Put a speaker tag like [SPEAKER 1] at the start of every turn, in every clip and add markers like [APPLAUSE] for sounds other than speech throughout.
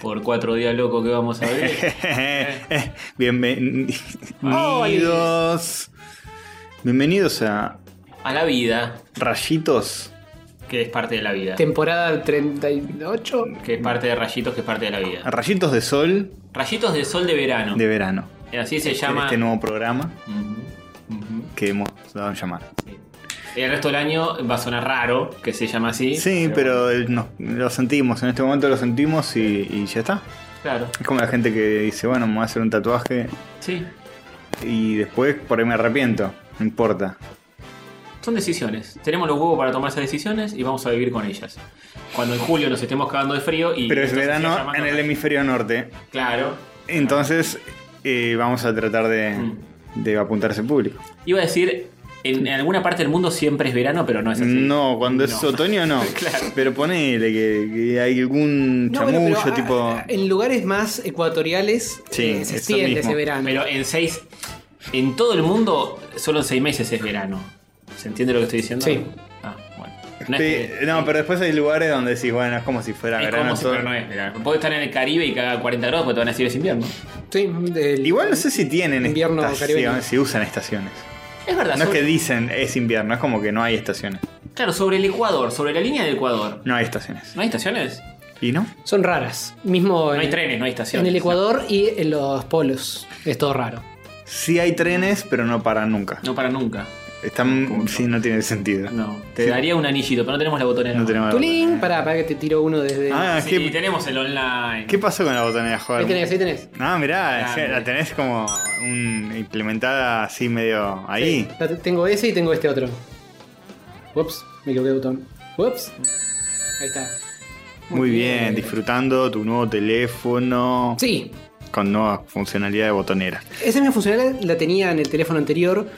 [SPEAKER 1] por cuatro días loco que vamos a ver.
[SPEAKER 2] [LAUGHS] Bienvenidos. Bienvenidos a
[SPEAKER 1] a la vida,
[SPEAKER 2] Rayitos.
[SPEAKER 1] que es parte de la vida.
[SPEAKER 3] Temporada 38.
[SPEAKER 1] Que es parte de rayitos, que es parte de la
[SPEAKER 2] a
[SPEAKER 1] vida.
[SPEAKER 2] Rayitos de sol
[SPEAKER 1] Rayitos de sol de verano.
[SPEAKER 2] Ah.
[SPEAKER 1] Eh,
[SPEAKER 2] de verano.
[SPEAKER 1] Así se llama.
[SPEAKER 2] Este nuevo programa
[SPEAKER 1] Ujú, ujú,
[SPEAKER 2] que hemos dado a llamar.
[SPEAKER 1] sí. El resto del año va a sonar raro que se llama así.
[SPEAKER 2] Sí, pero el- no, lo sentimos, en este momento lo sentimos y, y ya está.
[SPEAKER 1] Claro.
[SPEAKER 2] Es como la gente que dice, bueno, me voy a hacer un tatuaje
[SPEAKER 1] Sí.
[SPEAKER 2] y después por ahí me arrepiento. No importa.
[SPEAKER 1] Son decisiones. Tenemos los huevos para tomar esas decisiones y vamos a vivir con ellas. Cuando en julio nos estemos cagando de frío y.
[SPEAKER 2] Pero es
[SPEAKER 1] esto se siga
[SPEAKER 2] verano
[SPEAKER 1] llamando-
[SPEAKER 2] en el em- hemisferio norte.
[SPEAKER 1] Claro.
[SPEAKER 2] Entonces eh, vamos a tratar
[SPEAKER 1] Mm.
[SPEAKER 2] de, de apuntarse público.
[SPEAKER 1] Iba a decir, en, en alguna parte del mundo siempre es verano, pero no es así.
[SPEAKER 2] No, cuando es
[SPEAKER 1] No.
[SPEAKER 2] otoño no.
[SPEAKER 1] [LAUGHS] Claro.
[SPEAKER 2] Pero ponele que, que hay algún
[SPEAKER 3] No, bueno,
[SPEAKER 2] chamullo
[SPEAKER 3] pero,
[SPEAKER 2] tipo...
[SPEAKER 3] ah, en lugares más ecuatoriales
[SPEAKER 2] Sí,
[SPEAKER 3] eh,
[SPEAKER 2] eso
[SPEAKER 3] se extiende
[SPEAKER 2] mismo.
[SPEAKER 3] ese verano.
[SPEAKER 1] Pero en seis. En todo el mundo, solo en seis meses es verano. ¿Se entiende lo que estoy diciendo?
[SPEAKER 3] Sí.
[SPEAKER 1] Ah, bueno.
[SPEAKER 2] Sí,
[SPEAKER 1] No es que-
[SPEAKER 2] no, pero después hay lugares donde decís, bueno, es como si fuera
[SPEAKER 1] es
[SPEAKER 2] verano.
[SPEAKER 1] como si,
[SPEAKER 2] todo.
[SPEAKER 1] pero no es verano. Puedes estar en el Caribe y cagar 40 grados porque te van a decir es invierno.
[SPEAKER 3] Sí, del-
[SPEAKER 2] Igual no sé si tienen
[SPEAKER 3] Invierno caribeño.
[SPEAKER 2] estaciones, si usan estaciones.
[SPEAKER 1] Es verdad.
[SPEAKER 2] No es
[SPEAKER 1] sobre-
[SPEAKER 2] que dicen es invierno, es como que no hay estaciones.
[SPEAKER 1] Claro, sobre el Ecuador, sobre la línea del Ecuador.
[SPEAKER 2] No hay estaciones.
[SPEAKER 1] ¿No hay estaciones?
[SPEAKER 2] ¿Y no?
[SPEAKER 3] Son raras. Mismo
[SPEAKER 1] No
[SPEAKER 3] en,
[SPEAKER 1] hay trenes, no hay estaciones.
[SPEAKER 3] en el Ecuador y en los polos. Es todo raro.
[SPEAKER 2] Sí hay trenes, pero no paran nunca.
[SPEAKER 1] No para nunca.
[SPEAKER 2] Están, sí, no tiene sentido.
[SPEAKER 1] No. Te
[SPEAKER 2] Sí.
[SPEAKER 1] daría un anillito, pero no tenemos la botonera.
[SPEAKER 2] No tenemos la
[SPEAKER 3] Tulín,
[SPEAKER 2] botonera.
[SPEAKER 3] pará, pará que te tiro uno desde.
[SPEAKER 2] Ah,
[SPEAKER 1] Sí,
[SPEAKER 2] ¿qué,
[SPEAKER 1] tenemos el online.
[SPEAKER 2] qué pasó con la botonera, joder?
[SPEAKER 3] ahí tenés, ahí tenés.
[SPEAKER 2] Ah, mirá,
[SPEAKER 1] Grande.
[SPEAKER 2] la tenés como un- implementada así medio ahí.
[SPEAKER 3] Sí, la- tengo ese y tengo este otro. Ups, me equivoqué de botón. Ups. Ahí está.
[SPEAKER 2] Muy bien, disfrutando tu nuevo teléfono
[SPEAKER 3] Sí,
[SPEAKER 2] con nueva funcionalidad de botonera.
[SPEAKER 3] Esa misma funcionalidad la tenía en el teléfono anterior,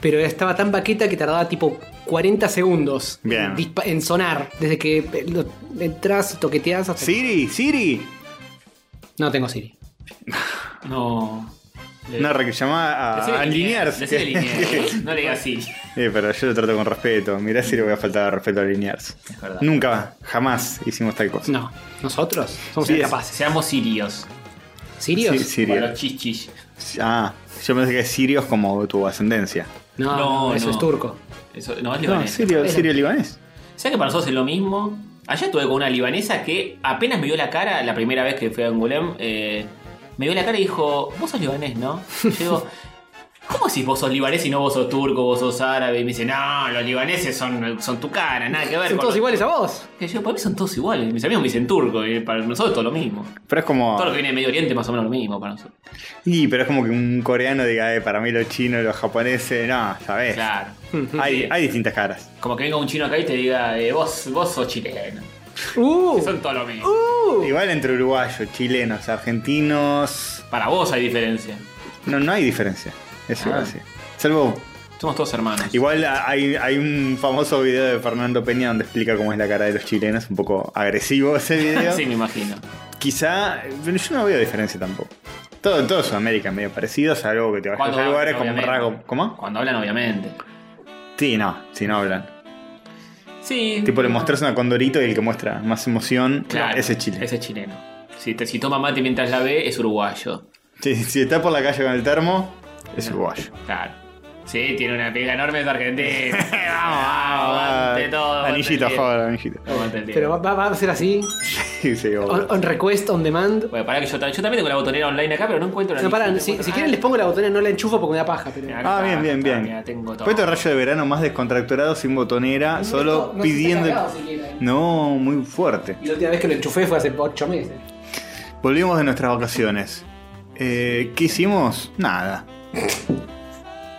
[SPEAKER 3] pero estaba tan baqueta que tardaba tipo 40 segundos
[SPEAKER 2] Bien.
[SPEAKER 3] dispa- en sonar. Desde que eh, lo, entras, toqueteas hasta.
[SPEAKER 2] Siri, Siri.
[SPEAKER 3] No tengo Siri.
[SPEAKER 1] No. Eh,
[SPEAKER 2] No, re- llamá a, a Liniers.
[SPEAKER 1] Decile Liniers. No le digas así.
[SPEAKER 2] [LAUGHS] Eh, pero yo lo trato con respeto. Mirá si le voy a faltar al respeto a Liniers.
[SPEAKER 1] Es verdad.
[SPEAKER 2] Nunca, jamás hicimos tal cosa.
[SPEAKER 3] No. Nosotros somos
[SPEAKER 2] Sí,
[SPEAKER 3] incapaces.
[SPEAKER 1] Seamos sirios.
[SPEAKER 3] ¿Sirios?
[SPEAKER 2] Sí, Sirios.
[SPEAKER 1] Para los chichis.
[SPEAKER 2] Ah, yo pensé que Sirio es como tu ascendencia.
[SPEAKER 3] No,
[SPEAKER 1] No,
[SPEAKER 3] no, eso
[SPEAKER 1] no.
[SPEAKER 3] es turco.
[SPEAKER 1] Eso, no, es
[SPEAKER 2] No,
[SPEAKER 1] libanés.
[SPEAKER 2] Sirio, Sirio libanés.
[SPEAKER 1] ¿Sabes que para nosotros es lo mismo? Ayer estuve con una libanesa que apenas me vio la cara, la primera vez que fui a Angulem, eh, me vio la cara y dijo, vos sos libanés, ¿no? Y yo
[SPEAKER 3] [LAUGHS]
[SPEAKER 1] digo, ¿cómo si vos sos libanés y no vos sos turco, vos sos árabe? Y me dice, no, los libaneses son, son tu cara, nada que ver.
[SPEAKER 3] Son
[SPEAKER 1] con
[SPEAKER 3] todos
[SPEAKER 1] los-".
[SPEAKER 3] iguales a vos.
[SPEAKER 1] Que yo, para mí son todos iguales. Mis amigos me dicen turco, y para nosotros todo lo mismo.
[SPEAKER 2] Pero es como.
[SPEAKER 1] Todo lo que viene de Medio Oriente es más o menos lo mismo para nosotros.
[SPEAKER 2] Y, pero es como que un coreano diga, eh, para mí los chinos, los japoneses, no, sabes.
[SPEAKER 1] Claro.
[SPEAKER 2] Hay, hay distintas caras.
[SPEAKER 1] Como que venga un chino acá y te diga, eh, vos, vos sos chileno.
[SPEAKER 3] Uh,
[SPEAKER 1] Son todo lo mismo.
[SPEAKER 3] uh.
[SPEAKER 2] Igual entre uruguayos, chilenos, argentinos.
[SPEAKER 1] Para vos hay diferencia.
[SPEAKER 2] No, no hay diferencia. Eso
[SPEAKER 1] Ah.
[SPEAKER 2] es así. Salvo.
[SPEAKER 1] Somos todos hermanos.
[SPEAKER 2] Igual hay, hay un famoso video de Fernando Peña donde explica cómo es la cara de los chilenos. Un poco agresivo ese video.
[SPEAKER 1] sí, me imagino.
[SPEAKER 2] Quizá. Pero yo no veo diferencia tampoco. Todo, todo Sudamérica es medio parecido, salvo que te vas a
[SPEAKER 1] Cuando
[SPEAKER 2] lugares con
[SPEAKER 1] hablan,
[SPEAKER 2] rasgos.
[SPEAKER 1] obviamente.
[SPEAKER 2] ¿Cómo?
[SPEAKER 1] Cuando hablan, obviamente.
[SPEAKER 2] Sí, no, si no hablan.
[SPEAKER 1] Sí.
[SPEAKER 2] Tipo, le mostrás una condorito y el que muestra más emoción,
[SPEAKER 1] Claro,
[SPEAKER 2] ese es Chile.
[SPEAKER 1] Ese es chileno. Si, te- si toma mate mientras la ve, es uruguayo.
[SPEAKER 2] Sí, Si, está por la calle con el termo, es uruguayo.
[SPEAKER 1] Claro. Sí, tiene una pega enorme de
[SPEAKER 2] [LAUGHS]
[SPEAKER 1] argentino. vamos, vamos, aguante todo. aguante
[SPEAKER 2] Ah, anillito,
[SPEAKER 1] el
[SPEAKER 2] por
[SPEAKER 1] día.
[SPEAKER 2] favor, anillito. [LAUGHS]
[SPEAKER 1] Aguante el día.
[SPEAKER 3] Pero va, va- va a ser así.
[SPEAKER 2] Sí, sí, obvio.
[SPEAKER 3] On, on request, on demand.
[SPEAKER 1] Bueno, pará que yo, ta- yo también tengo la botonera online acá, pero no encuentro la
[SPEAKER 3] No, pará,
[SPEAKER 1] lista.
[SPEAKER 3] si, si
[SPEAKER 1] Ah,
[SPEAKER 3] quieren les pongo la botella, no la enchufo porque me da paja. Pero...
[SPEAKER 1] acá
[SPEAKER 2] Ah, bien, bien,
[SPEAKER 1] está,
[SPEAKER 2] bien.
[SPEAKER 1] mira, tengo todo.
[SPEAKER 2] Fue este rayo de verano más descontracturado, sin botonera, solo
[SPEAKER 3] No, no
[SPEAKER 2] pidiendo.
[SPEAKER 3] está cargado siquiera, eh.
[SPEAKER 2] No, muy fuerte.
[SPEAKER 3] Y la última vez que lo enchufé fue hace 8 meses.
[SPEAKER 2] Volvimos de nuestras vacaciones. Eh, ¿Qué hicimos? Nada.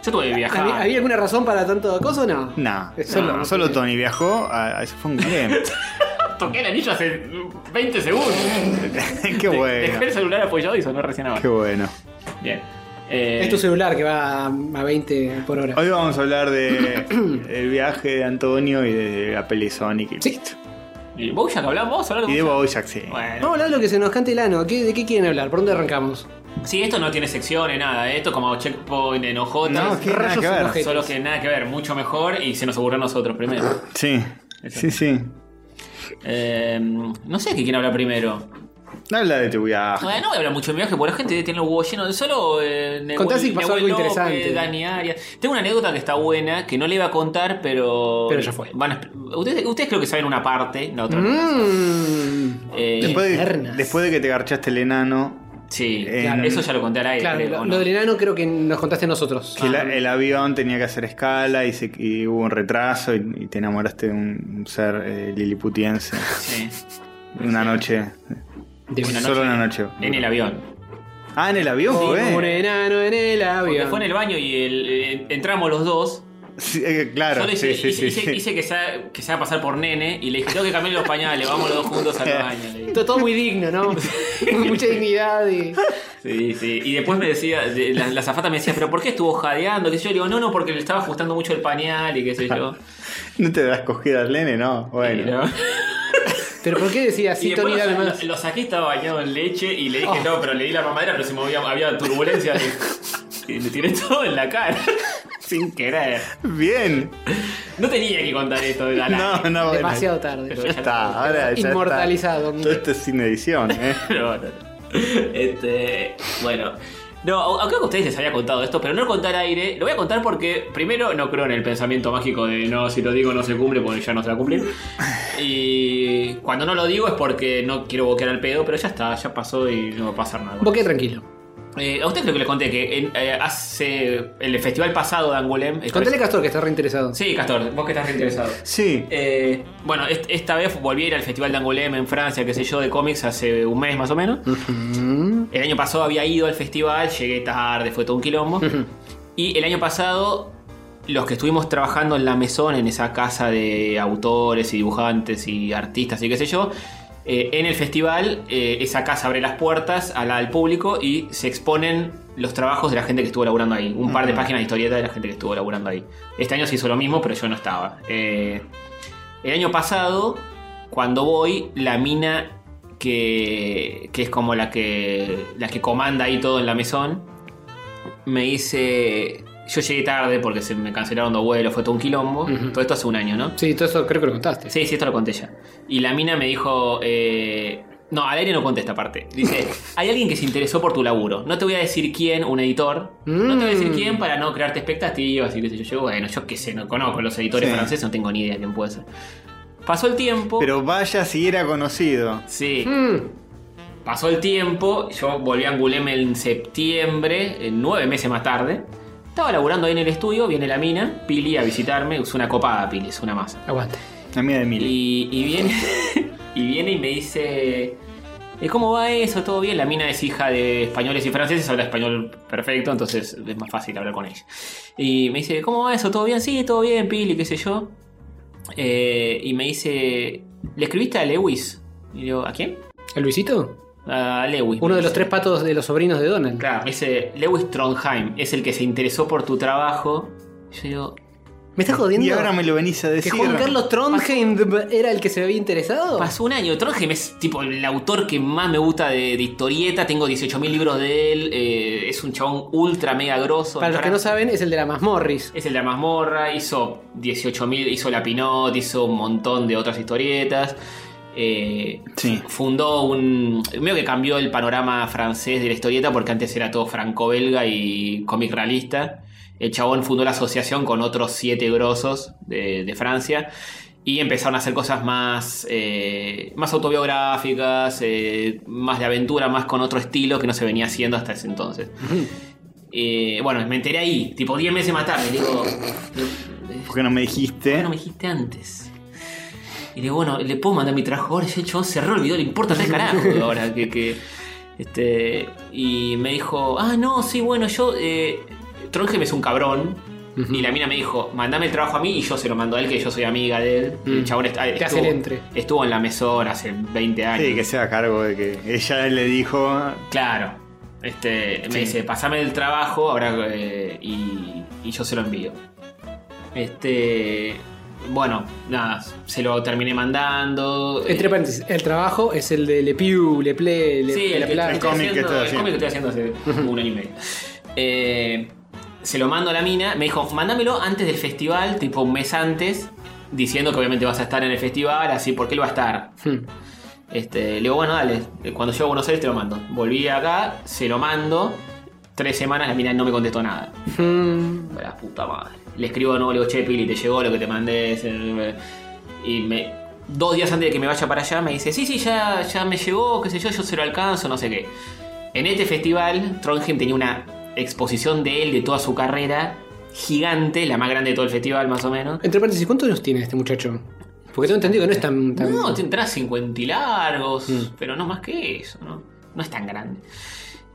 [SPEAKER 1] Yo tuve que viajar.
[SPEAKER 3] ¿Había, había alguna razón para tanto cosa o no?
[SPEAKER 2] Nada.
[SPEAKER 3] Eso
[SPEAKER 2] Solo,
[SPEAKER 3] no,
[SPEAKER 2] solo
[SPEAKER 3] sí.
[SPEAKER 2] Tony viajó a, a- eso fue un [LAUGHS] game.
[SPEAKER 1] Toqué el anillo hace 20 segundos.
[SPEAKER 2] Qué
[SPEAKER 1] De- Dejé el
[SPEAKER 2] bueno.
[SPEAKER 1] celular apoyado y sonó recién ahora.
[SPEAKER 2] Qué bueno.
[SPEAKER 1] Bien. Eh,
[SPEAKER 3] Es tu celular que va a 20 por hora.
[SPEAKER 2] Hoy vamos a hablar [COUGHS] de el viaje de Antonio y de la peli Sonic. y
[SPEAKER 3] Sí.
[SPEAKER 2] listo.
[SPEAKER 1] ¿Y Bojack hablamos? ¿Vamos a hablar de
[SPEAKER 2] Y de
[SPEAKER 1] Bojack?
[SPEAKER 2] Bojack, sí.
[SPEAKER 1] Bueno.
[SPEAKER 3] Vamos a hablar de lo que se nos cante el ano. ¿Qué- ¿De qué quieren hablar? ¿Por dónde arrancamos?
[SPEAKER 1] Sí, esto no tiene secciones, nada. ¿eh? Esto es como checkpoint en OJ.
[SPEAKER 2] No, que nada
[SPEAKER 3] rayos
[SPEAKER 2] que ver.
[SPEAKER 3] enojes.
[SPEAKER 1] Solo que nada que ver, mucho mejor y se nos ocurrió a nosotros
[SPEAKER 3] [LAUGHS]
[SPEAKER 1] primero.
[SPEAKER 2] Sí, sí, sí.
[SPEAKER 1] Em, Eh, no sé qué quiere hablar primero.
[SPEAKER 2] Habla de tu viaje.
[SPEAKER 1] Bueno, no voy a hablar mucho de mi viaje, porque la gente tiene los huevos llenos de solo. Eh, Nehue-
[SPEAKER 3] Contá si pasó
[SPEAKER 1] Nehue
[SPEAKER 3] algo
[SPEAKER 1] López,
[SPEAKER 3] interesante.
[SPEAKER 1] Dani Arias. Tengo una anécdota que está buena, que no le iba a contar, pero.
[SPEAKER 3] Pero ya fue.
[SPEAKER 1] Van a- ustedes, ustedes creo que saben una parte, la otra. no.
[SPEAKER 3] Mm.
[SPEAKER 1] Eh,
[SPEAKER 2] Después de,
[SPEAKER 3] Piernas.
[SPEAKER 2] después de que te garchaste el enano,
[SPEAKER 1] sí,
[SPEAKER 2] eh,
[SPEAKER 1] claro, eso ya lo conté al aire.
[SPEAKER 3] Claro,
[SPEAKER 1] creo,
[SPEAKER 3] lo,
[SPEAKER 1] ¿o
[SPEAKER 3] lo
[SPEAKER 1] no? Ah,
[SPEAKER 3] del enano creo que nos contaste nosotros.
[SPEAKER 2] que la- el avión tenía que hacer escala y, se- y hubo un retraso y, y te enamoraste de un ser eh,
[SPEAKER 1] [LAUGHS]
[SPEAKER 2] liliputiense.
[SPEAKER 1] Sí.
[SPEAKER 2] Una noche.
[SPEAKER 3] De-
[SPEAKER 1] Una
[SPEAKER 2] Solo
[SPEAKER 1] noche
[SPEAKER 2] una noche.
[SPEAKER 1] En el avión.
[SPEAKER 2] Ah, en el avión
[SPEAKER 3] Como
[SPEAKER 2] fue.
[SPEAKER 3] un enano en el
[SPEAKER 1] Porque
[SPEAKER 3] avión.
[SPEAKER 1] fue en el baño y el- eh, entramos los dos.
[SPEAKER 2] Sí, eh, claro,
[SPEAKER 1] Solo
[SPEAKER 2] sí,
[SPEAKER 1] hice,
[SPEAKER 2] sí,
[SPEAKER 1] hice-
[SPEAKER 2] sí.
[SPEAKER 1] hice-
[SPEAKER 2] sí.
[SPEAKER 1] hice que sea, que sea pasar por nene y le dije, tengo que cambiar los pañales, vamos los dos juntos al baño. le dije.
[SPEAKER 3] Todo, todo muy
[SPEAKER 1] [LAUGHS]
[SPEAKER 3] digno, ¿no? [LAUGHS] Mucha dignidad y.
[SPEAKER 1] Sí, sí. Y después me decía, de- la, la zafata me decía, ¿pero por qué estuvo jadeando? Que yo le digo, no, no, porque le estaba ajustando mucho el pañal y qué sé yo.
[SPEAKER 2] No te das cogida al nene, no.
[SPEAKER 1] Y,
[SPEAKER 2] [LAUGHS] Bueno. [LAUGHS]
[SPEAKER 1] ¿no?
[SPEAKER 3] Pero ¿por qué decías
[SPEAKER 1] Y
[SPEAKER 3] así,
[SPEAKER 1] después
[SPEAKER 3] Tony
[SPEAKER 1] lo,
[SPEAKER 3] Dalmas?
[SPEAKER 1] lo- lo saqué, estaba bañado en leche y le dije,
[SPEAKER 2] Oh.
[SPEAKER 1] no, pero le di la mamadera, pero se movía, había turbulencia. y- Y le tiré todo en la cara. Sin querer.
[SPEAKER 2] Bien.
[SPEAKER 1] No tenía que contar esto de la
[SPEAKER 2] No, no, bueno.
[SPEAKER 3] Demasiado tarde.
[SPEAKER 1] Pero
[SPEAKER 2] Ya está, ahora ya está.
[SPEAKER 3] Inmortalizado.
[SPEAKER 2] Todo esto es sin edición, ¿eh?
[SPEAKER 1] No, no, no. Este, bueno. No, creo que a ustedes les había contado esto, pero no lo conté al aire. Lo voy a contar porque, primero, no creo en el pensamiento mágico de no, si lo digo no se cumple, porque ya no se va a cumplir. Y cuando no lo digo es porque no quiero boquear al pedo, pero ya está, ya pasó y no va a pasar nada.
[SPEAKER 3] Boque tranquilo.
[SPEAKER 1] Eh, a ustedes creo que les conté que en, eh, hace el festival pasado de Angulem.
[SPEAKER 3] Contale a Castor que está reinteresado.
[SPEAKER 1] Sí, Castor, vos que estás reinteresado. [LAUGHS]
[SPEAKER 2] Sí.
[SPEAKER 1] Eh, bueno, est- esta vez volví a ir al Festival de Angoulême en Francia, qué sé yo, de cómics hace un mes más o menos.
[SPEAKER 3] Ujú.
[SPEAKER 1] El año pasado había ido al festival, llegué tarde, fue todo un quilombo. y el año pasado, los que estuvimos trabajando en la mesón, en esa casa de autores y dibujantes y artistas y qué sé yo, eh, en el festival, eh, esa casa abre las puertas a la- al público y se exponen los trabajos de la gente que estuvo laburando ahí. Un par de
[SPEAKER 2] Ujú.
[SPEAKER 1] páginas de historieta de la gente que estuvo laburando ahí. Este año se hizo lo mismo, pero yo no estaba. Eh, el año pasado, cuando voy, la mina que, que es como la que, la que comanda ahí todo en la mesón, me dice... Yo llegué tarde porque se me cancelaron dos vuelos, fue todo un quilombo.
[SPEAKER 3] Ujú.
[SPEAKER 1] Todo esto hace un año, ¿no?
[SPEAKER 3] Sí, todo eso creo que lo contaste.
[SPEAKER 1] Sí, sí, esto lo conté ya. Y la mina me dijo. eh, no, al aire no conté esta parte.
[SPEAKER 2] [LAUGHS]
[SPEAKER 1] Dice: Hay alguien que se interesó por tu laburo. No te voy a decir quién, un editor. No te voy a decir
[SPEAKER 3] Mm.
[SPEAKER 1] quién para no crearte expectativas. Y qué sé yo, yo, bueno, yo qué sé, no conozco los editores
[SPEAKER 2] Sí.
[SPEAKER 1] franceses, no tengo ni idea quién puede ser. Pasó el tiempo.
[SPEAKER 2] Pero vaya si era conocido.
[SPEAKER 1] Sí,
[SPEAKER 3] Mm.
[SPEAKER 1] pasó el tiempo. Yo volví a Angulem en septiembre, eh, nueve meses más tarde. Estaba laburando ahí en el estudio, viene la mina, Pili a visitarme. Es una copada, Pili, es una masa.
[SPEAKER 3] Aguante.
[SPEAKER 2] La mía de Mili.
[SPEAKER 1] Y, y viene, [LAUGHS] y viene y me dice, eh, ¿cómo va eso? ¿Todo bien? La mina es hija de españoles y franceses, habla español perfecto, entonces es más fácil hablar con ella. Y me dice, ¿cómo va eso? ¿Todo bien? Sí, todo bien, Pili, qué sé yo. Eh, y me dice, ¿le escribiste a Lewis? Y digo, ¿a quién?
[SPEAKER 3] ¿El Luisito?
[SPEAKER 1] A Lewis.
[SPEAKER 3] Uno
[SPEAKER 1] me
[SPEAKER 3] de los
[SPEAKER 1] dice.
[SPEAKER 3] tres patos de los sobrinos de Donald.
[SPEAKER 1] Claro, me dice, Lewis Trondheim es el que se interesó por tu trabajo. Yo digo,
[SPEAKER 3] ¿Me estás
[SPEAKER 2] Y,
[SPEAKER 3] jodiendo?
[SPEAKER 2] ahora me lo venís a
[SPEAKER 3] ¿Que
[SPEAKER 2] decir.
[SPEAKER 3] Juan Carlos Trondheim era el que se había interesado?
[SPEAKER 1] Pasó un año. Trondheim es tipo el autor que más me gusta de, de historieta. Tengo 18.000 libros de él. eh, es un chabón ultra mega grosso.
[SPEAKER 3] Para los que no saben, es el de la mazmorris.
[SPEAKER 1] Es el de la mazmorra. Hizo 18.000. Hizo La Pinot. Hizo un montón de otras historietas. Eh,
[SPEAKER 2] Sí.
[SPEAKER 1] fundó un. Medio que cambió el panorama francés de la historieta porque antes era todo franco-belga y cómic realista. El chabón fundó la asociación con otros siete grosos de, de Francia y empezaron a hacer cosas más, eh, más autobiográficas, eh, más de aventura, más con otro estilo que no se venía haciendo hasta ese entonces. Eh, bueno, me enteré ahí, tipo 10 meses más tarde. Digo,
[SPEAKER 2] ¿Por qué no me dijiste?
[SPEAKER 1] ¿Por qué no me dijiste antes? Y le digo, bueno, le puedo mandar mi trabajo ahora. Ya el chabón cerró el video, le importa tres carajos ahora. Que, que- este, y me dijo, ah, no, sí, bueno, yo. Eh, Trondheim es un cabrón. Y la mina me dijo, mandame el trabajo a mí y yo se lo mando a él, que yo soy amiga de él. Y El
[SPEAKER 3] Mm.
[SPEAKER 1] chabón est-
[SPEAKER 3] Te hace el entre.
[SPEAKER 1] estuvo en la mesora hace 20 años.
[SPEAKER 2] Sí, que sea a cargo de que ella le dijo.
[SPEAKER 1] Claro. Este, Me
[SPEAKER 2] Sí.
[SPEAKER 1] dice, pasame el trabajo ahora eh, y, y yo se lo envío. Este. Bueno, nada, se lo terminé mandando.
[SPEAKER 3] Entre
[SPEAKER 1] Eh,
[SPEAKER 3] paréntesis, el trabajo es el de Le Pew, Le Ple, Le,
[SPEAKER 1] Sí,
[SPEAKER 3] Le
[SPEAKER 1] el, que-
[SPEAKER 3] Pla.
[SPEAKER 1] el que
[SPEAKER 2] cómic
[SPEAKER 1] estoy haciendo-
[SPEAKER 2] que estoy
[SPEAKER 1] el cómic que estoy haciendo hace un año y medio. Eh, se lo mando a la mina, me dijo, mándamelo antes del festival, tipo un mes antes, diciendo que obviamente vas a estar en el festival, así, porque él va a estar.
[SPEAKER 3] Hmm.
[SPEAKER 1] Este, le digo, bueno, dale, cuando llego a Buenos Aires te lo mando. Volví acá, se lo mando. Tres semanas la mina no me contestó nada.
[SPEAKER 3] Mm,
[SPEAKER 1] La puta madre. Le escribo de nuevo, le digo, che, Pili, te llegó lo que te mandé. ese- eh, Y me, dos días antes de que me vaya para allá me dice, sí, sí, ya, ya me llegó, qué sé yo, yo se lo alcanzo, no sé qué. En este festival, Trondheim tenía una exposición de él, de toda su carrera, gigante, la más grande de todo el festival, más o menos.
[SPEAKER 3] Entre paréntesis, ¿cuántos años tiene este muchacho? Porque tengo entendido que no es tan. tan-
[SPEAKER 1] No, tendrá 50 y largos,
[SPEAKER 3] Mm.
[SPEAKER 1] pero no más que eso, ¿no? No es tan grande.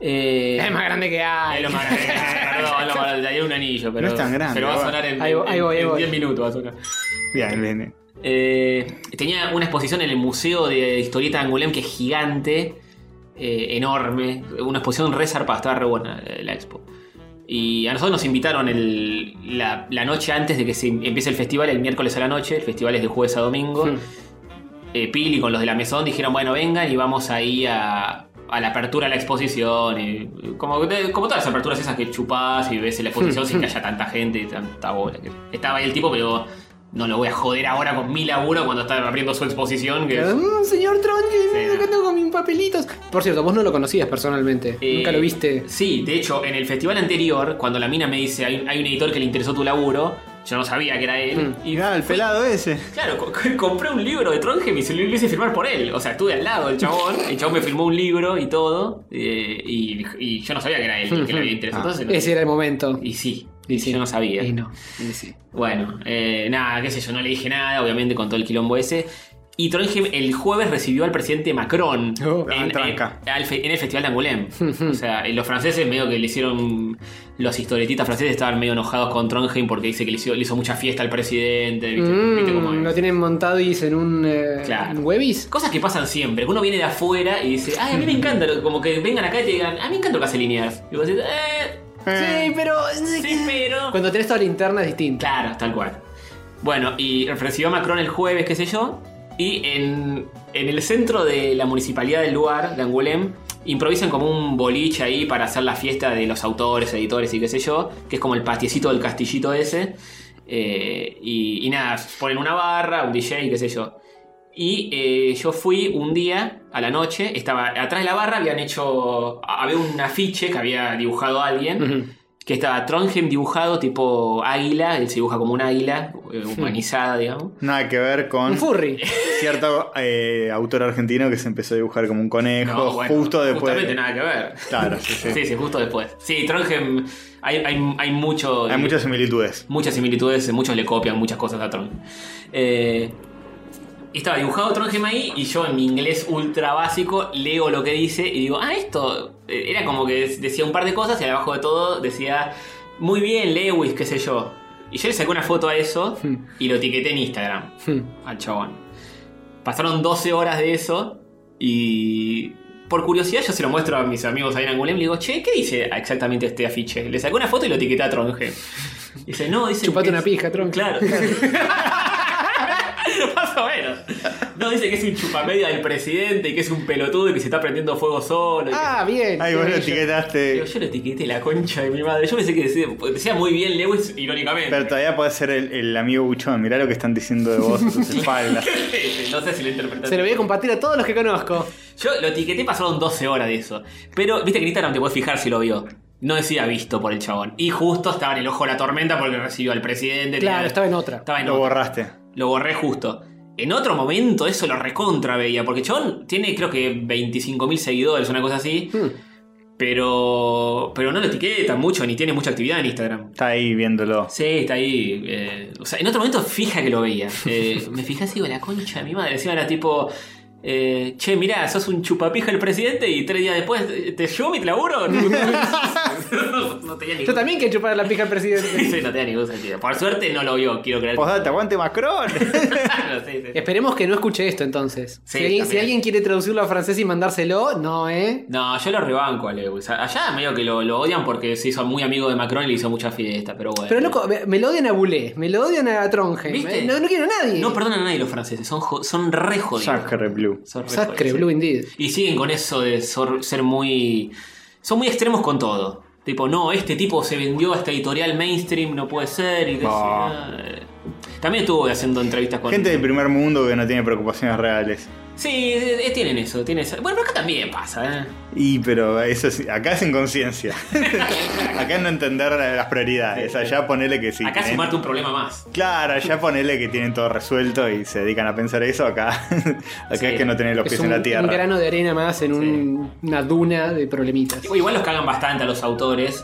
[SPEAKER 1] Eh,
[SPEAKER 3] es [LAUGHS] más grande que hay.
[SPEAKER 1] es lo más
[SPEAKER 3] [LAUGHS]
[SPEAKER 1] grande. Perdón, lo más- daría un anillo, pero.
[SPEAKER 2] No es tan grande,
[SPEAKER 1] Pero va a
[SPEAKER 2] va.
[SPEAKER 1] sonar en,
[SPEAKER 3] Ahí voy,
[SPEAKER 1] en-
[SPEAKER 3] ahí voy, ahí
[SPEAKER 1] en
[SPEAKER 3] voy.
[SPEAKER 1] 10 minutos. Va a sonar.
[SPEAKER 2] Bien, bien. bien.
[SPEAKER 1] Eh, tenía una exposición en el Museo de Historieta de Angoulême que es gigante, eh, enorme. Una exposición re zarpada, estaba re buena eh, la expo. Y a nosotros nos invitaron el- la, la noche antes de que se em-, empiece el festival, el miércoles a la noche. El festival es de jueves a domingo.
[SPEAKER 3] Mm.
[SPEAKER 1] eh, Pili con los de la mesón dijeron, bueno, vengan y vamos ahí a, a la apertura de la exposición. y, como, de- como todas las aperturas esas que chupás y ves en la
[SPEAKER 3] Hmm,
[SPEAKER 1] exposición sin que haya tanta gente y tanta bola. que- Estaba ahí el tipo, pero no lo voy a joder ahora con mi laburo cuando está abriendo su exposición. Que es-
[SPEAKER 3] Mm, señor Tron, que me
[SPEAKER 1] Sí.
[SPEAKER 3] estoy tocando con mis papelitos. Por cierto, vos no lo conocías personalmente.
[SPEAKER 1] Eh,
[SPEAKER 3] Nunca lo viste.
[SPEAKER 1] Sí, de hecho, en el festival anterior, cuando la mina me dice, hay, hay un editor que le interesó tu laburo, yo no sabía que era
[SPEAKER 3] Hmm.
[SPEAKER 1] él.
[SPEAKER 2] Y nada, el
[SPEAKER 1] fui-
[SPEAKER 2] pelado ese.
[SPEAKER 1] Claro, co- co- compré un libro de Trondheim y se lo hice firmar por él. O sea, estuve al lado del chabón. El chabón me firmó un libro y todo. eh, y, y yo no sabía que era él, que le había interesado. Entonces, no-
[SPEAKER 3] Ah, Ese era el momento.
[SPEAKER 1] Y sí,
[SPEAKER 3] Y
[SPEAKER 1] y
[SPEAKER 3] sí.
[SPEAKER 1] yo no sabía.
[SPEAKER 3] Y no. y sí.
[SPEAKER 1] Bueno, eh, nada, qué sé yo, no le dije nada, obviamente, con todo el quilombo ese. Y Trondheim el jueves recibió al presidente Macron
[SPEAKER 3] Oh,
[SPEAKER 2] gran tranca.
[SPEAKER 1] eh, al fe- en el Festival de Angoulême. o sea, eh, los franceses medio que le hicieron... Los historietistas franceses estaban medio enojados con Trondheim porque dice que le hizo, le hizo mucha fiesta al presidente. ¿viste? ¿Viste cómo es?
[SPEAKER 3] Mm, lo tienen montado y es en un eh,
[SPEAKER 1] Claro.
[SPEAKER 3] en Webis.
[SPEAKER 1] Cosas que pasan siempre, que uno viene de afuera y dice, ay, a mí me encanta, lo- como que vengan acá y te digan, a mí me encanta lo que hace Liniers. Y vos decís, eh,
[SPEAKER 3] Sí,
[SPEAKER 2] Eh,
[SPEAKER 3] pero.
[SPEAKER 1] sí, pero...
[SPEAKER 3] Cuando tenés toda la interna es distinta.
[SPEAKER 1] Claro, tal cual. Bueno, y recibió a Macron el jueves, qué sé yo, y en, en el centro de la municipalidad del lugar, de Angoulême, improvisan como un boliche ahí para hacer la fiesta de los autores, editores y qué sé yo, que es como el patiecito del castillito ese. Eh, y, y nada, ponen una barra, un DJ, qué sé yo. Y eh, yo fui un día a la noche, estaba atrás de la barra, habían hecho. Había un afiche que había dibujado alguien.
[SPEAKER 3] Ujú.
[SPEAKER 1] Que estaba Trondheim dibujado tipo águila, él se dibuja como un águila, eh, humanizada, digamos.
[SPEAKER 2] Nada que ver con
[SPEAKER 3] Un furry.
[SPEAKER 2] cierto eh, autor argentino que se empezó a dibujar como un conejo
[SPEAKER 1] No, bueno,
[SPEAKER 2] justo después.
[SPEAKER 1] Justamente nada que ver.
[SPEAKER 2] Claro, sí, sí.
[SPEAKER 1] Sí, sí, justo después. Sí, Trondheim, hay, hay, hay mucho.
[SPEAKER 2] Hay muchas similitudes.
[SPEAKER 1] muchas similitudes, muchos le copian muchas cosas a Trondheim. Eh, y estaba dibujado Trondheim ahí y yo en mi inglés ultra básico leo lo que dice y digo, ah, esto eh, era como que des- decía un par de cosas y abajo de todo decía, muy bien, Lewis, qué sé yo. Y yo le saqué una foto a eso
[SPEAKER 3] Hmm.
[SPEAKER 1] y lo etiqueté en Instagram
[SPEAKER 3] Hmm.
[SPEAKER 1] al chabón. Pasaron 12 horas de eso y por curiosidad yo se lo muestro a mis amigos ahí en Angoulême y le digo, che, ¿qué dice exactamente este afiche? Le saqué una foto y lo etiqueté a Trondheim. Y Dice, no, dice...
[SPEAKER 3] Chupate
[SPEAKER 1] que
[SPEAKER 3] una
[SPEAKER 1] es-
[SPEAKER 3] pija, Tron.
[SPEAKER 1] Claro. [LAUGHS] Más o menos. No, dice que es un chupamedia del presidente y que es un pelotudo y que se está prendiendo fuego solo. y que-
[SPEAKER 3] Ah, bien.
[SPEAKER 2] Ay,
[SPEAKER 3] qué
[SPEAKER 2] vos lo
[SPEAKER 3] bello.
[SPEAKER 1] Digo,
[SPEAKER 2] etiquetaste.
[SPEAKER 1] yo lo etiqueté la concha de mi madre. Yo pensé que decía, decía muy bien Lewis, irónicamente.
[SPEAKER 2] Pero todavía podés ser el, el amigo buchón. Mirá lo que están diciendo de vos a tus espaldas.
[SPEAKER 1] [LAUGHS] no sé si lo interpretaste.
[SPEAKER 3] Se lo voy a compartir a todos los que conozco.
[SPEAKER 1] Yo lo etiqueté, pasaron 12 horas de eso. Pero viste que en Instagram te puedes fijar si lo vio. No decía visto por el chabón. Y justo estaba en el ojo de la tormenta porque recibió al presidente.
[SPEAKER 3] Claro,
[SPEAKER 1] tenía-
[SPEAKER 3] estaba en otra.
[SPEAKER 1] estaba en
[SPEAKER 2] Lo
[SPEAKER 1] otra.
[SPEAKER 2] borraste.
[SPEAKER 1] Lo borré justo. En otro momento eso lo recontra veía, porque Chabón tiene creo que 25.000 seguidores, una cosa así,
[SPEAKER 3] Hmm.
[SPEAKER 1] pero pero no lo etiqueta mucho, ni tiene mucha actividad en Instagram.
[SPEAKER 2] Está ahí viéndolo.
[SPEAKER 1] Sí, está ahí. eh, o sea, en otro momento fija que lo veía. Eh, me fijé así, digo, la concha de mi madre. Encima era tipo, eh, che, mirá, sos un chupapija el presidente y tres días después eh, te, te llevo mi laburo. [LAUGHS] no, tenía ni
[SPEAKER 3] Yo también quiero chupar la pija al presidente.
[SPEAKER 1] Sí, no tenía ningún sentido. Por suerte no lo vio, quiero [LAUGHS] creer.
[SPEAKER 2] Posdata, aguante Macron.
[SPEAKER 1] Claro, sí, sí.
[SPEAKER 3] Esperemos que no escuche esto entonces.
[SPEAKER 1] Sí,
[SPEAKER 3] si, alguien,
[SPEAKER 1] también.
[SPEAKER 3] si alguien quiere traducirlo a francés y mandárselo, no, ¿eh?
[SPEAKER 1] No, yo lo rebanco a Lewis. A- Allá medio que lo, lo odian porque se hizo muy amigo de Macron y le hizo mucha fiesta, pero bueno.
[SPEAKER 3] Pero loco, me, me lo odian a Boulé, me lo odian a Trondheim.
[SPEAKER 1] ¿Viste?
[SPEAKER 3] eh, No, no quiero a nadie.
[SPEAKER 1] No perdonan a nadie los franceses, son, jo- son re jodidos.
[SPEAKER 2] Sacre Blue.
[SPEAKER 1] Son re
[SPEAKER 3] Sacre,
[SPEAKER 1] jodidos, sí.
[SPEAKER 3] Blue Indeed.
[SPEAKER 1] Y siguen con eso de sor- ser muy. Son muy extremos con todo. Tipo, no, este tipo se vendió a esta editorial mainstream, no puede ser. Y qué sé yo. eh.
[SPEAKER 2] Ah.
[SPEAKER 1] También estuvo haciendo entrevistas con.
[SPEAKER 2] Gente del primer mundo que no tiene preocupaciones reales.
[SPEAKER 1] Sí, eh, tienen eso, tienen eso. Bueno, pero acá también pasa, ¿eh?
[SPEAKER 2] Y pero eso es- acá
[SPEAKER 1] [LAUGHS]
[SPEAKER 2] es inconsciencia. acá es no entender las prioridades. Allá ponele que sí.
[SPEAKER 1] acá
[SPEAKER 2] tienen-
[SPEAKER 1] sumarte un problema más.
[SPEAKER 2] Claro, allá ponele que tienen todo resuelto y se dedican a pensar eso. Acá, [LAUGHS] acá
[SPEAKER 1] Sí.
[SPEAKER 2] es que no tienen los
[SPEAKER 3] Es
[SPEAKER 2] pies
[SPEAKER 3] un,
[SPEAKER 2] en la tierra.
[SPEAKER 3] un grano de arena más en un- una duna de problemitas.
[SPEAKER 1] Igual los cagan bastante a los autores.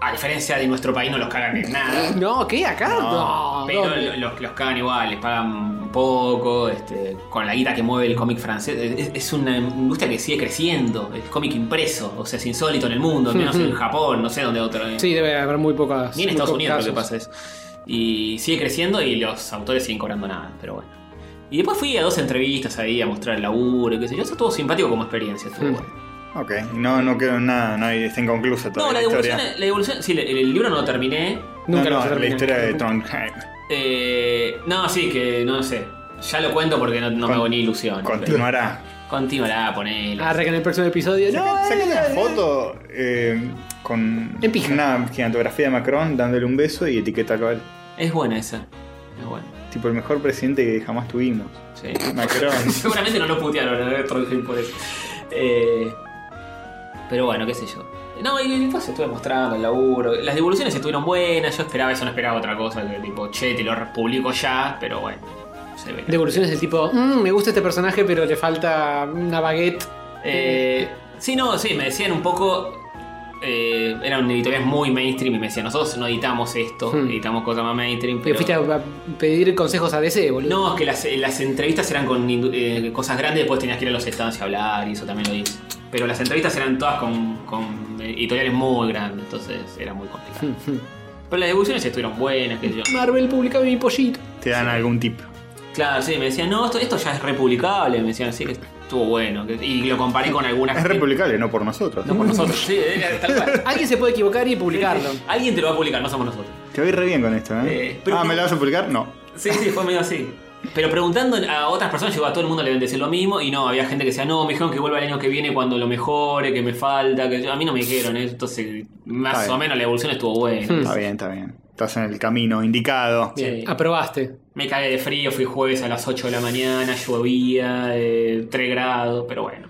[SPEAKER 1] A diferencia de nuestro país, no los cagan en nada.
[SPEAKER 3] No, ¿qué? ¿Acá? Ah, No,
[SPEAKER 1] pero
[SPEAKER 3] ¿dónde?
[SPEAKER 1] lo- los, los cagan igual, les pagan poco, este, con la guita que mueve el cómic francés. Es, es una industria que sigue creciendo, el cómic impreso, o sea, es insólito en el mundo, al menos en Japón, no sé dónde otro. eh,
[SPEAKER 3] Sí, debe haber muy pocas.
[SPEAKER 1] Ni en
[SPEAKER 3] muy
[SPEAKER 1] Estados
[SPEAKER 3] pocos
[SPEAKER 1] Unidos lo que
[SPEAKER 3] casos.
[SPEAKER 1] pasa es. Y sigue creciendo y los autores siguen cobrando nada, pero bueno. Y después fui a dos entrevistas ahí a mostrar el laburo y qué sé yo. Eso estuvo simpático como experiencia, estuvo
[SPEAKER 3] Mm.
[SPEAKER 1] bueno.
[SPEAKER 2] Ok, no, no quedó nada, no hay, está inconclusa toda
[SPEAKER 1] No, la
[SPEAKER 2] la, historia.
[SPEAKER 1] devolución, la devolución, sí, el, el libro no lo terminé.
[SPEAKER 3] Nunca
[SPEAKER 2] no,
[SPEAKER 3] lo vas a
[SPEAKER 2] no, la
[SPEAKER 3] terminar.
[SPEAKER 2] historia de Trondheim.
[SPEAKER 1] Eh, no, sí, que no sé. Ya lo cuento porque no, no me
[SPEAKER 2] Con-
[SPEAKER 1] hago ni ilusión.
[SPEAKER 2] Continuará.
[SPEAKER 1] Continuará, ponele.
[SPEAKER 3] Arre que en el próximo episodio. No,
[SPEAKER 2] Saca- saca
[SPEAKER 3] eh,
[SPEAKER 2] una
[SPEAKER 3] eh,
[SPEAKER 2] foto eh, con
[SPEAKER 3] En pija.
[SPEAKER 2] una gigantografía de Macron dándole un beso y etiquétalo a él.
[SPEAKER 1] Es buena esa. Es buena.
[SPEAKER 2] Tipo el mejor presidente que jamás tuvimos.
[SPEAKER 1] [LAUGHS] Sí.
[SPEAKER 2] Macron.
[SPEAKER 1] Seguramente no lo putearon a Trondheim por eso. Eh, pero bueno, qué sé yo. No, y después estuve mostrando el laburo. Las devoluciones estuvieron buenas, yo esperaba eso, no esperaba otra cosa, que tipo, che, te lo publico ya, pero bueno, se ve.
[SPEAKER 3] Devoluciones del tipo, "Mm, me gusta este personaje, pero le falta una baguette.
[SPEAKER 1] Eh, sí, no, sí, me decían un poco. Eh, eran editoriales muy mainstream y me decían, nosotros no editamos esto,
[SPEAKER 3] Hmm.
[SPEAKER 1] editamos cosas más mainstream.
[SPEAKER 3] Pero
[SPEAKER 1] Pero
[SPEAKER 3] fuiste a, a pedir consejos a DC, boludo.
[SPEAKER 1] No, es que las, eh, las entrevistas eran con indu- eh, cosas grandes, después tenías que ir a los stands y hablar, y eso también lo hice. Pero las entrevistas eran todas con, con eh, editoriales muy grandes, entonces era muy complicado. Pero las devoluciones estuvieron buenas, que yo.
[SPEAKER 3] Marvel publicaba mi pollito.
[SPEAKER 2] Te dan algún tip.
[SPEAKER 1] Claro, sí, me decían, no, esto, esto ya es republicable, me decían, sí, que estuvo bueno. que- y lo comparé con algunas.
[SPEAKER 2] Es republicable, no por nosotros.
[SPEAKER 1] No por nosotros, sí, era tal cual.
[SPEAKER 3] Alguien se puede equivocar y publicarlo.
[SPEAKER 1] Alguien te lo va a publicar, no somos nosotros.
[SPEAKER 2] Te voy re bien con esto, ¿eh?
[SPEAKER 1] Eh, pero-
[SPEAKER 2] ah, ¿me lo vas a publicar? No.
[SPEAKER 1] Sí, sí, fue medio así. Pero preguntando a otras personas, llegó a todo el mundo le deben decir lo mismo. Y no, había gente que decía, no, me dijeron que vuelva el año que viene cuando lo mejore, que me falta. que yo-". A mí no me dijeron, ¿eh? entonces
[SPEAKER 2] Está
[SPEAKER 1] más
[SPEAKER 2] bien.
[SPEAKER 1] o menos la evolución estuvo buena.
[SPEAKER 3] Hmm.
[SPEAKER 2] Está bien, está bien. Estás en el camino indicado.
[SPEAKER 1] Sí.
[SPEAKER 3] Aprobaste.
[SPEAKER 1] Me cagué de frío, fui jueves a las 8 de la mañana, llovía, eh, 3 grados, pero bueno.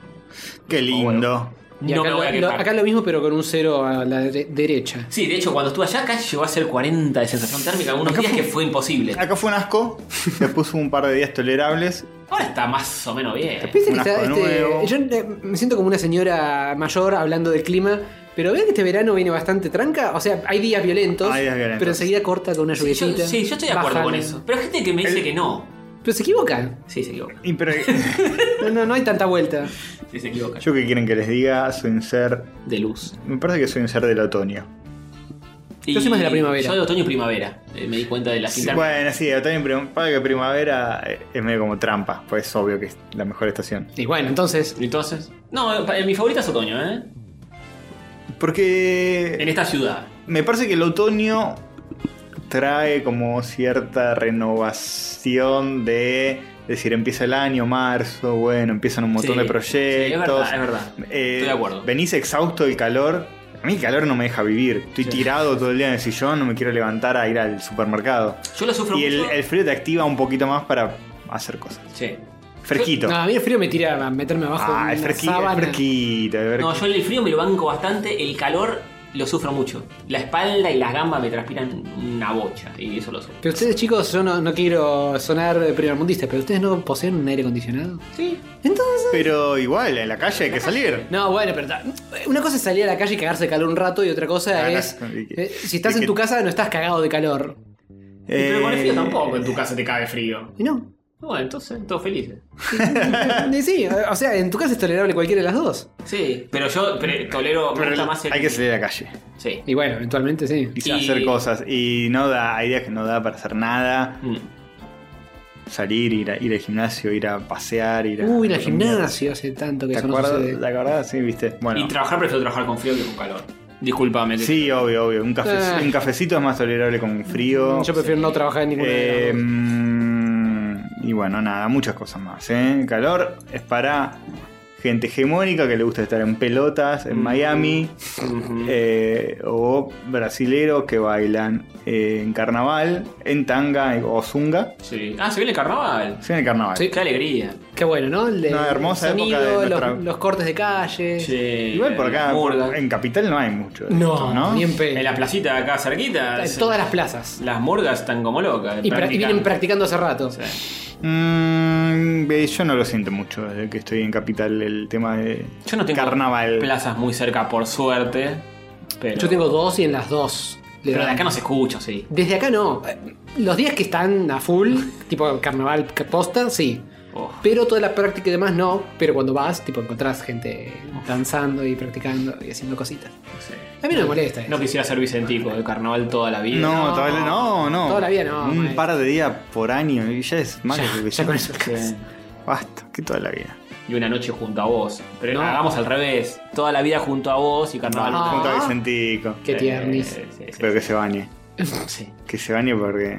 [SPEAKER 2] Qué
[SPEAKER 1] Oh,
[SPEAKER 2] lindo.
[SPEAKER 3] Y
[SPEAKER 1] no
[SPEAKER 3] acá,
[SPEAKER 1] me voy a
[SPEAKER 3] lo,
[SPEAKER 1] quejar.
[SPEAKER 3] acá lo mismo, pero con un cero a la dere- derecha.
[SPEAKER 1] Sí, de hecho, cuando estuve allá, acá llegó a ser 40 de sensación térmica algunos días que fue imposible.
[SPEAKER 2] Acá fue un asco. Se puso un par de días tolerables.
[SPEAKER 1] Ahora está más o menos bien.
[SPEAKER 3] ¿Viste que
[SPEAKER 2] Un
[SPEAKER 3] está,
[SPEAKER 2] asco
[SPEAKER 3] este,
[SPEAKER 2] nuevo.
[SPEAKER 3] yo eh, me siento como una señora mayor hablando del clima, pero vean que este verano viene bastante tranca. O sea, hay días violentos,
[SPEAKER 2] Hay días violentos.
[SPEAKER 3] pero enseguida corta con una
[SPEAKER 1] Sí yo,
[SPEAKER 3] lluviecita.
[SPEAKER 1] sí, yo estoy de acuerdo
[SPEAKER 3] bajan.
[SPEAKER 1] con eso. Pero hay gente que me dice
[SPEAKER 2] El-
[SPEAKER 1] que no.
[SPEAKER 3] Pero se equivocan.
[SPEAKER 1] Sí, se equivoca.
[SPEAKER 2] Y
[SPEAKER 1] [LAUGHS]
[SPEAKER 2] pero-
[SPEAKER 3] No, no, no hay tanta vuelta.
[SPEAKER 1] Sí, se equivoca.
[SPEAKER 2] Yo que quieren que les diga, soy un ser.
[SPEAKER 1] De luz.
[SPEAKER 2] Me parece que soy un ser del otoño.
[SPEAKER 3] Yo soy más de la primavera.
[SPEAKER 1] Yo de otoño y primavera. Eh, me di cuenta de la
[SPEAKER 2] Sí,
[SPEAKER 1] cinta.
[SPEAKER 2] bueno, sí, otoño y prim- para que primavera eh, es medio como trampa, pues es obvio que es la mejor estación.
[SPEAKER 3] Y bueno, entonces.
[SPEAKER 1] Entonces. No, pa- eh, mi favorita es otoño, ¿eh? En
[SPEAKER 2] Porque
[SPEAKER 1] esta ciudad.
[SPEAKER 2] me parece que el otoño trae como cierta renovación de es decir, empieza el año, marzo, bueno, empiezan un montón
[SPEAKER 1] Sí, sí,
[SPEAKER 2] de
[SPEAKER 1] es
[SPEAKER 2] proyectos.
[SPEAKER 1] verdad, es verdad.
[SPEAKER 2] Eh,
[SPEAKER 1] Estoy de acuerdo.
[SPEAKER 2] Venís exhausto del calor. A mí el calor no me deja vivir. Estoy
[SPEAKER 1] Sí.
[SPEAKER 2] tirado todo el día en el sillón, no me quiero levantar a ir al supermercado.
[SPEAKER 1] Yo lo sufro
[SPEAKER 2] Y el,
[SPEAKER 1] mucho.
[SPEAKER 2] el frío te activa un poquito más para hacer cosas.
[SPEAKER 1] Sí.
[SPEAKER 2] Fresquito.
[SPEAKER 3] No, a mí el frío me tira a meterme abajo
[SPEAKER 2] Ah,
[SPEAKER 3] de
[SPEAKER 2] es
[SPEAKER 3] una
[SPEAKER 2] fresquito, es
[SPEAKER 3] sábana.
[SPEAKER 2] fresquito, es
[SPEAKER 1] No,
[SPEAKER 2] fresquito.
[SPEAKER 1] yo el frío me lo banco bastante. El calor lo sufro mucho. La espalda y las gambas me transpiran una bocha. Y eso lo sufro.
[SPEAKER 3] Pero ustedes, chicos, yo no, no quiero sonar primermundista, pero ustedes no poseen un aire acondicionado.
[SPEAKER 1] Sí.
[SPEAKER 3] Entonces.
[SPEAKER 2] Pero igual, en la calle hay que salir.
[SPEAKER 3] No, bueno, pero ta- una cosa es salir a la calle y cagarse de calor un rato y otra cosa
[SPEAKER 2] Ah, no,
[SPEAKER 3] es.
[SPEAKER 2] y que-
[SPEAKER 3] eh, si estás
[SPEAKER 2] y
[SPEAKER 3] en
[SPEAKER 2] que-
[SPEAKER 3] tu casa no estás cagado de calor.
[SPEAKER 1] Pero con el frío
[SPEAKER 2] Eh,
[SPEAKER 1] tampoco en tu casa te cae frío. [LAUGHS]
[SPEAKER 3] Y no.
[SPEAKER 1] Bueno, entonces, todos felices.
[SPEAKER 3] Y sí, o sea, en tu casa es tolerable cualquiera de las dos.
[SPEAKER 1] Sí. Pero yo pero tolero me
[SPEAKER 2] pero
[SPEAKER 1] gusta más el.
[SPEAKER 2] hay que salir a la calle
[SPEAKER 1] Sí.
[SPEAKER 3] Y bueno, eventualmente sí.
[SPEAKER 2] y,
[SPEAKER 1] Y-
[SPEAKER 2] hacer cosas. Y no da, hay días que no da para hacer nada.
[SPEAKER 1] Mm.
[SPEAKER 2] Salir, ir, a- ir al gimnasio, ir a pasear, ir a.
[SPEAKER 3] Uy, en
[SPEAKER 2] comer.
[SPEAKER 3] el gimnasio hace tanto que
[SPEAKER 2] ¿Te
[SPEAKER 3] eso no
[SPEAKER 2] acuerdas?
[SPEAKER 3] sucede.
[SPEAKER 2] ¿Te acordás? Sí, viste. Bueno.
[SPEAKER 1] Y trabajar prefiero trabajar con frío que con calor. Discúlpame. que-
[SPEAKER 2] Sí, obvio, obvio. Un, cafe-
[SPEAKER 3] Ah.
[SPEAKER 2] un cafecito es más tolerable con frío.
[SPEAKER 3] Yo prefiero no trabajar en ninguna de
[SPEAKER 2] Eh,
[SPEAKER 1] Em,
[SPEAKER 3] las dos.
[SPEAKER 2] Em, mm, y bueno, nada, muchas cosas más. ¿eh? El calor es para gente hegemónica que le gusta estar en pelotas
[SPEAKER 3] Mm.
[SPEAKER 2] en Miami, eh, o brasileros que bailan eh, en carnaval, en tanga o zunga.
[SPEAKER 1] Sí. Ah, se viene el carnaval.
[SPEAKER 2] Sí, en el carnaval.
[SPEAKER 3] Sí.
[SPEAKER 1] Qué alegría.
[SPEAKER 3] Qué bueno, ¿no? El de-
[SPEAKER 2] Una hermosa
[SPEAKER 3] el
[SPEAKER 2] época
[SPEAKER 3] sonido,
[SPEAKER 2] de
[SPEAKER 3] los-
[SPEAKER 2] nuestra-
[SPEAKER 3] los, cortes de calle.
[SPEAKER 1] Sí.
[SPEAKER 2] Igual por acá,
[SPEAKER 1] Murga.
[SPEAKER 2] en Capital no hay mucho. de esto,
[SPEAKER 3] No,
[SPEAKER 2] ¿no?
[SPEAKER 3] ni en pedo.
[SPEAKER 1] En la placita de acá cerquita.
[SPEAKER 3] En
[SPEAKER 1] se-
[SPEAKER 3] todas las plazas.
[SPEAKER 1] Las murgas están como locas.
[SPEAKER 3] Y, pra- y
[SPEAKER 1] practicando.
[SPEAKER 3] vienen practicando hace rato.
[SPEAKER 1] Sí.
[SPEAKER 2] Mm, eh, yo no lo siento mucho desde que estoy en Capital el tema de
[SPEAKER 1] Yo no tengo
[SPEAKER 2] carnaval.
[SPEAKER 1] plazas muy cerca, por suerte. Pero,
[SPEAKER 3] Yo tengo dos y en las dos. le
[SPEAKER 1] pero de
[SPEAKER 3] dan.
[SPEAKER 1] acá no se escucha, sí.
[SPEAKER 3] Desde acá no. Los días que están a full, tipo carnaval que posta, sí.
[SPEAKER 1] Oh.
[SPEAKER 3] Pero toda la práctica y demás no. Pero cuando vas, tipo encontrás gente danzando y practicando y haciendo cositas.
[SPEAKER 1] Sí.
[SPEAKER 3] A mí no me molesta eso.
[SPEAKER 1] No quisiera ser Vicentico de carnaval toda la vida.
[SPEAKER 2] No,
[SPEAKER 3] No.
[SPEAKER 2] todavía no, no.
[SPEAKER 3] Toda la vida no,
[SPEAKER 2] Un
[SPEAKER 3] maestro.
[SPEAKER 2] par de días por año y ya es más
[SPEAKER 3] Ya,
[SPEAKER 2] que
[SPEAKER 3] ya con eso.
[SPEAKER 1] Sí.
[SPEAKER 2] Basta, que toda la vida.
[SPEAKER 1] Y una noche junto a vos. Pero
[SPEAKER 3] No.
[SPEAKER 1] hagamos al revés. Toda la vida junto a vos y carnaval.
[SPEAKER 3] Ah.
[SPEAKER 2] Junto a Vicentico.
[SPEAKER 3] Qué tiernis.
[SPEAKER 1] Eh, sí, sí,
[SPEAKER 2] Pero que se bañe.
[SPEAKER 1] sí.
[SPEAKER 2] Que se bañe porque.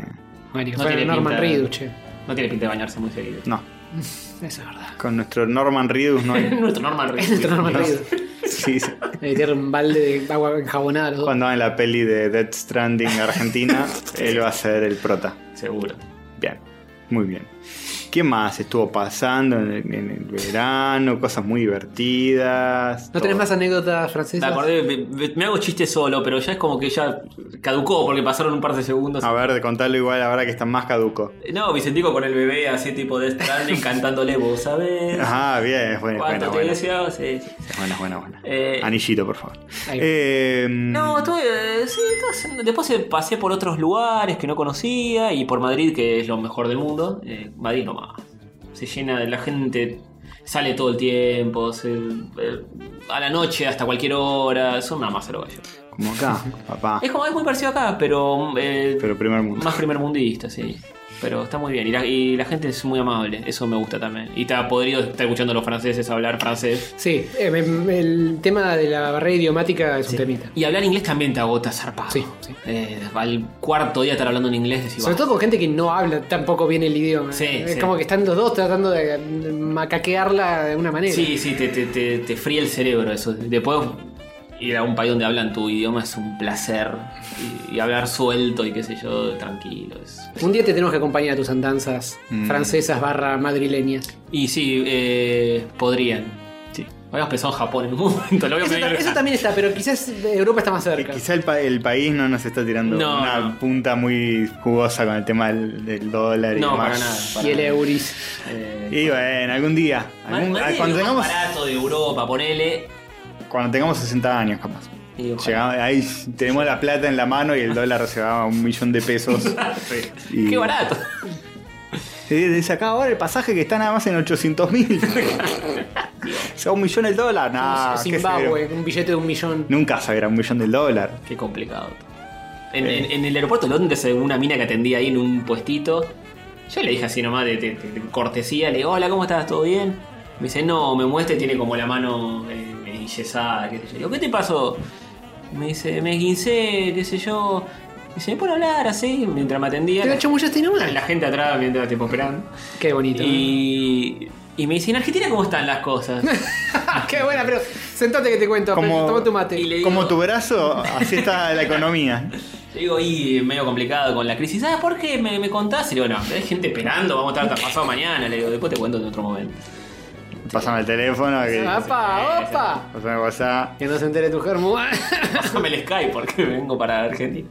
[SPEAKER 3] Bueno,
[SPEAKER 1] No
[SPEAKER 3] que fuera
[SPEAKER 1] tiene
[SPEAKER 3] Norman
[SPEAKER 1] pinta de-
[SPEAKER 3] Reedus, che.
[SPEAKER 1] No tiene pinta de bañarse muy
[SPEAKER 3] [LAUGHS]
[SPEAKER 1] seguido.
[SPEAKER 2] No.
[SPEAKER 3] Eso es verdad.
[SPEAKER 2] Con nuestro Norman Reedus
[SPEAKER 1] [LAUGHS]
[SPEAKER 2] no hay.
[SPEAKER 1] Nuestro normal Reedus.
[SPEAKER 3] Nuestro Norman Reedus.
[SPEAKER 2] Sí, sí.
[SPEAKER 3] Le tiraron Eh, un balde de agua enjabonada a los dos.
[SPEAKER 2] Cuando hagan la peli de Dead Stranding Argentina, él va a ser el prota.
[SPEAKER 1] Seguro.
[SPEAKER 2] Bien, muy bien. ¿Qué más estuvo pasando en el, en el verano? Cosas muy divertidas.
[SPEAKER 3] ¿No
[SPEAKER 2] todo.
[SPEAKER 3] tenés más anécdotas
[SPEAKER 1] Me
[SPEAKER 3] francesas?
[SPEAKER 1] acordé, me, me- me hago chiste solo, pero ya es como que ya caducó porque pasaron un par de segundos.
[SPEAKER 2] A ver, contarlo igual ahora que está más caduco.
[SPEAKER 1] No, Vicentico con el bebé así tipo de
[SPEAKER 2] [LAUGHS]
[SPEAKER 1] Stranding cantándole, vos sabés.
[SPEAKER 2] Ah, bien, es bueno,
[SPEAKER 1] ¿Cuánto
[SPEAKER 2] bueno,
[SPEAKER 1] te
[SPEAKER 2] bueno.
[SPEAKER 1] deseaba? Sí, sí.
[SPEAKER 2] Es buena, es buena, buena.
[SPEAKER 1] Eh,
[SPEAKER 2] Anillito, por favor.
[SPEAKER 3] Ahí.
[SPEAKER 2] Eh,
[SPEAKER 1] No, tuve, eh, sí, entonces, después eh, pasé por otros lugares que no conocía y por Madrid, que es lo mejor del mundo. Eh, Madrid nomás. Se llena de la gente, sale todo el tiempo, se- eh, a la noche hasta cualquier hora. Son una masa los gallos.
[SPEAKER 2] Como acá, papá.
[SPEAKER 1] Es como es muy parecido acá, pero, eh,
[SPEAKER 2] Ah. Pero primer mundo.
[SPEAKER 1] más primermundista, sí. Pero está muy bien. Y la, y la gente es muy amable, eso me gusta también. Y está podrido estar escuchando a los franceses hablar francés.
[SPEAKER 3] Sí, eh, me- me- el tema de la barrera idiomática es un temita.
[SPEAKER 1] Y hablar inglés también te agota zarpado.
[SPEAKER 3] Sí, sí.
[SPEAKER 1] Eh, al cuarto día estar hablando en inglés decís,
[SPEAKER 3] Sobre
[SPEAKER 1] "Basta".
[SPEAKER 3] todo con gente que no habla tampoco bien el idioma.
[SPEAKER 1] Sí,
[SPEAKER 3] es
[SPEAKER 1] sí.
[SPEAKER 3] como que están los dos tratando de macaquearla de una manera.
[SPEAKER 1] Sí, sí, te, te, te, te fría el cerebro eso. Después ir a un país donde hablan tu idioma es un placer. Y, y hablar suelto y qué sé yo, tranquilo. es-
[SPEAKER 3] Un día te tenemos que acompañar a tus andanzas
[SPEAKER 2] Mm.
[SPEAKER 3] francesas barra madrileñas.
[SPEAKER 1] Y sí, eh, podrían.
[SPEAKER 2] Sí.
[SPEAKER 1] Habíamos pensado en Japón en un momento. Lo voy a
[SPEAKER 3] Eso,
[SPEAKER 1] pedir-
[SPEAKER 3] ta- eso también está, pero quizás Europa está más cerca.
[SPEAKER 2] Quizá el, pa- el país no nos está tirando
[SPEAKER 1] No,
[SPEAKER 2] una
[SPEAKER 1] no.
[SPEAKER 2] punta muy jugosa con el tema del, del dólar y
[SPEAKER 1] No,
[SPEAKER 2] demás.
[SPEAKER 1] para nada. para
[SPEAKER 3] Y el
[SPEAKER 1] nada.
[SPEAKER 3] Euris.
[SPEAKER 1] Eh,
[SPEAKER 2] Y bueno, algún día. algún-
[SPEAKER 1] Madrid es
[SPEAKER 2] cuando,
[SPEAKER 1] lo
[SPEAKER 2] tengamos,
[SPEAKER 1] más barato de Europa, ponele.
[SPEAKER 2] cuando tengamos 60 años, capaz.
[SPEAKER 1] Y ojalá.
[SPEAKER 2] Llegamos- ahí tenemos la plata en la mano y el dólar se va a un millón
[SPEAKER 1] [LAUGHS]
[SPEAKER 2] de pesos. Y-
[SPEAKER 1] Qué barato. [LAUGHS]
[SPEAKER 2] Eh, Desde acá ahora el pasaje que está nada más en
[SPEAKER 1] [LAUGHS]
[SPEAKER 2] 800 mil. sea, un millón el dólar. Nah, Ah, qué
[SPEAKER 3] ah, Zimbabue,
[SPEAKER 2] sé
[SPEAKER 3] un billete de un millón.
[SPEAKER 2] yo. Nunca sabrá un millón del dólar.
[SPEAKER 1] Qué complicado. En,
[SPEAKER 2] Eh.
[SPEAKER 1] en- en el aeropuerto de Londres, en una mina que atendía ahí en un puestito, yo le dije así nomás de, de- de- de cortesía, le digo, hola, ¿cómo estás? ¿Todo bien? Me dice, no, me muestra y tiene como la mano eh, enyesada, qué sé yo. Digo, ¿qué te pasó? Me dice, me esguincé, qué sé yo. Me dice, ¿me puedo hablar así? Mientras me atendía.
[SPEAKER 3] Te la chamullaste nomás.
[SPEAKER 1] La gente atrás mientras tipo esperando.
[SPEAKER 3] Qué bonito. [LAUGHS]
[SPEAKER 1] Y, y me dice, ¿en Argentina cómo están las
[SPEAKER 2] [LAUGHS]
[SPEAKER 1] cosas?
[SPEAKER 3] Ah, Qué buena, pero sentate que te cuento.
[SPEAKER 2] Como-
[SPEAKER 3] Toma tu mate.
[SPEAKER 1] Y le-
[SPEAKER 2] Como tu brazo, así está la economía.
[SPEAKER 1] Yo digo, y medio complicado con la crisis. ¿Sabes por qué me, me contás? Y le digo, no, hay gente esperando, vamos a estar hasta pasado mañana. Le digo, después te cuento en otro momento. [LAUGHS]
[SPEAKER 2] Pásame el teléfono. Que,
[SPEAKER 1] Ah,
[SPEAKER 3] ¡Opa, opa!
[SPEAKER 2] pásame el WhatsApp.
[SPEAKER 3] Que no se entere tu germo. [LAUGHS]
[SPEAKER 1] Pásame el Skype porque vengo para Argentina.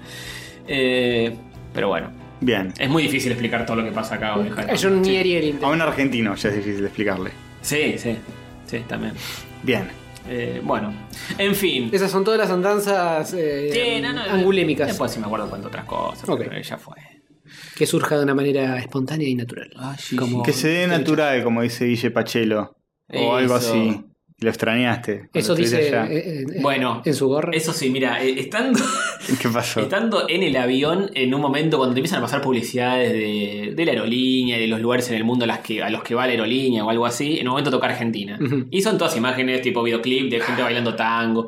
[SPEAKER 1] Eh, pero bueno,
[SPEAKER 2] Bien.
[SPEAKER 1] es muy difícil explicar todo lo que pasa acá. hoy, Jaime.
[SPEAKER 3] Yo ni haría el
[SPEAKER 2] A
[SPEAKER 3] intento.
[SPEAKER 2] un argentino ya es difícil explicarle.
[SPEAKER 1] Sí, sí, sí, también.
[SPEAKER 2] Bien.
[SPEAKER 1] Eh, bueno, en fin.
[SPEAKER 3] Esas son todas las andanzas eh,
[SPEAKER 1] Sí, no, no,
[SPEAKER 3] angulémicas
[SPEAKER 1] Después sí me acuerdo cuánto otras cosas,
[SPEAKER 3] Ok.
[SPEAKER 1] pero ya fue.
[SPEAKER 3] que surja de una manera espontánea y natural.
[SPEAKER 1] Ah, sí,
[SPEAKER 3] Como-
[SPEAKER 2] Que se dé
[SPEAKER 3] Escucha.
[SPEAKER 2] natural, como dice Guille Pachelo. O
[SPEAKER 1] Eso.
[SPEAKER 2] algo así. Lo extrañaste. cuando
[SPEAKER 3] Eso
[SPEAKER 2] estuviste
[SPEAKER 3] dice
[SPEAKER 2] allá.
[SPEAKER 3] eh, eh, eh,
[SPEAKER 1] Bueno,
[SPEAKER 3] en su gorra.
[SPEAKER 1] Eso sí, mira, eh, estando...
[SPEAKER 2] [LAUGHS] ¿Qué pasó?
[SPEAKER 1] Estando en el avión, en un momento cuando te empiezan a pasar publicidades de, de la aerolínea, de los lugares en el mundo a, las que, a los que va la aerolínea o algo así, en un momento toca Argentina.
[SPEAKER 3] Ujú.
[SPEAKER 1] Y son todas imágenes tipo videoclip de gente bailando tango.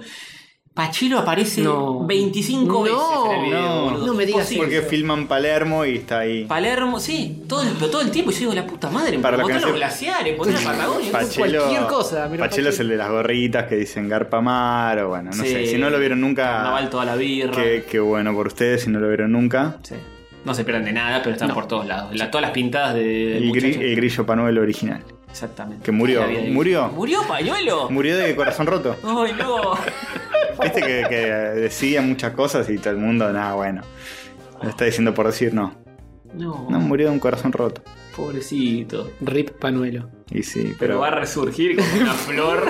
[SPEAKER 1] Pa, Pachilo aparece
[SPEAKER 3] No.
[SPEAKER 1] 25 veces en el video.
[SPEAKER 2] No,
[SPEAKER 1] boludo.
[SPEAKER 3] no me digas
[SPEAKER 1] Imposible.
[SPEAKER 2] Porque filman Palermo y está ahí.
[SPEAKER 1] Palermo, sí, todo el, pero todo el tiempo yo digo la puta madre,
[SPEAKER 2] Para la
[SPEAKER 1] botá los
[SPEAKER 2] canción-
[SPEAKER 1] glaciares, botá la Patagonia.
[SPEAKER 3] Pache- cualquier cosa, pero
[SPEAKER 2] Pachelo es el de las gorritas que dicen Garpa Mar o bueno, no
[SPEAKER 1] Sí.
[SPEAKER 2] sé. Si no lo vieron
[SPEAKER 1] Carnaval
[SPEAKER 2] nunca,
[SPEAKER 1] toda la birra.
[SPEAKER 2] qué, qué bueno por ustedes. Si no lo vieron nunca.
[SPEAKER 1] Sí. No se pierden de nada, pero están por todos lados. La- todas las pintadas de
[SPEAKER 2] El, gri-
[SPEAKER 1] muchacho.
[SPEAKER 2] el grillo Panuel original.
[SPEAKER 1] Exactamente.
[SPEAKER 2] que murió.
[SPEAKER 1] La vida de-
[SPEAKER 2] ¿Murió?
[SPEAKER 1] ¿Murió pañuelo?
[SPEAKER 2] Murió de corazón roto.
[SPEAKER 1] Ay, no.
[SPEAKER 2] Viste que, que decía muchas cosas y todo el mundo, nada, bueno. Lo está diciendo por decir no.
[SPEAKER 1] no.
[SPEAKER 2] No, murió de un corazón roto.
[SPEAKER 1] Pobrecito.
[SPEAKER 3] Rip Panuelo.
[SPEAKER 2] Y sí,
[SPEAKER 1] Pero
[SPEAKER 2] pero,
[SPEAKER 1] va a resurgir como
[SPEAKER 2] [LAUGHS]
[SPEAKER 1] una flor.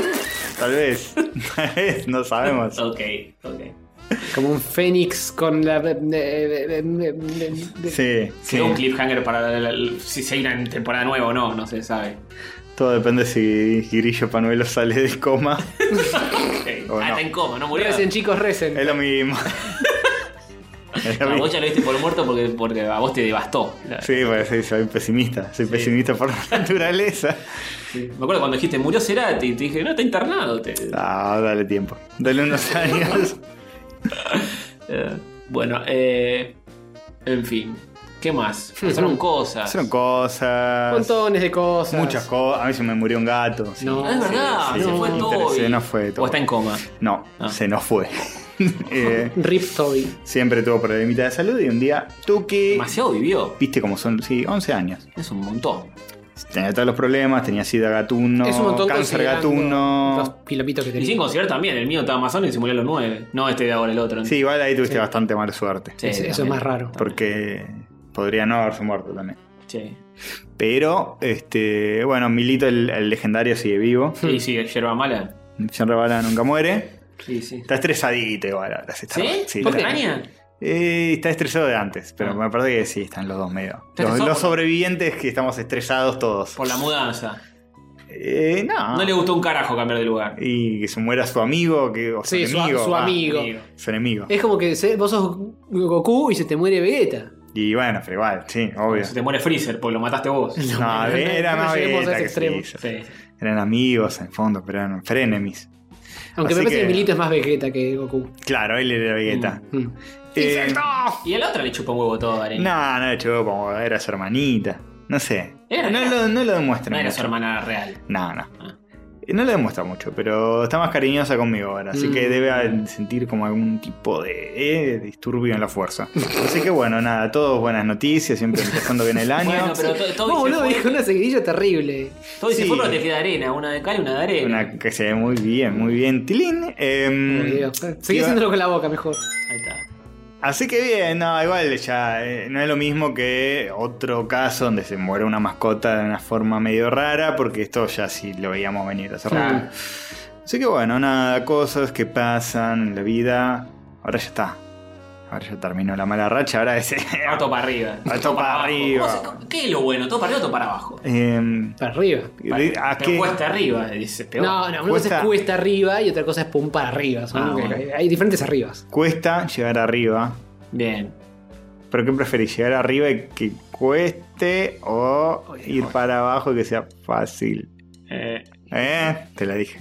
[SPEAKER 1] [LAUGHS]
[SPEAKER 2] tal vez, tal vez, no sabemos.
[SPEAKER 1] ok, ok.
[SPEAKER 3] Como un fénix con la. eh, Sí.
[SPEAKER 2] Sí, sí.
[SPEAKER 1] Quedó un cliffhanger para la- la- la- si si hay una temporada nueva o no, no se
[SPEAKER 2] [LAUGHS]
[SPEAKER 1] sabe.
[SPEAKER 2] Todo depende si Grillo Panuelo sale
[SPEAKER 1] [LAUGHS]
[SPEAKER 2] del coma.
[SPEAKER 1] Okay.
[SPEAKER 2] O
[SPEAKER 1] ah,
[SPEAKER 2] no.
[SPEAKER 1] está en coma, no murió.
[SPEAKER 3] Recen,
[SPEAKER 2] Ah.
[SPEAKER 3] chicos, recen.
[SPEAKER 2] es
[SPEAKER 1] [LAUGHS]
[SPEAKER 2] lo mismo. Es lo
[SPEAKER 1] No,
[SPEAKER 2] mismo.
[SPEAKER 1] Ah, vos ya lo diste por muerto porque, porque a vos te devastó. La-
[SPEAKER 2] Sí, pues sí, soy pesimista. Soy pesimista por naturaleza.
[SPEAKER 1] sí. Me acuerdo cuando dijiste murió Cerati, te dije, no, está internado. te-
[SPEAKER 2] Ah, dale tiempo.
[SPEAKER 1] [LAUGHS]
[SPEAKER 2] Dale unos años.
[SPEAKER 1] Eh, bueno, eh, en fin. ¿Qué
[SPEAKER 2] [LAUGHS]
[SPEAKER 1] más? Pasaron cosas.
[SPEAKER 2] Son cosas.
[SPEAKER 3] Montones de cosas.
[SPEAKER 2] Muchas cosas. A mí se me murió un gato. sí.
[SPEAKER 3] No.
[SPEAKER 1] Ah, es verdad,
[SPEAKER 2] Sí,
[SPEAKER 1] se
[SPEAKER 2] sí,
[SPEAKER 1] fue
[SPEAKER 2] me
[SPEAKER 1] todo.
[SPEAKER 2] interesé,
[SPEAKER 1] y-
[SPEAKER 2] no fue todo.
[SPEAKER 1] O está en coma.
[SPEAKER 2] No,
[SPEAKER 1] Ah.
[SPEAKER 2] se nos fue. [LAUGHS] Eh,
[SPEAKER 3] Rip Toby.
[SPEAKER 2] siempre tuvo problemita de salud y un día Tuki.
[SPEAKER 1] Demasiado vivió.
[SPEAKER 2] Viste cómo son, sí, 11 años.
[SPEAKER 1] Es un montón.
[SPEAKER 2] Tenía todos los problemas, tenía sida gatuno,
[SPEAKER 3] es un montón
[SPEAKER 2] cáncer
[SPEAKER 3] considerando
[SPEAKER 2] gatuno.
[SPEAKER 3] Los pilopitos que
[SPEAKER 1] Y
[SPEAKER 3] tenía.
[SPEAKER 1] sin considerar también, el mío estaba más sano y se murió a los nueve. No este de ahora, el otro. ¿no?
[SPEAKER 2] Sí, igual ahí tuviste bastante mala suerte.
[SPEAKER 1] Sí,
[SPEAKER 3] Eso- eso es
[SPEAKER 1] también.
[SPEAKER 3] más raro.
[SPEAKER 2] Porque podría no haberse muerto también.
[SPEAKER 1] Sí.
[SPEAKER 2] Pero, este, bueno, Milito, el, el legendario, sigue vivo.
[SPEAKER 1] Sí, sí, yerba mala.
[SPEAKER 2] Siempre Bala nunca muere.
[SPEAKER 1] Sí, sí.
[SPEAKER 2] Está estresadito igual ahora. se está-
[SPEAKER 1] ¿Sí?
[SPEAKER 2] sí,
[SPEAKER 1] ¿Por
[SPEAKER 2] está-
[SPEAKER 1] extraña?
[SPEAKER 2] Eh, está estresado de antes, pero
[SPEAKER 1] Ah.
[SPEAKER 2] me parece que sí, están los dos medio. Los,
[SPEAKER 1] estresado
[SPEAKER 2] los
[SPEAKER 1] por-
[SPEAKER 2] sobrevivientes que estamos estresados todos.
[SPEAKER 1] Por la mudanza.
[SPEAKER 2] Eh, no.
[SPEAKER 1] No le gustó un carajo cambiar de lugar.
[SPEAKER 2] Y que se muera su amigo, que, o su
[SPEAKER 3] Sí, su,
[SPEAKER 2] enemigo.
[SPEAKER 3] su
[SPEAKER 2] ah,
[SPEAKER 3] amigo.
[SPEAKER 1] amigo.
[SPEAKER 2] su enemigo.
[SPEAKER 3] Es como que se- vos sos Goku y se te muere Vegeta.
[SPEAKER 2] Y bueno, pero igual, sí, obvio.
[SPEAKER 1] Se te muere Freezer porque lo mataste vos.
[SPEAKER 2] No,
[SPEAKER 1] [LAUGHS]
[SPEAKER 2] Eh,
[SPEAKER 3] no, no,
[SPEAKER 2] era
[SPEAKER 3] no
[SPEAKER 2] más
[SPEAKER 3] lleguemos a
[SPEAKER 2] beta
[SPEAKER 3] ese
[SPEAKER 2] que
[SPEAKER 3] extremo.
[SPEAKER 2] sí, sí.
[SPEAKER 1] Sí.
[SPEAKER 2] Eran amigos en el fondo, pero eran frenemies.
[SPEAKER 3] Aunque
[SPEAKER 2] Así
[SPEAKER 3] me parece que...
[SPEAKER 2] que-
[SPEAKER 3] Milito es más Vegeta que Goku.
[SPEAKER 2] Claro, él era Vegeta.
[SPEAKER 3] Mm.
[SPEAKER 2] Eh,
[SPEAKER 1] Y a la otra le chupa un huevo todo, Arena.
[SPEAKER 2] no, no le chocó como era su hermanita. No sé.
[SPEAKER 1] Era
[SPEAKER 2] no,
[SPEAKER 1] hermana.
[SPEAKER 2] lo, no lo demuestran.
[SPEAKER 1] No era su
[SPEAKER 2] mucho.
[SPEAKER 1] hermana real.
[SPEAKER 2] No, no.
[SPEAKER 1] Ah.
[SPEAKER 2] Eh, No lo demuestra mucho, pero está más cariñosa conmigo ahora. Así que
[SPEAKER 3] Mm.
[SPEAKER 2] debe a- sentir como algún tipo de eh, disturbio en la fuerza. así que bueno, nada, todos buenas noticias, siempre empezando bien el año.
[SPEAKER 1] Bueno, pero to-
[SPEAKER 3] Vos,
[SPEAKER 1] todo
[SPEAKER 3] boludo,
[SPEAKER 1] dice
[SPEAKER 3] dijo
[SPEAKER 1] fue-
[SPEAKER 3] una seguidilla terrible.
[SPEAKER 1] todo dice
[SPEAKER 2] Sí.
[SPEAKER 1] fue porque te queda arena, una de cal y una de arena.
[SPEAKER 2] Una que se ve muy bien, muy bien. Tilín. em,
[SPEAKER 3] Por Dios. Seguí
[SPEAKER 2] iba-
[SPEAKER 3] haciéndolo con la boca mejor.
[SPEAKER 1] Ahí está.
[SPEAKER 2] Así que bien, no, igual ya eh, no es lo mismo que otro caso donde se muere una mascota de una forma medio rara, porque esto ya sí lo veíamos venir hace rato.
[SPEAKER 1] Claro.
[SPEAKER 2] Así que bueno, nada, cosas que pasan en la vida. Ahora ya está. Ahora ya terminó la mala racha, ahora es. [LAUGHS]
[SPEAKER 1] Todo Eh, para arriba.
[SPEAKER 2] Todo
[SPEAKER 1] Todo
[SPEAKER 2] para
[SPEAKER 1] abajo.
[SPEAKER 2] arriba.
[SPEAKER 1] ¿Cómo se- ¿Qué es lo bueno? ¿Todo para arriba o todo para abajo?
[SPEAKER 2] Em,
[SPEAKER 3] Para arriba.
[SPEAKER 2] de- ¿A
[SPEAKER 1] Pero
[SPEAKER 2] qué?
[SPEAKER 1] cuesta arriba, dice. Peor.
[SPEAKER 3] No, no, una cosa
[SPEAKER 2] Cuesta-
[SPEAKER 3] es cuesta arriba y otra cosa es pum para arriba. Son-
[SPEAKER 1] Ah, bueno.
[SPEAKER 3] Hay diferentes arribas.
[SPEAKER 2] Cuesta llegar arriba.
[SPEAKER 1] Bien.
[SPEAKER 2] ¿Pero qué preferís? ¿Llegar arriba y que cueste o ir para abajo y que sea fácil?
[SPEAKER 1] Eh,
[SPEAKER 2] ¿Eh? Te la dije.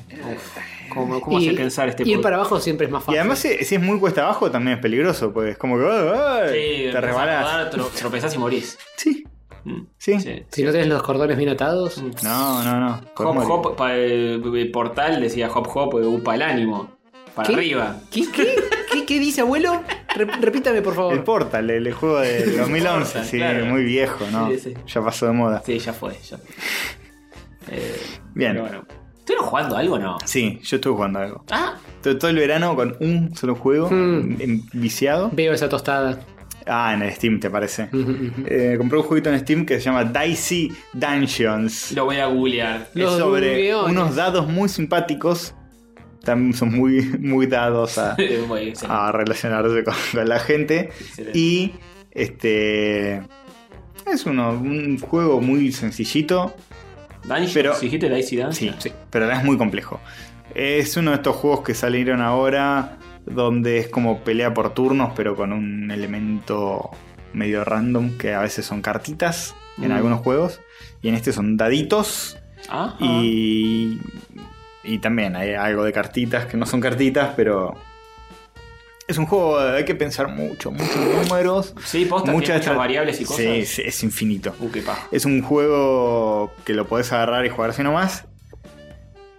[SPEAKER 1] ¿Cómo, cómo hace
[SPEAKER 3] Y-
[SPEAKER 1] pensar este
[SPEAKER 3] Ir
[SPEAKER 1] podcast?
[SPEAKER 3] para abajo siempre es más
[SPEAKER 2] Y
[SPEAKER 3] fácil.
[SPEAKER 2] además, si, si es muy cuesta abajo, también es peligroso, pues es como que ¡ay, ay!
[SPEAKER 1] Sí, empezás
[SPEAKER 2] te
[SPEAKER 1] a
[SPEAKER 2] rebalás.
[SPEAKER 1] rodar, tro- tropezás y morís.
[SPEAKER 2] Sí,
[SPEAKER 1] Mm.
[SPEAKER 2] sí.
[SPEAKER 1] Sí.
[SPEAKER 3] si no tenés los cordones bien atados.
[SPEAKER 1] Mm.
[SPEAKER 2] No, no, no.
[SPEAKER 1] Hop
[SPEAKER 2] Podés morir.
[SPEAKER 1] Hop, pa- el, el portal decía Hop Hop, eh, upa el ánimo. Para
[SPEAKER 3] ¿Qué?
[SPEAKER 1] arriba.
[SPEAKER 3] ¿Qué, qué, qué, qué dice abuelo? Rep- repítame, por
[SPEAKER 2] El
[SPEAKER 3] favor.
[SPEAKER 2] Portal, el, el
[SPEAKER 1] [LAUGHS]
[SPEAKER 2] juego del 2011,
[SPEAKER 1] Portal,
[SPEAKER 2] sí,
[SPEAKER 1] claro.
[SPEAKER 2] muy viejo, ¿no?
[SPEAKER 1] Sí, sí.
[SPEAKER 2] Ya pasó de moda.
[SPEAKER 1] Sí, ya fue. Ya fue. Eh,
[SPEAKER 2] Bien.
[SPEAKER 1] pero bueno. ¿Estuvieron jugando algo o no?
[SPEAKER 2] Sí, yo estuve jugando algo.
[SPEAKER 1] Ah,
[SPEAKER 2] Todo, todo el verano con un solo juego,
[SPEAKER 3] Mm.
[SPEAKER 2] en- viciado.
[SPEAKER 3] Veo esa tostada. [LAUGHS]
[SPEAKER 2] Ah, en el Steam, ¿te parece?
[SPEAKER 3] Ujú, ujú.
[SPEAKER 2] Eh, compré un jueguito en Steam que se llama Dicey Dungeons.
[SPEAKER 1] lo voy a googlear. [LAUGHS]
[SPEAKER 3] Los
[SPEAKER 2] es sobre
[SPEAKER 3] dungeones.
[SPEAKER 2] unos dados muy simpáticos. También son muy, muy dados a,
[SPEAKER 1] Voy, sí.
[SPEAKER 2] a relacionarse con, [LAUGHS] con la gente.
[SPEAKER 1] Este, Excelente.
[SPEAKER 2] Y este. Es uno- un juego muy sencillito,
[SPEAKER 1] Dungeons,
[SPEAKER 2] pero-
[SPEAKER 1] dijiste Dicey Dance.
[SPEAKER 2] sí, pero es muy complejo. Es uno de estos juegos que salieron ahora donde es como pelea por turnos, pero con un elemento medio random que a veces son cartitas en
[SPEAKER 1] Mm.
[SPEAKER 2] algunos juegos y en este son daditos
[SPEAKER 1] Ajá.
[SPEAKER 2] y, y también hay algo de cartitas que no son cartitas, pero Es un juego, hay que pensar
[SPEAKER 1] [LAUGHS]
[SPEAKER 2] mucho, muchos números.
[SPEAKER 1] Sí, posta, tiene muchas
[SPEAKER 2] estra-
[SPEAKER 1] variables y cosas.
[SPEAKER 2] Sí, sí, es infinito.
[SPEAKER 1] Uh, qué paja.
[SPEAKER 2] Es un juego que lo podés agarrar y jugar así nomás.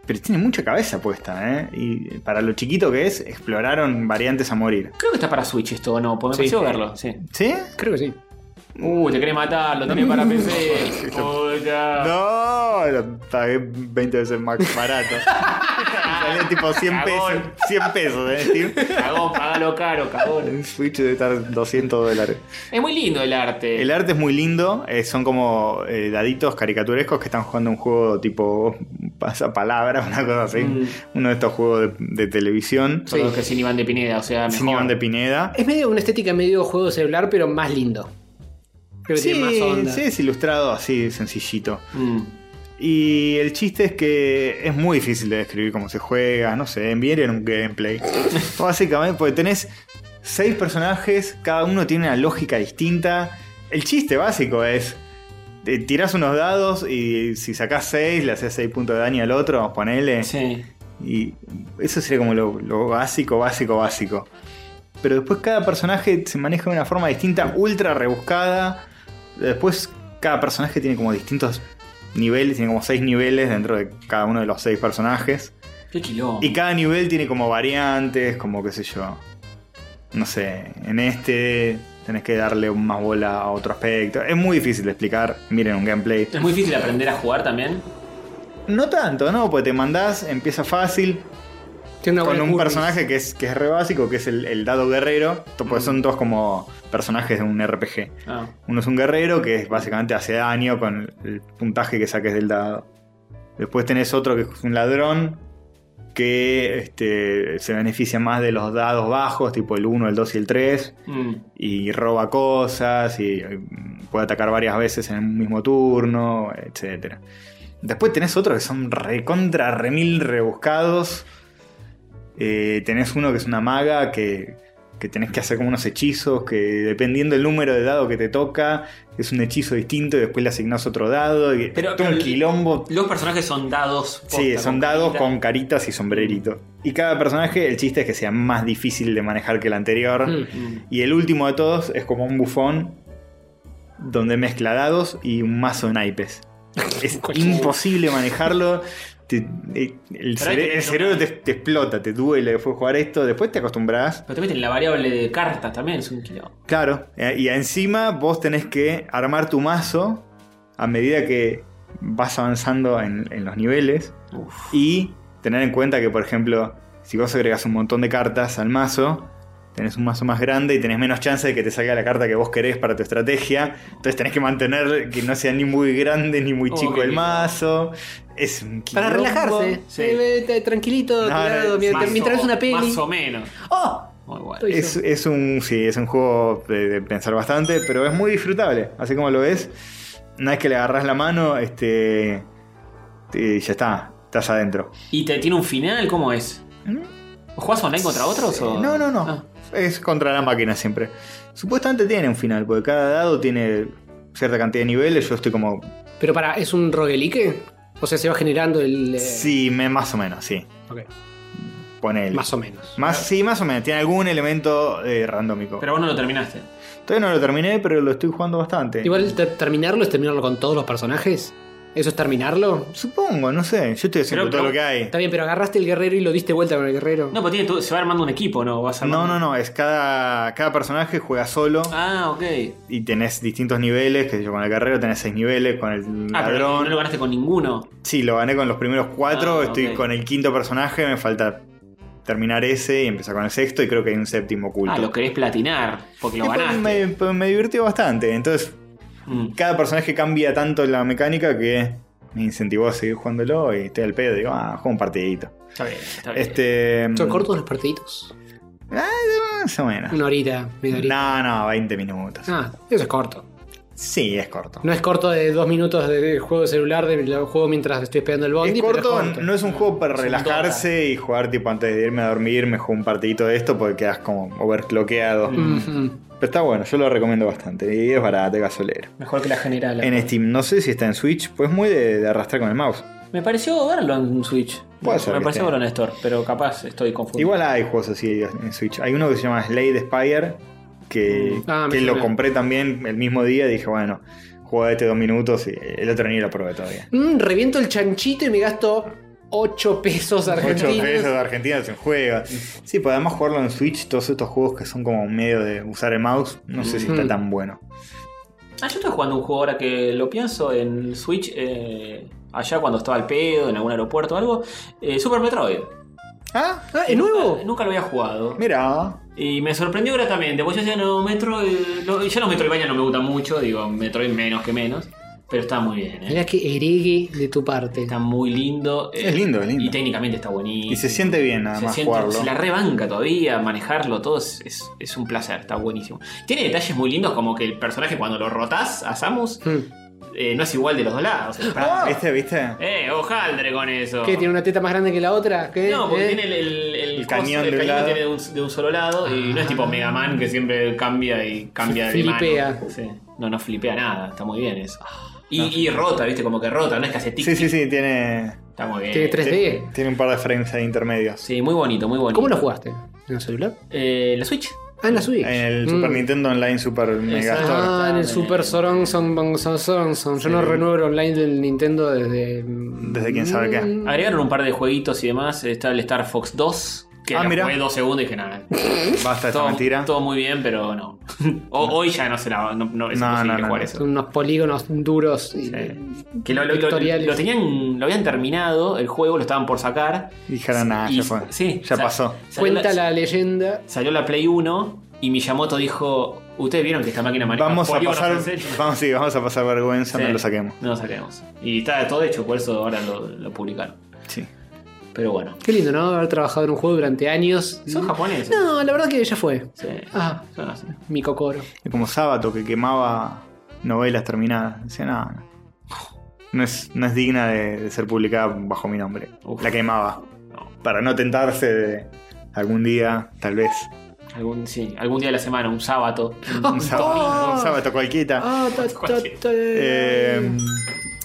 [SPEAKER 2] Pero tiene mucha cabeza puesta, ¿eh? Y para lo chiquito que es, exploraron variantes a morir.
[SPEAKER 1] Creo que está para Switch esto, ¿o ¿no? Pues me
[SPEAKER 3] Sí.
[SPEAKER 1] pareció verlo, sí.
[SPEAKER 2] ¿Sí?
[SPEAKER 3] Creo que sí.
[SPEAKER 1] Uh, te querés matar, lo tenés para
[SPEAKER 2] [LAUGHS]
[SPEAKER 1] PC. Hola.
[SPEAKER 2] No, lo pagué 20 veces más
[SPEAKER 1] [LAUGHS]
[SPEAKER 2] barato. [LAUGHS] Salía tipo 100 pesos.
[SPEAKER 1] Cagón.
[SPEAKER 2] 100 pesos, ¿eh? Steve?
[SPEAKER 1] Cagón, pagalo caro, cagón.
[SPEAKER 2] Un Switch debe estar 200 dólares.
[SPEAKER 1] Es muy lindo el arte.
[SPEAKER 2] El arte es muy lindo, eh, son como eh, daditos caricaturescos que están jugando un juego tipo pasapalabra, [LAUGHS] una cosa así.
[SPEAKER 1] Mm.
[SPEAKER 2] Uno de estos juegos de, de televisión.
[SPEAKER 1] Son los que sin Iván de Pineda, o sea, mejor.
[SPEAKER 2] Sin Iván de Pineda.
[SPEAKER 3] Es medio una estética medio juego de celular, pero más lindo. Creo que
[SPEAKER 2] Sí,
[SPEAKER 3] tiene más onda.
[SPEAKER 2] sí, es ilustrado así, sencillito.
[SPEAKER 1] Mm.
[SPEAKER 2] Y el chiste es que es muy difícil de describir cómo se juega, no sé, envíen un gameplay. Básicamente, porque tenés seis personajes, cada uno tiene una lógica distinta. El chiste básico es. eh, Tirás unos dados y si sacás seis le haces seis puntos de daño al otro, ponele.
[SPEAKER 1] Sí.
[SPEAKER 2] Y eso sería como lo, lo básico, básico, básico. Pero después cada personaje se maneja de una forma distinta, ultra rebuscada. Después cada personaje tiene como distintos niveles, tiene como seis niveles dentro de cada uno de los seis personajes.
[SPEAKER 1] Qué quilombo.
[SPEAKER 2] Y cada nivel tiene como variantes, como qué sé yo. No sé, en este tenés que darle más bola a otro aspecto. Es muy difícil de explicar, miren un gameplay.
[SPEAKER 1] Es muy difícil aprender a jugar también.
[SPEAKER 2] No tanto, ¿no? Porque te mandás, empieza fácil,
[SPEAKER 3] Tiene una
[SPEAKER 2] con
[SPEAKER 3] buena
[SPEAKER 2] un
[SPEAKER 3] curvis.
[SPEAKER 2] personaje que es, que es re básico, que es el, el dado guerrero, to- porque son todos como personajes de un RPG.
[SPEAKER 1] Ah.
[SPEAKER 2] Uno es un guerrero que es básicamente hace daño con el puntaje que saques del dado. Después tenés otro que es un ladrón que este, se beneficia más de los dados bajos, tipo el 1, el 2 y el 3,
[SPEAKER 1] Mm.
[SPEAKER 2] y roba cosas, y eh, puede atacar varias veces en un mismo turno, etc. Después tenés otros que son recontra, remil rebuscados. Eh, tenés uno que es una maga que, que tenés que hacer como unos hechizos, que dependiendo el número de dado que te toca, es un hechizo distinto y después le asignás otro dado. Y
[SPEAKER 1] Pero-
[SPEAKER 2] todo un
[SPEAKER 1] pero-
[SPEAKER 2] quilombo.
[SPEAKER 1] Los personajes son dados.
[SPEAKER 2] Sí,
[SPEAKER 1] posta,
[SPEAKER 2] son dados
[SPEAKER 1] carita.
[SPEAKER 2] con caritas y sombreritos. Y cada personaje, el chiste es que sea más difícil de manejar que el anterior.
[SPEAKER 3] Mm.
[SPEAKER 1] Mm.
[SPEAKER 2] Y el último de todos es como un bufón donde mezcla dados y un mazo de
[SPEAKER 1] [LAUGHS]
[SPEAKER 2] naipes. Es imposible manejarlo. te- eh, el,
[SPEAKER 1] Pero hay
[SPEAKER 2] cere-
[SPEAKER 1] que
[SPEAKER 2] el
[SPEAKER 1] tener
[SPEAKER 2] cerebro
[SPEAKER 1] una-
[SPEAKER 2] te, te explota, te duele después de jugar esto. Después te acostumbrás.
[SPEAKER 1] Pero te meten la variable de cartas también, es un quilombo.
[SPEAKER 2] Claro. eh, Y encima vos tenés que armar tu mazo a medida que vas avanzando en, en los niveles.
[SPEAKER 1] Uf.
[SPEAKER 2] Y tener en cuenta que, por ejemplo, si vos agregás un montón de cartas al mazo, tenés un mazo más grande y tenés menos chance de que te salga la carta que vos querés para tu estrategia. Entonces tenés que mantener que no sea ni muy grande ni muy
[SPEAKER 1] Oh,
[SPEAKER 2] chico
[SPEAKER 1] qué
[SPEAKER 2] el
[SPEAKER 1] lindo.
[SPEAKER 2] mazo. Es un
[SPEAKER 3] Para
[SPEAKER 2] quilombo.
[SPEAKER 3] relajarse.
[SPEAKER 1] Sí.
[SPEAKER 3] Eh, eh, tranquilito,
[SPEAKER 2] No,
[SPEAKER 3] tirado,
[SPEAKER 2] no,
[SPEAKER 3] mientras,
[SPEAKER 1] Más
[SPEAKER 3] mientras
[SPEAKER 1] o-
[SPEAKER 3] ves una peli.
[SPEAKER 1] Más o menos.
[SPEAKER 3] ¡Oh!
[SPEAKER 1] Muy bueno.
[SPEAKER 3] Estoy-
[SPEAKER 2] Es, es un, sí, es un juego de, de pensar bastante, pero es muy disfrutable. Así como lo ves, una vez que le agarras la mano, este, te- ya está, estás adentro.
[SPEAKER 1] ¿Y te tiene un final? ¿Cómo es? ¿Jugás online contra otros? o-
[SPEAKER 2] ¿Mm? No, no, no.
[SPEAKER 1] Ah.
[SPEAKER 2] Es contra la máquina siempre. Supuestamente tiene un final, porque cada dado tiene cierta cantidad de niveles. Yo estoy como.
[SPEAKER 3] Pero para, ¿es un roguelique? O sea, se va generando el. eh,
[SPEAKER 2] Sí, me, más o menos, sí.
[SPEAKER 3] ok,
[SPEAKER 2] Ponele.
[SPEAKER 3] Más o menos.
[SPEAKER 2] Más- sí, más o menos. Tiene algún elemento eh, randómico.
[SPEAKER 1] Pero vos no lo terminaste.
[SPEAKER 2] Todavía no lo terminé, pero lo estoy jugando bastante.
[SPEAKER 3] Igual te- terminarlo es terminarlo con todos los personajes. ¿Eso es terminarlo?
[SPEAKER 2] Supongo, no sé. Yo estoy haciendo
[SPEAKER 1] Pero-
[SPEAKER 2] todo
[SPEAKER 1] pero-
[SPEAKER 2] lo que hay.
[SPEAKER 3] Está bien, pero agarraste el guerrero y lo diste vuelta con el guerrero.
[SPEAKER 1] No, pero tiene todo- se va armando un equipo, ¿no? Vas
[SPEAKER 2] No,
[SPEAKER 1] armando-
[SPEAKER 2] no, no. Es cada, cada personaje juega solo.
[SPEAKER 1] Ah, ok.
[SPEAKER 2] Y tenés distintos niveles, que yo con el guerrero tenés seis niveles, con el
[SPEAKER 1] Ah, pero
[SPEAKER 2] ladrón.
[SPEAKER 1] no lo ganaste con ninguno.
[SPEAKER 2] Sí, lo gané con los primeros cuatro.
[SPEAKER 1] Ah,
[SPEAKER 2] estoy
[SPEAKER 1] ok.
[SPEAKER 2] con el quinto personaje. Me falta terminar ese y empezar con el sexto. Y creo que hay un séptimo oculto.
[SPEAKER 1] Ah, lo querés platinar, porque
[SPEAKER 2] Y
[SPEAKER 1] lo
[SPEAKER 2] pues
[SPEAKER 1] ganaste.
[SPEAKER 2] me, pues me divirtió bastante. Entonces,
[SPEAKER 1] Mm.
[SPEAKER 2] cada personaje cambia tanto la mecánica que me incentivó a seguir jugándolo. Y estoy al pedo. Digo, ah, juego un partidito.
[SPEAKER 1] Está bien, está bien.
[SPEAKER 2] Este.
[SPEAKER 3] ¿Son cortos los partiditos?
[SPEAKER 2] ah, más o menos.
[SPEAKER 3] Una horita, media horita.
[SPEAKER 2] No, no, 20 minutos.
[SPEAKER 3] Ah, eso es corto.
[SPEAKER 2] Sí, es corto.
[SPEAKER 3] No es corto de dos minutos de, de juego de celular, de lo juego mientras estoy esperando el bondi.
[SPEAKER 2] es
[SPEAKER 3] pero
[SPEAKER 2] corto, no es un juego para
[SPEAKER 1] Es un
[SPEAKER 2] relajarse y jugar tipo antes de irme a dormir, me juego un partidito de esto porque quedas como overcloqueado.
[SPEAKER 3] Ujú.
[SPEAKER 2] Pero está bueno, yo lo recomiendo bastante. Y es barato, es gasolero.
[SPEAKER 1] Mejor que la general.
[SPEAKER 2] En Steam, no sé si está en Switch, pues muy de, de arrastrar con el mouse.
[SPEAKER 1] Me pareció verlo en Switch.
[SPEAKER 2] Puede
[SPEAKER 1] me
[SPEAKER 2] ser que
[SPEAKER 1] pareció
[SPEAKER 2] esté.
[SPEAKER 1] verlo en Store, pero capaz estoy confundido.
[SPEAKER 2] Igual hay juegos así en Switch. Hay uno que se llama Slade Spire, que,
[SPEAKER 3] Ah, me
[SPEAKER 2] que lo
[SPEAKER 3] suena.
[SPEAKER 2] compré también el mismo día. Dije, bueno, juega este dos minutos y el otro ni lo probé todavía.
[SPEAKER 3] Mm, reviento el chanchito y me gasto 8 pesos
[SPEAKER 2] 8
[SPEAKER 3] argentinos.
[SPEAKER 2] pesos eh. argentinos en juego. Sí, podemos jugarlo en Switch, todos estos juegos que son como medio de usar el mouse. No sé si está
[SPEAKER 3] Mm.
[SPEAKER 2] tan bueno.
[SPEAKER 1] Ah, yo estoy jugando un juego ahora que lo pienso en Switch, eh, allá cuando estaba al pedo, en algún aeropuerto o algo. eh, Super Metroid.
[SPEAKER 2] Ah,
[SPEAKER 3] Ah, ¿es nuevo?
[SPEAKER 1] Nunca, nunca lo había jugado.
[SPEAKER 2] mira.
[SPEAKER 1] Y me sorprendió gratamente. Pues yo decía, no, Metro. eh, no, ya los Metroidvania no me gustan mucho, digo, Metroid menos que menos. Pero está muy bien, eh.
[SPEAKER 3] Mirá que heregue de tu parte.
[SPEAKER 1] Está muy lindo. eh,
[SPEAKER 2] Es lindo, es lindo.
[SPEAKER 1] Y técnicamente está buenísimo.
[SPEAKER 2] Y se siente bien nada
[SPEAKER 1] Se
[SPEAKER 2] más
[SPEAKER 1] siente-
[SPEAKER 2] jugarlo.
[SPEAKER 1] se la rebanca todavía, manejarlo, todo es, es- es un placer, está buenísimo. Tiene detalles muy lindos, como que el personaje cuando lo rotas a Samus
[SPEAKER 3] Mm.
[SPEAKER 1] eh, no es igual de los dos lados.
[SPEAKER 2] Ah, ¿Viste? ¿Viste?
[SPEAKER 1] ¡Eh, hojaldre con eso!
[SPEAKER 3] ¿Qué? ¿Tiene una teta más grande que la otra? ¿Qué?
[SPEAKER 1] No, porque
[SPEAKER 3] ¿Eh?
[SPEAKER 1] tiene el, el- el
[SPEAKER 2] El
[SPEAKER 1] coso,
[SPEAKER 2] cañón de un lado.
[SPEAKER 1] tiene de, un, Ah. de un solo lado y no es tipo Mega Man que siempre cambia y cambia de
[SPEAKER 3] Flipea.
[SPEAKER 1] mano. Sí. No, no flipea nada, está muy bien eso. Y, y rota, viste, como que rota, no es que hace tic,
[SPEAKER 2] Sí,
[SPEAKER 1] tic,
[SPEAKER 2] sí, sí, tiene,
[SPEAKER 1] Está muy bien.
[SPEAKER 3] Tiene tres- 3D.
[SPEAKER 2] tiene un par de frames ahí intermedios.
[SPEAKER 1] Sí, muy bonito, muy bonito.
[SPEAKER 3] ¿Cómo lo jugaste? ¿En el celular?
[SPEAKER 1] Eh, la Switch.
[SPEAKER 3] Ah, en la Switch.
[SPEAKER 2] En el
[SPEAKER 3] Mm.
[SPEAKER 2] Super Nintendo Online Super Mega
[SPEAKER 1] Exacto.
[SPEAKER 2] Store.
[SPEAKER 3] Ah, en el
[SPEAKER 1] Exactamente.
[SPEAKER 3] Super Soron Son Bon Son Son Son. Yo
[SPEAKER 2] Sí.
[SPEAKER 3] no renuevo el online del Nintendo desde. mm, Desde
[SPEAKER 2] Desde quién sabe qué.
[SPEAKER 1] Agregaron un par de jueguitos y demás. Está el Star Fox 2. Que
[SPEAKER 2] Ah,
[SPEAKER 1] lo
[SPEAKER 2] mirá.
[SPEAKER 1] jugué dos segundos y dije [LAUGHS] nada.
[SPEAKER 2] Basta de esa
[SPEAKER 1] todo,
[SPEAKER 2] mentira.
[SPEAKER 1] todo muy bien, pero no. [LAUGHS] O- Hoy ya no se la no, no, es imposible
[SPEAKER 2] No, no, no,
[SPEAKER 1] jugar
[SPEAKER 2] no.
[SPEAKER 1] eso.
[SPEAKER 3] Son unos polígonos duros. y-
[SPEAKER 1] Sí. Que lo, lo- lo-
[SPEAKER 3] Vectoriales.
[SPEAKER 1] lo tenían, lo habían terminado, el juego lo estaban por sacar.
[SPEAKER 2] Dijeron, nada,
[SPEAKER 1] Y-
[SPEAKER 2] Ah, ya fue.
[SPEAKER 1] sí,
[SPEAKER 2] ya
[SPEAKER 1] sa-
[SPEAKER 2] pasó.
[SPEAKER 1] Salió
[SPEAKER 3] Cuenta
[SPEAKER 1] la,
[SPEAKER 3] la leyenda.
[SPEAKER 1] salió la Play 1 y Miyamoto dijo: Ustedes vieron que esta máquina maneja
[SPEAKER 2] Vamos a
[SPEAKER 1] polígonos,
[SPEAKER 2] pasar.
[SPEAKER 1] ¿en serio?"
[SPEAKER 2] [LAUGHS] Vamos, sí, vamos a pasar vergüenza,
[SPEAKER 1] Sí,
[SPEAKER 2] no lo saquemos.
[SPEAKER 1] No lo saquemos. Y está todo hecho, por eso ahora lo, lo publicaron.
[SPEAKER 2] Sí.
[SPEAKER 1] Pero bueno.
[SPEAKER 3] Qué lindo, ¿no? Haber trabajado en un juego durante años.
[SPEAKER 1] Son japoneses.
[SPEAKER 3] No, la verdad que ya fue.
[SPEAKER 1] Sí.
[SPEAKER 3] Ah,
[SPEAKER 1] Son así.
[SPEAKER 3] mi cocoro.
[SPEAKER 2] Y como sábado que quemaba novelas terminadas. Decía, nada. No, no es, no es digna de, de ser publicada bajo mi nombre.
[SPEAKER 1] Uf.
[SPEAKER 2] La quemaba.
[SPEAKER 1] No.
[SPEAKER 2] Para no tentarse de algún día, tal vez.
[SPEAKER 1] Algún, sí, algún día de la semana, un
[SPEAKER 3] [LAUGHS]
[SPEAKER 1] sábado.
[SPEAKER 2] Un sábado, un sábado cualquiera.
[SPEAKER 3] Ah, ta, ta, ta.
[SPEAKER 2] Eh,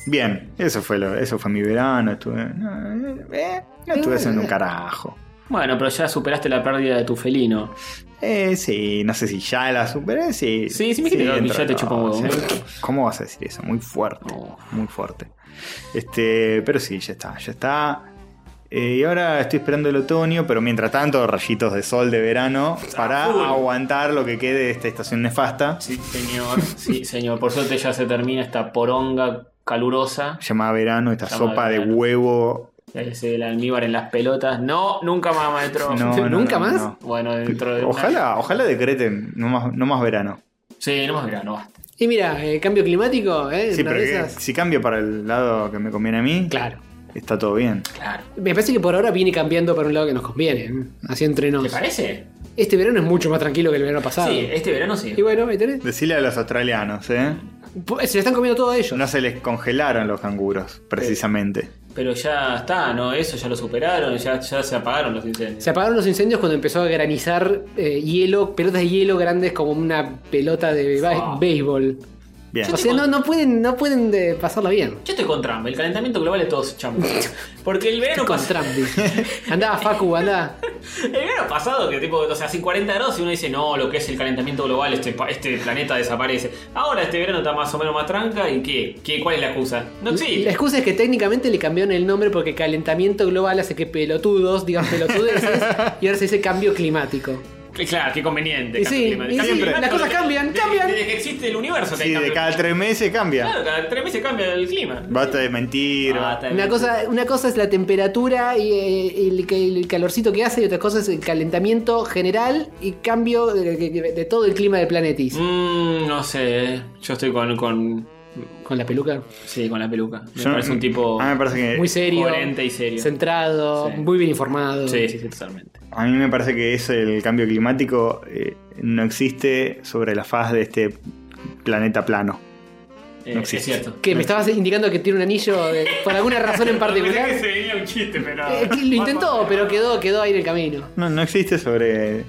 [SPEAKER 2] bien, eso fue lo, eso fue mi verano. Estuve, no, eh, no estuve haciendo un carajo.
[SPEAKER 1] Bueno, pero ya superaste la pérdida de tu felino.
[SPEAKER 2] Eh, sí, no sé si ya la superé, sí.
[SPEAKER 1] Sí, sí me dijiste que
[SPEAKER 2] entró,
[SPEAKER 1] ya te
[SPEAKER 2] no,
[SPEAKER 1] chupa un huevo.
[SPEAKER 2] sí. ¿Cómo vas a decir eso? Muy fuerte,
[SPEAKER 1] No.
[SPEAKER 2] muy fuerte. Este, pero sí, ya está, ya está. Eh, y ahora estoy esperando el otoño, pero mientras tanto, rayitos de sol de verano para
[SPEAKER 1] full.
[SPEAKER 2] aguantar lo que quede de esta estación nefasta
[SPEAKER 1] Sí, señor. Sí, señor. Por suerte ya se termina esta poronga calurosa.
[SPEAKER 2] llamada verano, esta
[SPEAKER 1] Llamada
[SPEAKER 2] sopa de
[SPEAKER 1] verano.
[SPEAKER 2] huevo.
[SPEAKER 1] El almíbar en las pelotas. No, nunca más, maestro.
[SPEAKER 2] No, no,
[SPEAKER 3] ¿Nunca
[SPEAKER 2] no,
[SPEAKER 3] más?
[SPEAKER 2] no.
[SPEAKER 1] Bueno, dentro de. un año-
[SPEAKER 2] Ojalá, ojalá decreten, no más, no más verano.
[SPEAKER 1] Sí, no más verano, basta.
[SPEAKER 3] Y mira, eh, cambio climático, ¿eh?
[SPEAKER 2] Sí,
[SPEAKER 3] Una
[SPEAKER 2] pero
[SPEAKER 3] de
[SPEAKER 2] que-
[SPEAKER 3] esas.
[SPEAKER 2] si cambia para el lado que me conviene a mí,
[SPEAKER 3] Claro.
[SPEAKER 2] está todo bien.
[SPEAKER 1] Claro.
[SPEAKER 3] Me parece que por ahora viene cambiando para un lado que nos conviene. ¿eh? Así entre
[SPEAKER 1] ¿Te
[SPEAKER 3] nos.
[SPEAKER 1] parece?
[SPEAKER 3] Este verano es mucho más tranquilo que el verano pasado.
[SPEAKER 1] Sí, eh. este verano sí.
[SPEAKER 3] Y bueno, ahí tenés.
[SPEAKER 2] Decirle a los australianos, ¿eh?
[SPEAKER 3] Se le están comiendo todo a ellos.
[SPEAKER 2] No se les congelaron los canguros, precisamente.
[SPEAKER 1] Pero ya está, ¿no? Eso ya lo superaron, ya, ya se apagaron los incendios.
[SPEAKER 3] Se apagaron los incendios cuando empezó a granizar eh, hielo, pelotas de hielo grandes como una pelota de ba-
[SPEAKER 1] Ah.
[SPEAKER 3] béisbol.
[SPEAKER 2] Bien.
[SPEAKER 3] O sea, no, no pueden, no pueden eh, pasarla bien.
[SPEAKER 1] Yo estoy con Trump, el calentamiento global es todo
[SPEAKER 3] [LAUGHS]
[SPEAKER 1] chamba. Porque el verano,
[SPEAKER 3] Con
[SPEAKER 1] pas-
[SPEAKER 3] Trump, dice.
[SPEAKER 1] [LAUGHS]
[SPEAKER 3] Andá, Facu, andá.
[SPEAKER 1] el verano pasado, que tipo, o sea, sin 40 grados, y uno dice, no, lo que es el calentamiento global, este, pa- este planeta desaparece. Ahora este verano está más o menos más tranca, ¿y qué? ¿Qué ¿Cuál es la excusa? No
[SPEAKER 3] La
[SPEAKER 1] existe.
[SPEAKER 3] excusa es que técnicamente le cambiaron el nombre porque calentamiento global hace que pelotudos
[SPEAKER 1] [LAUGHS]
[SPEAKER 3] digan pelotudeces y ahora se dice cambio climático.
[SPEAKER 1] Claro, qué conveniente.
[SPEAKER 3] Y
[SPEAKER 1] cambio
[SPEAKER 3] sí,
[SPEAKER 1] climático.
[SPEAKER 3] y
[SPEAKER 1] Cambio
[SPEAKER 3] sí,
[SPEAKER 1] climático
[SPEAKER 3] las cosas
[SPEAKER 1] desde-
[SPEAKER 3] cambian,
[SPEAKER 1] desde-
[SPEAKER 3] cambian.
[SPEAKER 1] Desde que existe el universo que hay
[SPEAKER 2] Sí, de
[SPEAKER 1] cambio
[SPEAKER 2] cada tres meses cambia.
[SPEAKER 1] Claro, cada tres meses cambia el clima.
[SPEAKER 2] Basta de mentir.
[SPEAKER 1] Ah, está
[SPEAKER 3] Una
[SPEAKER 1] bien.
[SPEAKER 3] cosa, una cosa es la temperatura y eh, el, ca- el calorcito que hace y otra cosa es el calentamiento general y cambio de, de- de todo el clima del planetis.
[SPEAKER 1] Mm, no sé, yo estoy con, con.
[SPEAKER 3] Con la peluca.
[SPEAKER 1] Sí, con la peluca. Me
[SPEAKER 2] Yo no-
[SPEAKER 1] parece un tipo.
[SPEAKER 3] Ah,
[SPEAKER 2] A mí me parece que.
[SPEAKER 3] Muy serio.
[SPEAKER 1] Eh, coherente y serio.
[SPEAKER 3] Centrado,
[SPEAKER 1] Sí.
[SPEAKER 3] muy bien informado.
[SPEAKER 1] Sí, sí, sí, totalmente.
[SPEAKER 2] A mí me parece que eso, el cambio climático, eh, no existe sobre la faz de este planeta plano.
[SPEAKER 1] Eh,
[SPEAKER 2] No
[SPEAKER 1] es
[SPEAKER 2] existe.
[SPEAKER 1] cierto.
[SPEAKER 3] Que me estabas indicando que tiene un anillo de- por alguna razón en
[SPEAKER 1] [LAUGHS]
[SPEAKER 3] particular.
[SPEAKER 1] Pensé que se venía un chiste, pero.
[SPEAKER 3] Eh, que lo intentó, pero quedó, quedó ahí en el camino.
[SPEAKER 2] No, no existe sobre,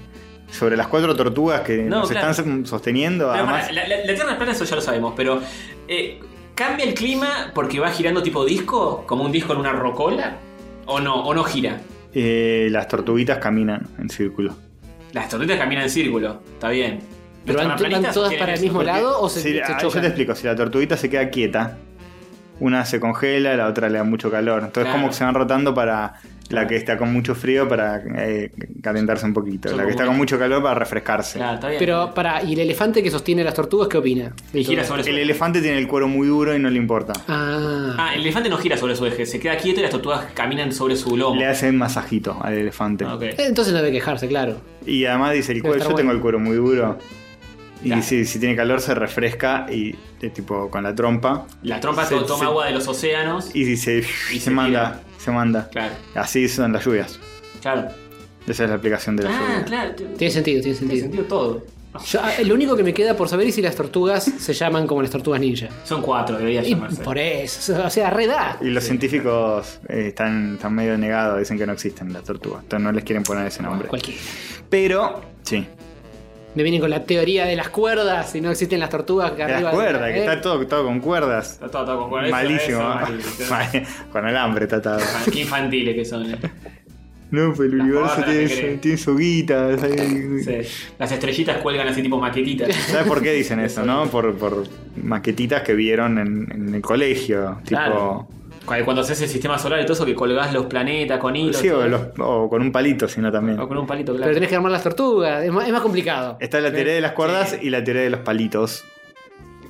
[SPEAKER 2] sobre las cuatro tortugas que
[SPEAKER 1] No,
[SPEAKER 2] nos
[SPEAKER 1] claro.
[SPEAKER 2] están sosteniendo.
[SPEAKER 1] Pero
[SPEAKER 2] además,
[SPEAKER 1] pará, la, la- la Tierra es plana, eso ya lo sabemos, pero. eh, ¿Cambia el clima porque va girando tipo disco? ¿Como un disco en una rocola? ¿O no? ¿O no gira?
[SPEAKER 2] Eh, las tortuguitas caminan en círculo.
[SPEAKER 1] Las tortugas caminan en círculo, está bien.
[SPEAKER 3] ¿Pero van,
[SPEAKER 1] ¿Están
[SPEAKER 3] van
[SPEAKER 1] planitas o
[SPEAKER 3] todas
[SPEAKER 1] quieren
[SPEAKER 3] para el
[SPEAKER 1] eso?
[SPEAKER 3] mismo
[SPEAKER 1] Porque-
[SPEAKER 3] lado o se,
[SPEAKER 2] Si-
[SPEAKER 3] se
[SPEAKER 2] ah, yo
[SPEAKER 3] chocan?
[SPEAKER 2] te explico, si la tortuguita se queda quieta, una se congela, la otra le da mucho calor. Entonces
[SPEAKER 1] Claro.
[SPEAKER 2] como que se van rotando para la que está con mucho frío para eh, calentarse un poquito.
[SPEAKER 1] Son
[SPEAKER 2] la que
[SPEAKER 1] como
[SPEAKER 2] está
[SPEAKER 1] una-
[SPEAKER 2] con mucho calor para refrescarse.
[SPEAKER 1] Claro, está bien.
[SPEAKER 3] Pero para, ¿y el elefante que sostiene las tortugas qué opina?
[SPEAKER 1] Y gira sobre su
[SPEAKER 2] El elefante tiene el cuero muy duro y no le importa.
[SPEAKER 3] Ah,
[SPEAKER 1] Ah, el elefante no gira sobre su eje, se queda quieto y las tortugas caminan sobre su lomo.
[SPEAKER 2] Le hacen masajito al elefante.
[SPEAKER 1] Ah, Ok.
[SPEAKER 3] Eh,
[SPEAKER 2] [LAUGHS]
[SPEAKER 3] entonces no debe quejarse, claro.
[SPEAKER 2] Y además dice el
[SPEAKER 3] Debe
[SPEAKER 2] cuero, yo
[SPEAKER 3] estar
[SPEAKER 2] tengo
[SPEAKER 3] bueno.
[SPEAKER 2] el cuero muy duro. Y
[SPEAKER 1] Claro.
[SPEAKER 2] sí, si tiene calor se refresca y eh, tipo con la trompa.
[SPEAKER 1] La trompa
[SPEAKER 2] Se-
[SPEAKER 1] to- toma
[SPEAKER 2] se-
[SPEAKER 1] agua de los océanos.
[SPEAKER 2] Y dice, se,
[SPEAKER 1] se
[SPEAKER 2] manda, se manda.
[SPEAKER 1] Claro,
[SPEAKER 2] Así son las lluvias.
[SPEAKER 1] claro.
[SPEAKER 2] Esa es la aplicación de las
[SPEAKER 1] Ah,
[SPEAKER 2] lluvias.
[SPEAKER 1] claro. Tiene
[SPEAKER 3] Tiene sentido, tiene sentido.
[SPEAKER 1] sentido todo.
[SPEAKER 3] Yo, ah, lo único que me queda por saber es si las tortugas se llaman como las tortugas ninja.
[SPEAKER 1] Son cuatro, debería
[SPEAKER 3] Y
[SPEAKER 1] llamarse.
[SPEAKER 3] por eso, o sea, reda.
[SPEAKER 2] Y los científicos eh, están, están medio negados, dicen que no existen las tortugas. Entonces no les quieren poner ese nombre.
[SPEAKER 3] Cualquiera.
[SPEAKER 2] Pero, sí.
[SPEAKER 3] Me vienen con la teoría de las cuerdas, si no existen las tortugas
[SPEAKER 2] De
[SPEAKER 3] que arriba.
[SPEAKER 2] las cuerdas,
[SPEAKER 3] ¿eh?
[SPEAKER 2] que está todo, todo con cuerdas.
[SPEAKER 1] Está todo, todo con cuerdas. Eso,
[SPEAKER 2] Malísimo. [LAUGHS] ¿eh?
[SPEAKER 1] eso, malísimo.
[SPEAKER 2] Mal- con alambre tratado.
[SPEAKER 1] Qué infantiles que son. eh.
[SPEAKER 2] No, pero el
[SPEAKER 1] Las
[SPEAKER 2] universo
[SPEAKER 1] cuerdas,
[SPEAKER 2] tiene,
[SPEAKER 1] ¿qué
[SPEAKER 2] su-
[SPEAKER 1] crees?
[SPEAKER 2] tiene su guita. ¿sabes?
[SPEAKER 1] Sí. Las estrellitas cuelgan así tipo maquetitas.
[SPEAKER 2] ¿Sabes por qué dicen eso, no? Por, por maquetitas que vieron en, en el colegio. Tipo.
[SPEAKER 1] Claro. Cuando cuando haces el sistema solar y todo eso, que colgás los planetas con hilos.
[SPEAKER 2] Sí, o,
[SPEAKER 1] todo.
[SPEAKER 2] los- o con un palito, sino también.
[SPEAKER 1] O con un palito,
[SPEAKER 3] Pero
[SPEAKER 1] claro.
[SPEAKER 3] tenés que armar las tortugas, es más, es más complicado.
[SPEAKER 2] Está la teoría de las cuerdas y la teoría de los palitos.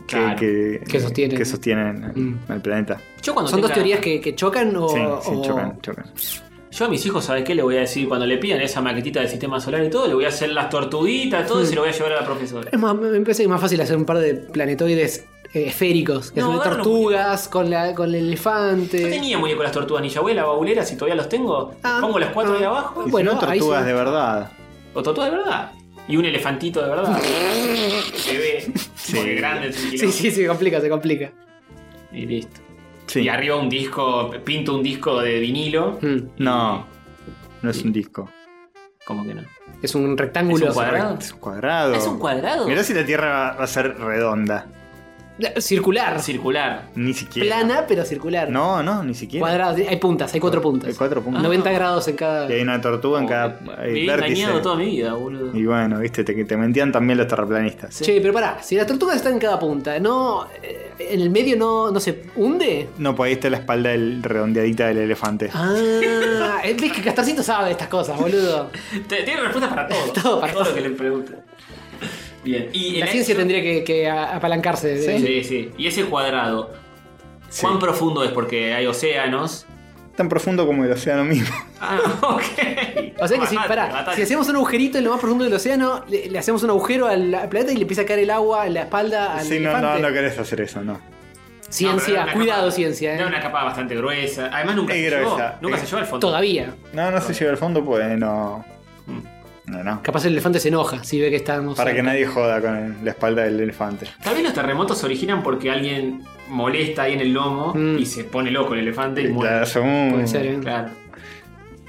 [SPEAKER 2] Que,
[SPEAKER 1] Claro.
[SPEAKER 2] que,
[SPEAKER 3] Que sostienen.
[SPEAKER 2] que sostienen
[SPEAKER 3] Mm.
[SPEAKER 2] al planeta.
[SPEAKER 1] Yo cuando
[SPEAKER 3] ¿Son dos
[SPEAKER 1] tenga-
[SPEAKER 3] teorías que, que chocan o.?
[SPEAKER 2] sí, sí,
[SPEAKER 3] o-
[SPEAKER 2] chocan, chocan.
[SPEAKER 1] Yo a mis hijos, ¿sabes qué? Le voy a decir cuando le pidan esa maquetita del sistema solar y todo, le voy a hacer las tortuguitas,
[SPEAKER 2] Hmm.
[SPEAKER 1] todo, y se lo voy a llevar a la profesora.
[SPEAKER 2] Eh,
[SPEAKER 3] Es más, me parece que es más fácil hacer un par de planetoides eh, esféricos. Que
[SPEAKER 1] No,
[SPEAKER 3] son de
[SPEAKER 1] agarra los
[SPEAKER 3] tortugas, con, la, con el
[SPEAKER 1] Yo
[SPEAKER 3] elefante.
[SPEAKER 1] tenía muñeco las tortugas ni abuela, baulera, si todavía los tengo.
[SPEAKER 3] Ah,
[SPEAKER 1] pongo las cuatro
[SPEAKER 3] ah,
[SPEAKER 1] ahí abajo.
[SPEAKER 2] Y
[SPEAKER 3] Bueno,
[SPEAKER 2] si no,
[SPEAKER 3] ahí
[SPEAKER 2] tortugas
[SPEAKER 3] sí.
[SPEAKER 2] de verdad.
[SPEAKER 1] O tortuga de verdad. Y un elefantito de
[SPEAKER 2] [LAUGHS]
[SPEAKER 1] verdad. Se ve. Porque grande es un
[SPEAKER 3] Sí,
[SPEAKER 1] quilombo.
[SPEAKER 3] sí, se complica, se complica.
[SPEAKER 1] Y listo.
[SPEAKER 2] Sí.
[SPEAKER 1] Y arriba un disco, pinto un disco de vinilo.
[SPEAKER 3] Mm.
[SPEAKER 2] No, no es un disco.
[SPEAKER 1] ¿Cómo que no?
[SPEAKER 3] Es un rectángulo.
[SPEAKER 1] Es un cuadrado.
[SPEAKER 2] Es un cuadrado.
[SPEAKER 1] ¿Es un cuadrado?
[SPEAKER 2] Mirá si la Tierra va- va a ser redonda.
[SPEAKER 3] circular.
[SPEAKER 1] Circular.
[SPEAKER 2] Ni siquiera.
[SPEAKER 3] Plana, pero circular.
[SPEAKER 2] No, no, ni siquiera.
[SPEAKER 3] Cuadrado, hay puntas, hay cuatro puntas.
[SPEAKER 2] Hay cuatro puntos.
[SPEAKER 3] 90 grados en cada.
[SPEAKER 2] Y hay una tortuga
[SPEAKER 3] Oh,
[SPEAKER 2] en cada eh,
[SPEAKER 1] Viví Oh, engañado
[SPEAKER 2] vértice.
[SPEAKER 1] toda mi vida, boludo.
[SPEAKER 2] Y bueno, viste, te, te mentían también los terraplanistas.
[SPEAKER 3] Che, pero pará, si las tortugas están en cada punta, ¿no? eh, ¿En el medio no, no se hunde?
[SPEAKER 2] No, pues ahí está la espalda del- redondeadita del elefante.
[SPEAKER 3] Ah, [LAUGHS] es que Castorcito sabe estas cosas, boludo.
[SPEAKER 1] Te- Tiene respuestas para todo.
[SPEAKER 3] [LAUGHS]
[SPEAKER 1] para
[SPEAKER 3] Todo, para
[SPEAKER 1] todo lo
[SPEAKER 3] todo.
[SPEAKER 1] que le pregunten. Bien. Y
[SPEAKER 3] La
[SPEAKER 1] el-
[SPEAKER 3] ciencia tendría que, que ¿eh? a- apalancarse. de-
[SPEAKER 1] Sí, sí. Y ese cuadrado. ¿Cuán
[SPEAKER 2] Sí.
[SPEAKER 1] profundo es? Porque hay
[SPEAKER 3] [LAUGHS]
[SPEAKER 1] océanos.
[SPEAKER 2] Tan profundo como el océano mismo.
[SPEAKER 1] Ah, ok.
[SPEAKER 3] O sea que si,
[SPEAKER 1] Bastante,
[SPEAKER 3] pará,
[SPEAKER 1] bastante.
[SPEAKER 3] si hacemos un agujerito en lo más profundo del océano, le, le hacemos un agujero al al planeta y le empieza a caer el agua en la espalda al
[SPEAKER 2] Sí, no, no,
[SPEAKER 3] elefante.
[SPEAKER 2] no querés hacer eso, no.
[SPEAKER 1] No, pero
[SPEAKER 3] Ciencia,
[SPEAKER 1] era una
[SPEAKER 3] cuidado,
[SPEAKER 1] capa-
[SPEAKER 3] ciencia, eh.
[SPEAKER 1] Era una capa bastante gruesa. Además nunca
[SPEAKER 2] Es
[SPEAKER 1] se
[SPEAKER 2] gruesa.
[SPEAKER 1] llegó. Nunca
[SPEAKER 2] Es-
[SPEAKER 1] se llegó al fondo.
[SPEAKER 3] Todavía.
[SPEAKER 2] No, no se llega al fondo, pues no. No, no.
[SPEAKER 3] Capaz el elefante se enoja si ve que estamos. eh,
[SPEAKER 2] Para que nadie joda con el- la espalda del elefante.
[SPEAKER 1] Tal vez los terremotos se originan porque alguien molesta ahí en el lomo
[SPEAKER 3] Mm.
[SPEAKER 1] y se pone loco el elefante y muere.
[SPEAKER 2] Claro, según-
[SPEAKER 3] Puede ser, ¿eh?
[SPEAKER 1] Claro.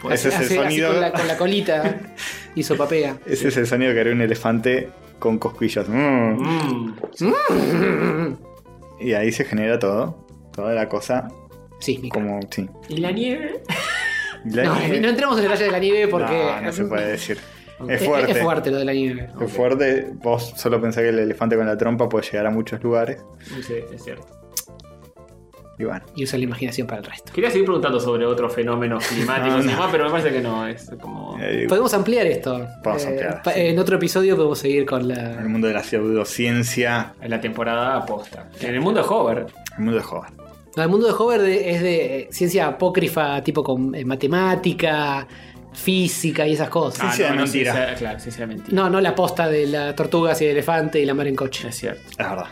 [SPEAKER 2] Ese es el
[SPEAKER 3] Hace- hace
[SPEAKER 2] sonido.
[SPEAKER 3] con, la, con la colita y sopapea. [CLEARS THROAT]
[SPEAKER 2] Ese es el sonido que haría un elefante con cosquillas. Mm.
[SPEAKER 1] Mm.
[SPEAKER 2] Y ahí se genera todo. Toda la cosa.
[SPEAKER 3] Sí,
[SPEAKER 2] Como, sí.
[SPEAKER 1] ¿Y la nieve?
[SPEAKER 2] La
[SPEAKER 3] no,
[SPEAKER 2] nieve-
[SPEAKER 3] no entremos en el detalle de la nieve porque.
[SPEAKER 2] No, no se puede decir.
[SPEAKER 3] [LAUGHS] Es,
[SPEAKER 2] Es fuerte.
[SPEAKER 3] es fuerte lo de la nieve.
[SPEAKER 2] Es fuerte. Vos solo pensás que el elefante con la trompa puede llegar a muchos lugares.
[SPEAKER 1] Sí, es cierto.
[SPEAKER 2] Y bueno.
[SPEAKER 3] Y usa la imaginación para el resto.
[SPEAKER 1] Quería seguir preguntando sobre otros
[SPEAKER 3] [LAUGHS]
[SPEAKER 1] fenómenos climáticos
[SPEAKER 2] No, no.
[SPEAKER 3] Ah.
[SPEAKER 1] y demás, pero me parece que no. Es como.
[SPEAKER 2] eh,
[SPEAKER 3] Podemos ampliar esto. eh,
[SPEAKER 2] Podemos ampliar,
[SPEAKER 3] pa-
[SPEAKER 2] sí.
[SPEAKER 3] En otro episodio podemos seguir con
[SPEAKER 2] El
[SPEAKER 3] la.
[SPEAKER 2] mundo de la pseudociencia.
[SPEAKER 1] En la temporada aposta. En el mundo de Hover.
[SPEAKER 2] El mundo de joven.
[SPEAKER 3] No, el mundo de Hover de- es de eh, ciencia apócrifa, tipo con eh, matemática, física y esas cosas.
[SPEAKER 2] Ah. Ciencia de mentira.
[SPEAKER 1] sí, sea- claro, ciencia de mentira.
[SPEAKER 3] No, no la posta de la tortuga y el elefante y la mar en coche.
[SPEAKER 1] Es cierto.
[SPEAKER 2] Es verdad.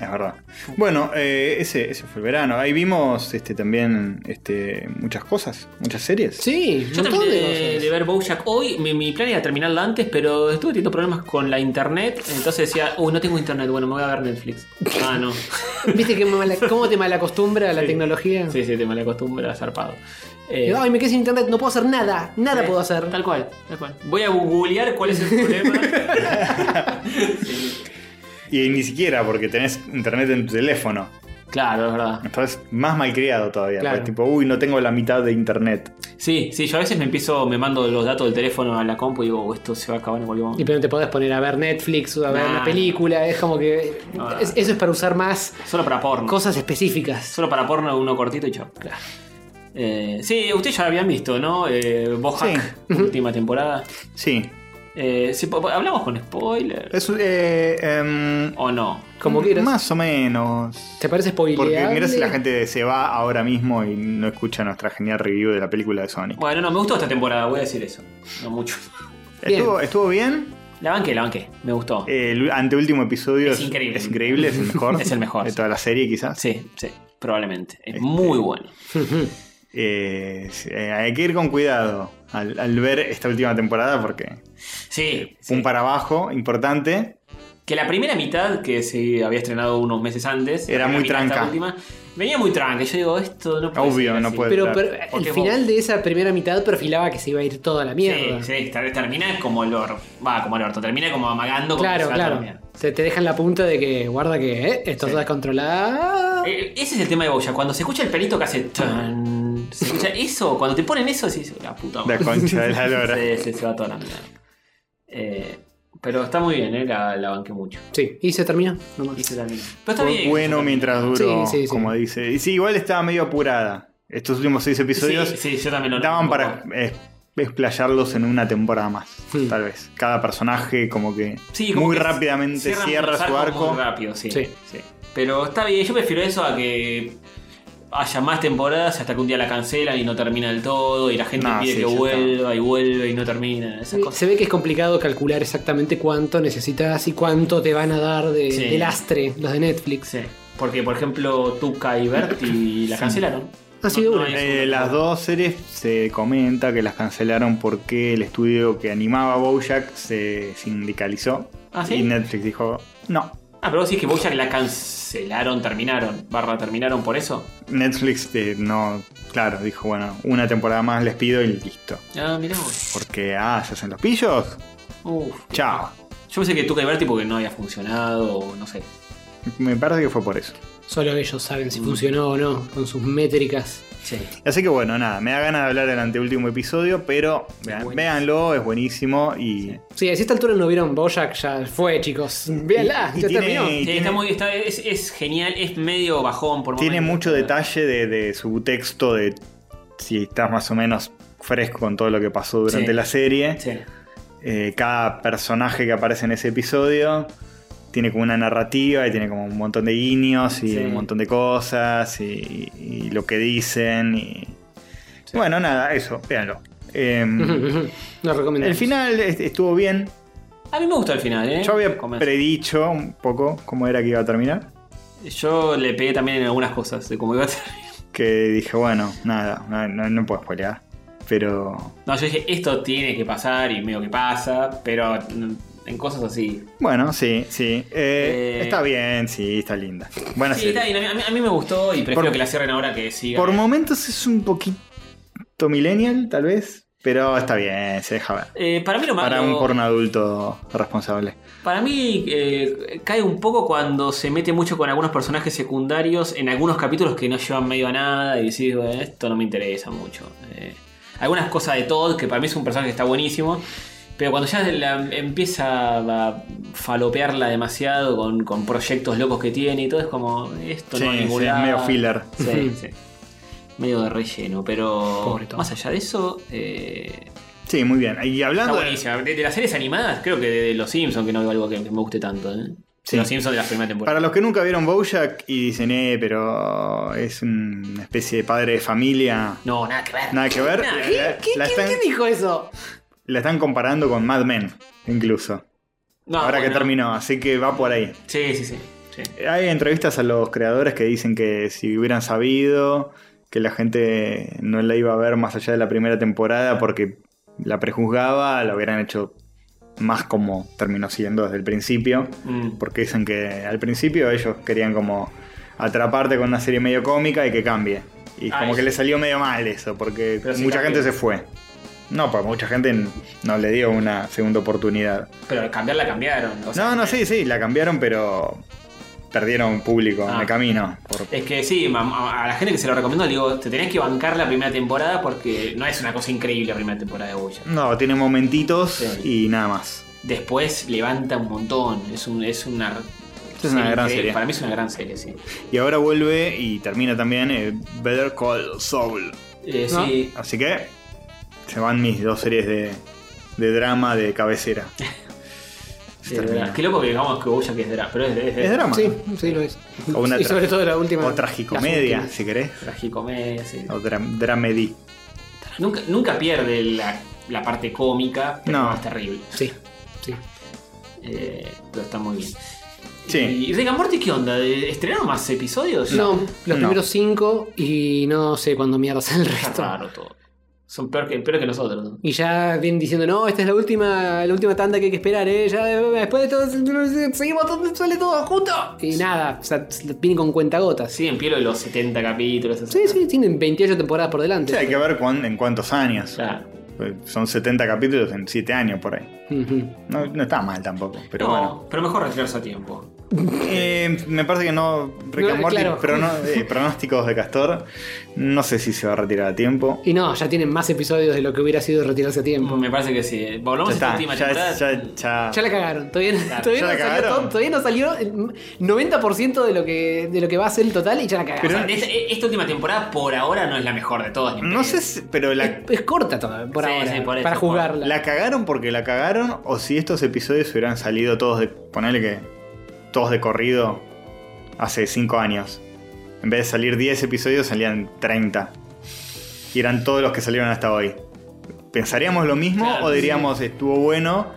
[SPEAKER 2] Es verdad. Bueno, eh, ese, ese fue el verano. Ahí vimos este, también este, muchas cosas, muchas series.
[SPEAKER 3] Sí,
[SPEAKER 1] Yo
[SPEAKER 3] un montón
[SPEAKER 1] terminé
[SPEAKER 3] de
[SPEAKER 1] de,
[SPEAKER 3] cosas.
[SPEAKER 1] de ver Bojack hoy. Mi, mi plan era terminarla antes, pero estuve teniendo problemas con la internet. Entonces decía, uy, no tengo internet. Bueno, me voy a ver
[SPEAKER 3] [LAUGHS]
[SPEAKER 1] Netflix. Ah, no.
[SPEAKER 3] ¿Viste que mala- cómo te malacostumbra la
[SPEAKER 1] Sí.
[SPEAKER 3] tecnología?
[SPEAKER 1] Sí, sí, te malacostumbra, zarpado. Eh,
[SPEAKER 3] Ay, me quedé sin internet, no puedo hacer nada, nada
[SPEAKER 1] eh,
[SPEAKER 3] puedo hacer.
[SPEAKER 1] Tal cual, tal cual. Voy a googlear cuál es el problema.
[SPEAKER 3] [LAUGHS]
[SPEAKER 2] Y ni siquiera porque tenés internet en tu teléfono.
[SPEAKER 1] Claro, es verdad.
[SPEAKER 2] Entonces, más malcriado todavía.
[SPEAKER 1] Claro.
[SPEAKER 2] pues, tipo, uy, no tengo la mitad de internet.
[SPEAKER 1] Sí, sí, yo a veces me empiezo, me mando los datos del teléfono a la compu y digo, "Oh, esto se va a acabar en cualquier
[SPEAKER 3] Y
[SPEAKER 1] momento.
[SPEAKER 3] pero no te podés poner a ver Netflix o a ver
[SPEAKER 1] Nah. Ah.
[SPEAKER 3] una película. Es como que.
[SPEAKER 1] No,
[SPEAKER 3] es-
[SPEAKER 1] no.
[SPEAKER 3] eso es para usar más
[SPEAKER 1] Solo para porno.
[SPEAKER 3] cosas específicas.
[SPEAKER 1] Solo para porno, uno cortito y chao. Eh, sí, ustedes ya habían visto, ¿no? Eh, Bojack, última temporada.
[SPEAKER 2] Sí.
[SPEAKER 1] Eh, sí, po- po- ¿Hablamos con spoiler?
[SPEAKER 2] Es, eh, em,
[SPEAKER 1] ¿O no?
[SPEAKER 3] Como quieras.
[SPEAKER 2] Más o menos.
[SPEAKER 3] ¿Te parece spoileable?
[SPEAKER 2] Porque mira si la gente se va ahora mismo y no escucha nuestra genial review de la película de Sonic.
[SPEAKER 1] Bueno, no, me gustó esta temporada, voy a decir eso. No mucho.
[SPEAKER 3] bien.
[SPEAKER 2] Estuvo, estuvo bien.
[SPEAKER 1] La banqué, la banqué. Me gustó.
[SPEAKER 2] El anteúltimo episodio
[SPEAKER 1] Es increíble.
[SPEAKER 2] Es increíble, es el mejor.
[SPEAKER 1] [LAUGHS] Es el mejor,
[SPEAKER 2] De
[SPEAKER 1] sí.
[SPEAKER 2] toda la serie, quizás.
[SPEAKER 1] Sí, sí, probablemente. Es muy bueno.
[SPEAKER 2] Eh, sí, eh, hay que ir con cuidado al, al ver esta última temporada porque
[SPEAKER 1] Sí, sí.
[SPEAKER 2] un para abajo importante.
[SPEAKER 1] Que la primera mitad, que se había estrenado unos meses antes,
[SPEAKER 2] Era
[SPEAKER 1] la
[SPEAKER 2] muy
[SPEAKER 1] primera mitad,
[SPEAKER 2] tranca.
[SPEAKER 1] esta última, venía muy tranca. Yo digo, esto no puede
[SPEAKER 2] Obvio,
[SPEAKER 1] ser
[SPEAKER 2] no
[SPEAKER 1] así.
[SPEAKER 2] puede.
[SPEAKER 3] Pero,
[SPEAKER 2] Claro,
[SPEAKER 3] pero el
[SPEAKER 1] porque
[SPEAKER 3] final
[SPEAKER 1] vos-
[SPEAKER 3] de esa primera mitad perfilaba que se iba a ir toda la mierda.
[SPEAKER 1] Sí, sí, ter- termina como el orto. Va, como el orto. Termina como amagando. como
[SPEAKER 3] Claro,
[SPEAKER 1] que se va a
[SPEAKER 3] claro.
[SPEAKER 1] terminar.
[SPEAKER 3] Te, te dejan la punta de que guarda que eh, esto
[SPEAKER 1] Sí.
[SPEAKER 3] está descontrolado.
[SPEAKER 1] Eh, ese es el tema de Boya. Cuando se escucha el perito que hace. tan, se escucha eso. Cuando te ponen eso, decís, la puta
[SPEAKER 2] La
[SPEAKER 1] madre.
[SPEAKER 2] concha
[SPEAKER 1] [LAUGHS]
[SPEAKER 2] de la lora.
[SPEAKER 1] Sí, sí, se va toda la mierda. Eh, pero está muy bien, eh, la, la banqué mucho.
[SPEAKER 3] Sí, y se terminó nomás.
[SPEAKER 1] Y se también. Pero está
[SPEAKER 2] Fue
[SPEAKER 1] bien.
[SPEAKER 2] bueno mientras duró,
[SPEAKER 3] Sí, sí, sí.
[SPEAKER 2] como dice. Y sí, igual estaba medio apurada. Estos últimos seis episodios
[SPEAKER 1] Sí, sí, yo también lo
[SPEAKER 2] daban
[SPEAKER 1] un poco.
[SPEAKER 2] para eh, explayarlos en una temporada más,
[SPEAKER 3] Hmm.
[SPEAKER 2] tal vez. Cada personaje como que
[SPEAKER 1] Sí, como
[SPEAKER 2] muy
[SPEAKER 1] que
[SPEAKER 2] rápidamente
[SPEAKER 1] cierran
[SPEAKER 2] cierra
[SPEAKER 1] los
[SPEAKER 2] su
[SPEAKER 1] arcos
[SPEAKER 2] arco.
[SPEAKER 1] Muy rápido, sí.
[SPEAKER 3] Sí.
[SPEAKER 1] sí. Pero está bien, yo prefiero eso a que haya más temporadas hasta que un día la cancelan y no termina del todo y la gente
[SPEAKER 2] No,
[SPEAKER 1] pide
[SPEAKER 2] sí,
[SPEAKER 1] que
[SPEAKER 2] ya está.
[SPEAKER 1] vuelva y vuelve y no termina. Esas cosas.
[SPEAKER 3] Se ve que es complicado calcular exactamente cuánto necesitas y cuánto te van a dar de,
[SPEAKER 1] Sí.
[SPEAKER 3] de lastre los de Netflix.
[SPEAKER 1] Sí. Porque, por ejemplo, Tuca y Berti la cancelaron.
[SPEAKER 3] Ah, sí, de una.
[SPEAKER 1] hay
[SPEAKER 2] Eh,
[SPEAKER 1] segunda
[SPEAKER 2] las
[SPEAKER 1] temporada.
[SPEAKER 2] dos series se comenta que las cancelaron porque el estudio que animaba a Bojack se sindicalizó.
[SPEAKER 1] ¿Ah, sí?
[SPEAKER 2] Y Netflix dijo, no.
[SPEAKER 1] Ah, pero vos decís que Bojack la cancelaron, terminaron. Barra, terminaron por eso.
[SPEAKER 2] Netflix eh, no, claro, dijo, bueno, una temporada más les pido y listo.
[SPEAKER 1] Ah, mirá vos.
[SPEAKER 2] Porque, ah, se hacen los pillos.
[SPEAKER 1] Uf.
[SPEAKER 2] Chao.
[SPEAKER 1] Yo pensé que Tuca y Berti porque no había funcionado, o no sé.
[SPEAKER 2] Me parece que fue por eso.
[SPEAKER 3] Solo ellos saben si funcionó o no con sus métricas.
[SPEAKER 1] Sí.
[SPEAKER 2] Así que bueno, nada, me da ganas de hablar del anteúltimo episodio, pero vean-
[SPEAKER 1] buenísimo.
[SPEAKER 2] véanlo, es buenísimo y,
[SPEAKER 3] Sí, a esta altura no vieron Bojack, ya fue, chicos. Véanla,
[SPEAKER 2] Y- y
[SPEAKER 3] ya
[SPEAKER 2] tiene-
[SPEAKER 3] terminó.
[SPEAKER 1] Sí,
[SPEAKER 2] tiene-
[SPEAKER 1] está muy, está- es, es genial, es medio bajón por
[SPEAKER 2] tiene
[SPEAKER 1] momentos,
[SPEAKER 2] mucho
[SPEAKER 1] pero-
[SPEAKER 2] detalle de, de su texto, de si estás más o menos fresco con todo lo que pasó durante
[SPEAKER 1] Sí.
[SPEAKER 2] la serie.
[SPEAKER 1] Sí.
[SPEAKER 2] Eh, cada personaje que aparece en ese episodio tiene como una narrativa y tiene como un montón de guiños y
[SPEAKER 1] Sí.
[SPEAKER 2] un montón de cosas y, y lo que dicen. Y... Bueno, nada, eso, véanlo. Em,
[SPEAKER 1] [LAUGHS]
[SPEAKER 2] [LAUGHS]
[SPEAKER 3] Lo recomiendo.
[SPEAKER 2] el final est- estuvo bien,
[SPEAKER 1] A mí me gustó el final, ¿eh?
[SPEAKER 2] Yo había
[SPEAKER 1] Comienzo.
[SPEAKER 2] predicho un poco cómo era que iba a terminar.
[SPEAKER 1] Yo le pegué también en algunas cosas de cómo iba a terminar.
[SPEAKER 2] Que dije, bueno, nada, no, no, no puedo spoilear. Pero
[SPEAKER 1] [LAUGHS] No, yo dije, esto tiene que pasar y medio que pasa, pero mm, en cosas así.
[SPEAKER 2] bueno, sí, sí. eh,
[SPEAKER 1] Eh,
[SPEAKER 2] Está bien, sí, está linda. Buena
[SPEAKER 1] Sí,
[SPEAKER 2] serie.
[SPEAKER 1] está bien, a mí- a mí, a mí me gustó y prefiero
[SPEAKER 2] Por-
[SPEAKER 1] que la cierren ahora que siga.
[SPEAKER 2] Por momentos es un poquito millennial, tal vez. Pero está bien, se deja ver.
[SPEAKER 1] Eh, para mí lo malo,
[SPEAKER 2] Para un porno adulto responsable.
[SPEAKER 1] para mí eh, cae un poco cuando se mete mucho con algunos personajes secundarios en algunos capítulos que no llevan medio a nada y decís, "Bueno, esto no me interesa mucho. Eh, algunas cosas de Todd, que para mí es un personaje que está buenísimo, pero cuando ya la- empieza a falopearla demasiado con, con proyectos locos que tiene y todo, es como, esto
[SPEAKER 2] Sí,
[SPEAKER 1] no va a ningún
[SPEAKER 2] sí, es
[SPEAKER 1] lado.
[SPEAKER 2] medio filler.
[SPEAKER 3] [LAUGHS]
[SPEAKER 1] Sí, sí. Medio de relleno, pero
[SPEAKER 3] Pobre Todd.
[SPEAKER 1] más allá de eso... eh,
[SPEAKER 2] Sí, muy bien. Y
[SPEAKER 1] Está
[SPEAKER 2] hablando. de-
[SPEAKER 1] buenísima. De, de las series animadas, creo que de, de Los Simpsons, que no veo algo que, que me guste tanto. ¿eh?
[SPEAKER 2] Sí.
[SPEAKER 1] Los Simpsons de la primera temporada.
[SPEAKER 2] Para los que nunca vieron Bojack y dicen, eh, pero es una especie de padre de familia.
[SPEAKER 1] No, nada que ver.
[SPEAKER 2] Nada
[SPEAKER 1] [LAUGHS]
[SPEAKER 2] que ver.
[SPEAKER 1] Nada,
[SPEAKER 2] La-
[SPEAKER 3] ¿Qué, qué-
[SPEAKER 2] la
[SPEAKER 3] qué-
[SPEAKER 2] están-
[SPEAKER 3] qué dijo eso?
[SPEAKER 2] La están comparando con Mad Men, incluso.
[SPEAKER 1] No,
[SPEAKER 2] ahora que
[SPEAKER 1] Ah, bueno.
[SPEAKER 2] terminó, así que va por ahí.
[SPEAKER 1] Sí, sí, sí. sí.
[SPEAKER 2] Hay entrevistas a los creadores que dicen que si hubieran sabido que la gente no la iba a ver más allá de la primera temporada porque la prejuzgaba, la hubieran hecho más como terminó siendo desde el principio.
[SPEAKER 1] Mm.
[SPEAKER 2] Porque dicen que al principio ellos querían como atraparte con una serie medio cómica y que cambie. Y
[SPEAKER 1] Ah,
[SPEAKER 2] como que
[SPEAKER 1] sí.
[SPEAKER 2] le salió medio mal eso, porque
[SPEAKER 1] Pero sí
[SPEAKER 2] mucha
[SPEAKER 1] cambió.
[SPEAKER 2] gente se fue. No, pues mucha gente no le dio una segunda oportunidad.
[SPEAKER 1] Pero al cambiarla cambiaron. o sea, eh,
[SPEAKER 2] no, no, sí, sí, la cambiaron, pero. perdieron público en
[SPEAKER 1] Ah.
[SPEAKER 2] el camino. por-
[SPEAKER 1] Es que sí, mam- a a la gente que se lo recomiendo le digo, te tenés que bancar la primera temporada porque no es una cosa increíble la primera temporada de Boya.
[SPEAKER 2] No, tiene momentitos
[SPEAKER 1] Sí.
[SPEAKER 2] y nada más.
[SPEAKER 1] Después levanta un montón, es, un, es una...
[SPEAKER 2] Es una gran
[SPEAKER 1] increíble.
[SPEAKER 2] serie.
[SPEAKER 1] Para mí es una gran serie, sí.
[SPEAKER 2] Y ahora vuelve y termina también eh, Better Call Saul.
[SPEAKER 1] Eh,
[SPEAKER 3] ¿No?
[SPEAKER 1] Sí,
[SPEAKER 2] Así que se van mis dos series de, de drama de cabecera. Se
[SPEAKER 1] es
[SPEAKER 2] termina.
[SPEAKER 1] verdad. eh, Qué loco que digamos que Boya que es drama, pero es, es,
[SPEAKER 2] Es drama.
[SPEAKER 3] Sí, sí, lo es.
[SPEAKER 2] O una
[SPEAKER 3] y sobre
[SPEAKER 2] tra-
[SPEAKER 3] todo la última.
[SPEAKER 2] o tragicomedia,
[SPEAKER 3] las últimas.
[SPEAKER 2] si querés.
[SPEAKER 1] tragicomedia, sí.
[SPEAKER 2] O dra- dramedy.
[SPEAKER 1] Nunca, nunca pierde la, la parte cómica, pero
[SPEAKER 2] No.
[SPEAKER 1] no. es terrible.
[SPEAKER 3] Sí, sí.
[SPEAKER 1] Eh, pero está muy bien.
[SPEAKER 2] Sí.
[SPEAKER 1] ¿Y Rick and Morty qué onda? ¿Estrenaron más episodios?
[SPEAKER 3] No, los
[SPEAKER 2] No.
[SPEAKER 3] primeros cinco y no sé cuándo mierda sea el
[SPEAKER 1] Está
[SPEAKER 3] resto.
[SPEAKER 1] raro todo. Son peor que, peor que nosotros. ¿no?
[SPEAKER 3] Y ya vienen diciendo, no, esta es la última, la última tanda que hay que esperar, ¿eh? Ya eh, después de todo, seguimos, todo- sale todo junto. Y nada, o sea, vienen con cuentagotas. Sí,
[SPEAKER 1] Sí, en pie lo de los 70 capítulos. así.
[SPEAKER 3] sí, sí, tienen 28 temporadas por delante.
[SPEAKER 2] Sí, hay que ver cuán- en cuántos años.
[SPEAKER 1] Claro.
[SPEAKER 2] Eh, Son 70 capítulos en 7 años por ahí.
[SPEAKER 3] Ujú.
[SPEAKER 2] No, no está mal tampoco, pero
[SPEAKER 1] No,
[SPEAKER 2] bueno.
[SPEAKER 1] pero mejor retirarse a tiempo.
[SPEAKER 2] Eh, me parece que no. Rick
[SPEAKER 3] No,
[SPEAKER 2] and Morty,
[SPEAKER 3] claro.
[SPEAKER 2] prono- eh, pronósticos de Castor. No sé si se va a retirar a tiempo.
[SPEAKER 3] Y no, ya tienen más episodios de lo que hubiera sido retirarse a
[SPEAKER 2] Mm.
[SPEAKER 3] tiempo.
[SPEAKER 1] Me parece que sí. Volvamos
[SPEAKER 2] Ya
[SPEAKER 1] a esta
[SPEAKER 2] está,
[SPEAKER 1] última
[SPEAKER 2] ya,
[SPEAKER 1] temporada.
[SPEAKER 2] ya- ya-
[SPEAKER 3] Ya la cagaron, todavía,
[SPEAKER 1] Ya
[SPEAKER 3] todavía,
[SPEAKER 2] la
[SPEAKER 3] no, salió
[SPEAKER 2] cagaron.
[SPEAKER 3] todo- todavía no salió el 90% de lo que, de lo que va a ser el total y ya la
[SPEAKER 1] O
[SPEAKER 3] cagaron.
[SPEAKER 1] sea, esta, esta última temporada por ahora no es la mejor de todas. ni en
[SPEAKER 2] No
[SPEAKER 1] pedo.
[SPEAKER 2] sé, si- pero la,
[SPEAKER 3] es, es corta todavía por
[SPEAKER 1] Sí,
[SPEAKER 3] ahora,
[SPEAKER 1] sí, por eso,
[SPEAKER 3] para
[SPEAKER 1] por-
[SPEAKER 3] juzgarla.
[SPEAKER 2] la cagaron porque la cagaron o si estos episodios hubieran salido todos de. Ponele que. Todos de corrido hace 5 años. En vez de salir 10 episodios, salían 30. Y eran todos los que salieron hasta hoy. ¿Pensaríamos lo mismo
[SPEAKER 1] Claro,
[SPEAKER 2] o diríamos estuvo bueno?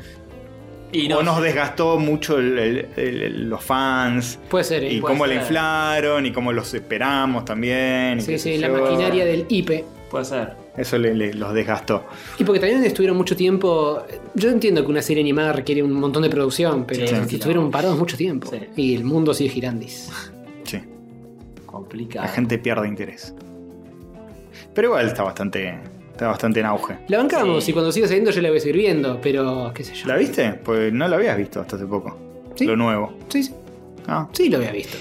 [SPEAKER 1] Y
[SPEAKER 2] o nos desgastó mucho el- el- el- los fans.
[SPEAKER 3] Puede ser, ¿eh?
[SPEAKER 2] Y
[SPEAKER 1] puede
[SPEAKER 2] cómo la
[SPEAKER 1] ser.
[SPEAKER 2] inflaron y cómo los esperamos también. y
[SPEAKER 3] Sí,
[SPEAKER 2] qué
[SPEAKER 3] sí,
[SPEAKER 2] sé
[SPEAKER 3] la
[SPEAKER 2] yo.
[SPEAKER 3] maquinaria del IP.
[SPEAKER 1] puede ser.
[SPEAKER 2] Eso le- le- los desgastó.
[SPEAKER 3] Y porque también estuvieron mucho tiempo. Yo entiendo que una serie animada requiere un montón de producción, pero
[SPEAKER 1] Sí, sí,
[SPEAKER 3] estuvieron
[SPEAKER 1] no.
[SPEAKER 3] parados mucho tiempo.
[SPEAKER 1] Sí.
[SPEAKER 3] Y el mundo sigue girandis.
[SPEAKER 2] Sí.
[SPEAKER 1] Complicado.
[SPEAKER 2] La gente pierde interés. Pero igual está bastante. Está bastante en auge.
[SPEAKER 3] La bancamos
[SPEAKER 1] Sí.
[SPEAKER 3] y cuando siga saliendo yo la voy a seguir viendo, pero qué sé yo.
[SPEAKER 2] ¿La viste? Pues no la habías visto hasta hace poco.
[SPEAKER 3] Sí.
[SPEAKER 2] Lo nuevo.
[SPEAKER 3] Sí, sí,
[SPEAKER 2] Ah,
[SPEAKER 3] sí, lo había visto.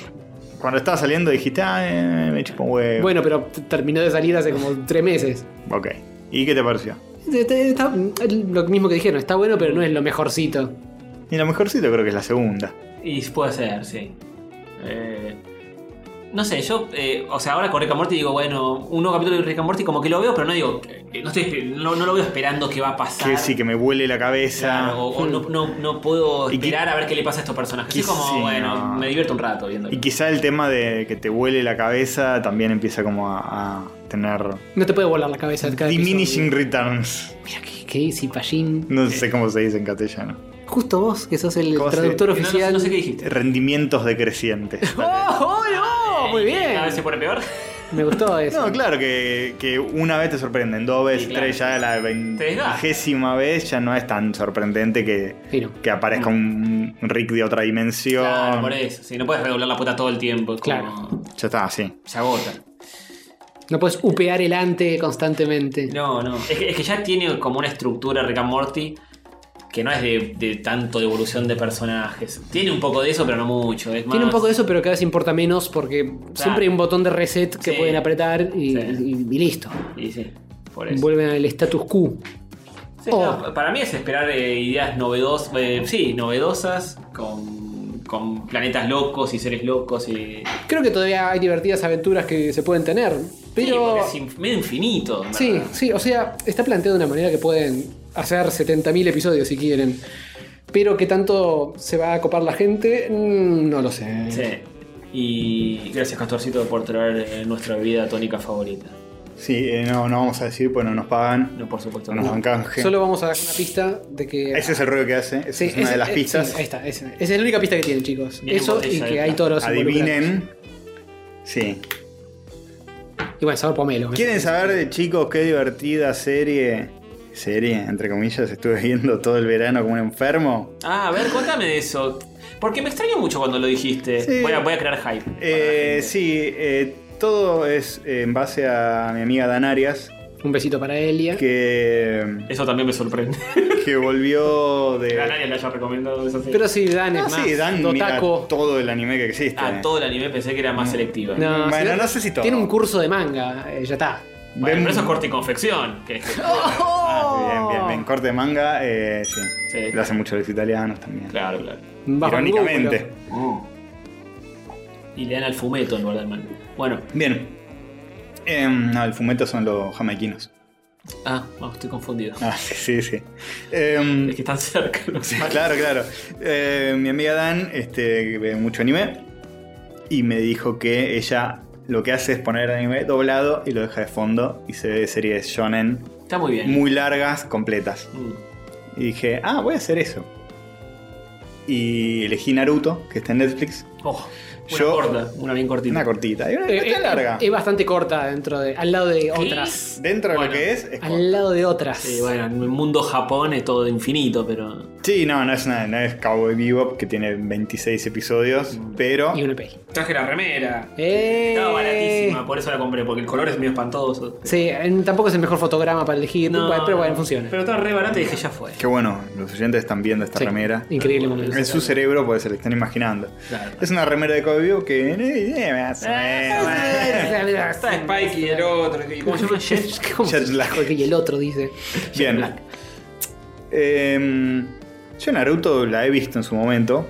[SPEAKER 2] Cuando estaba saliendo dijiste, ah, eh, me chupo un huevo.
[SPEAKER 3] Bueno, pero t- terminó de salir hace
[SPEAKER 2] [LAUGHS]
[SPEAKER 3] como tres meses.
[SPEAKER 2] Ok. ¿Y qué te pareció?
[SPEAKER 3] Está- está- lo mismo que dijeron, está bueno, pero no es lo mejorcito.
[SPEAKER 2] Y lo mejorcito creo que es la segunda.
[SPEAKER 1] Y puede ser, sí. Eh, no sé, yo, eh, o sea, ahora con Rick and Morty digo, bueno, un nuevo capítulo de Rick and Morty como que lo veo, pero no digo, eh, no, estoy, no, no lo veo esperando que va a pasar.
[SPEAKER 2] Que sí, que me huele la cabeza.
[SPEAKER 1] Claro, o, o no, no- no puedo
[SPEAKER 2] Y qui-
[SPEAKER 1] esperar a ver qué le pasa a estos personajes. Es
[SPEAKER 2] Quis-
[SPEAKER 1] como,
[SPEAKER 2] sí,
[SPEAKER 1] bueno,
[SPEAKER 2] no.
[SPEAKER 1] me divierto un rato viendo.
[SPEAKER 2] Y quizá el tema de que te huele la cabeza también empieza como a- a tener
[SPEAKER 3] No te puede volar la cabeza. cada
[SPEAKER 2] Diminishing
[SPEAKER 3] episodio.
[SPEAKER 2] returns.
[SPEAKER 3] Mira, qué, qué easy, payín.
[SPEAKER 2] No sé cómo se dice en castellano.
[SPEAKER 3] Justo vos, que sos el
[SPEAKER 2] ¿Cómo se-
[SPEAKER 3] traductor
[SPEAKER 1] No, no,
[SPEAKER 3] oficial.
[SPEAKER 1] sé- no sé qué dijiste.
[SPEAKER 2] Rendimientos
[SPEAKER 3] [LAUGHS]
[SPEAKER 2] decrecientes.
[SPEAKER 3] ¡Oh, oh, no! Muy bien.
[SPEAKER 1] Eh, Cada vez se pone peor.
[SPEAKER 2] [LAUGHS]
[SPEAKER 3] Me gustó eso.
[SPEAKER 2] No, claro que, que una vez te sorprenden, dos veces,
[SPEAKER 1] claro.
[SPEAKER 2] tres, ya la
[SPEAKER 1] Te desgasta.
[SPEAKER 2] vigésima vez ya no es tan sorprendente que,
[SPEAKER 3] Sí, no.
[SPEAKER 2] que aparezca un Rick de otra dimensión.
[SPEAKER 1] Claro, por eso. Si no puedes redoblar la puta todo el tiempo. es como-
[SPEAKER 3] Claro.
[SPEAKER 2] ya está, sí.
[SPEAKER 1] Se agota.
[SPEAKER 3] No puedes upear el ante constantemente.
[SPEAKER 1] No, no. Es que, es que ya tiene como una estructura Rick and Morty que no es de, de tanto de evolución de personajes. Tiene un poco de eso, pero no mucho. Es más,
[SPEAKER 3] Tiene un poco de eso, pero cada vez importa menos porque siempre hay un botón de reset que
[SPEAKER 1] Sí.
[SPEAKER 3] pueden apretar y,
[SPEAKER 1] Sí.
[SPEAKER 3] y- y listo.
[SPEAKER 1] Y sí, por eso.
[SPEAKER 3] Vuelven al status quo.
[SPEAKER 1] Sí,
[SPEAKER 3] Oh.
[SPEAKER 1] no, para mí es esperar eh, ideas novedosas, sí, novedosas, con, con planetas locos y seres locos. Y,
[SPEAKER 3] Creo que todavía hay divertidas aventuras que se pueden tener,
[SPEAKER 1] Sí, porque
[SPEAKER 3] pero...
[SPEAKER 1] es in- medio infinito. en
[SPEAKER 3] Sí,
[SPEAKER 1] verdad.
[SPEAKER 3] sí, o sea, está planteado de una manera que pueden hacer 70.000 episodios si quieren. Pero que tanto se va a copar la gente, Mm, no lo sé.
[SPEAKER 1] Sí. Y gracias, Castorcito, por traer eh, nuestra bebida tónica favorita.
[SPEAKER 2] Sí, eh, no, no vamos a decir, pues no nos pagan,
[SPEAKER 1] No, por supuesto.
[SPEAKER 2] no nos dan canje.
[SPEAKER 3] Solo vamos a dar una pista de que...
[SPEAKER 2] Ese es el ruido que hace, esa
[SPEAKER 3] Sí,
[SPEAKER 2] es una
[SPEAKER 3] ese-
[SPEAKER 2] de las
[SPEAKER 3] eh,
[SPEAKER 2] pistas.
[SPEAKER 3] sí, ahí está, ese. esa es la única pista que tienen, chicos.
[SPEAKER 1] Viene en
[SPEAKER 3] Eso y
[SPEAKER 1] botella,
[SPEAKER 3] que
[SPEAKER 1] ahí
[SPEAKER 3] hay
[SPEAKER 1] está.
[SPEAKER 3] toros. involucrados.
[SPEAKER 2] Adivinen. Sí.
[SPEAKER 3] Y bueno, sabor pomelo.
[SPEAKER 2] ¿Quieren saber, eh, chicos, qué divertida serie? Serie, entre comillas, estuve viendo todo el verano como un enfermo.
[SPEAKER 1] Ah, a ver, contame de eso. Porque me extrañó mucho cuando lo dijiste.
[SPEAKER 2] Sí.
[SPEAKER 1] Voy, a, voy a crear hype. para la
[SPEAKER 2] Eh,
[SPEAKER 1] gente.
[SPEAKER 2] sí, eh, todo es en base a mi amiga Dan Arias,
[SPEAKER 3] Un besito para Elia.
[SPEAKER 2] que,
[SPEAKER 1] Eso también me sorprende.
[SPEAKER 2] que volvió
[SPEAKER 1] Que a
[SPEAKER 2] de...
[SPEAKER 1] nadie le haya recomendado esa serie.
[SPEAKER 3] Pero sí, Dan es
[SPEAKER 2] Ah,
[SPEAKER 3] más.
[SPEAKER 2] sí, Dan mira
[SPEAKER 3] Dotaco.
[SPEAKER 2] todo el anime que existe.
[SPEAKER 1] Ah, todo el anime pensé que era más selectiva.
[SPEAKER 3] No,
[SPEAKER 2] Bueno,
[SPEAKER 3] si
[SPEAKER 2] no sé si todo.
[SPEAKER 3] Tiene un curso de manga, eh, ya está.
[SPEAKER 1] Bueno,
[SPEAKER 2] Ven-
[SPEAKER 1] pero eso es corte y confección. Que
[SPEAKER 2] Ah, bien, bien, bien. Corte de manga, eh, sí.
[SPEAKER 1] Sí.
[SPEAKER 2] Lo hacen mucho los italianos también.
[SPEAKER 1] Claro, claro.
[SPEAKER 3] Bajo el
[SPEAKER 2] Irónicamente.
[SPEAKER 3] ángulo.
[SPEAKER 1] Mm. Y le dan al fumeto en lugar del manga. Bueno,
[SPEAKER 2] Bien. Em, no, el fumeto son los jamaiquinos.
[SPEAKER 1] ah, no, estoy confundido.
[SPEAKER 2] Ah, [LAUGHS] sí, sí, sí. Em,
[SPEAKER 3] [LAUGHS]
[SPEAKER 1] Es que están [LAUGHS] cerca. no sé.
[SPEAKER 2] Sí, claro, claro. Eh, mi amiga Dan este, que ve mucho anime y me dijo que ella lo que hace es poner anime doblado y lo deja de fondo y se ve series shonen
[SPEAKER 1] Está muy bien.
[SPEAKER 2] muy largas, completas.
[SPEAKER 1] Mm.
[SPEAKER 2] Y dije, ah, voy a hacer eso. Y elegí Naruto, que está en Netflix.
[SPEAKER 1] Oh, una
[SPEAKER 2] Yo-
[SPEAKER 1] corta, una bien cortita.
[SPEAKER 2] Una cortita. Y una
[SPEAKER 3] Eh,
[SPEAKER 2] no
[SPEAKER 3] eh,
[SPEAKER 2] tan larga.
[SPEAKER 3] Es bastante corta dentro de. Al lado de otras.
[SPEAKER 2] Dentro de
[SPEAKER 1] Bueno.
[SPEAKER 2] lo que es, es
[SPEAKER 3] Al lado de otras.
[SPEAKER 1] Sí, bueno, en el mundo Japón es todo infinito, pero.
[SPEAKER 2] Sí, no, no es, una, no es Cowboy Bebop, que tiene 26 episodios, pero...
[SPEAKER 3] Mm. Y una peli.
[SPEAKER 1] Traje la remera.
[SPEAKER 3] Eh.
[SPEAKER 1] Estaba baratísima, por eso la compré, porque el color es medio espantoso.
[SPEAKER 3] Sí, en- tampoco es el mejor fotograma para elegir,
[SPEAKER 1] No,
[SPEAKER 3] pero bueno, funciona.
[SPEAKER 1] Pero estaba re barata y dije, ya fue.
[SPEAKER 2] Qué bueno, los oyentes están viendo esta
[SPEAKER 3] Sí,
[SPEAKER 2] remera.
[SPEAKER 3] Increíble momento.
[SPEAKER 2] En su cerebro, porque se le están imaginando.
[SPEAKER 1] Claro.
[SPEAKER 2] Es una remera de Cowboy Bebop que. eh, más
[SPEAKER 3] Ah,
[SPEAKER 2] o menos.
[SPEAKER 1] Está Spike y el otro. y- ¿Cómo
[SPEAKER 3] [LAUGHS]
[SPEAKER 1] se llama? Jet.
[SPEAKER 3] ¿Cómo
[SPEAKER 2] Jet
[SPEAKER 3] se-
[SPEAKER 2] lag.
[SPEAKER 3] Porque y el otro dice.
[SPEAKER 2] Bien. Em, yo Naruto la he visto en su momento.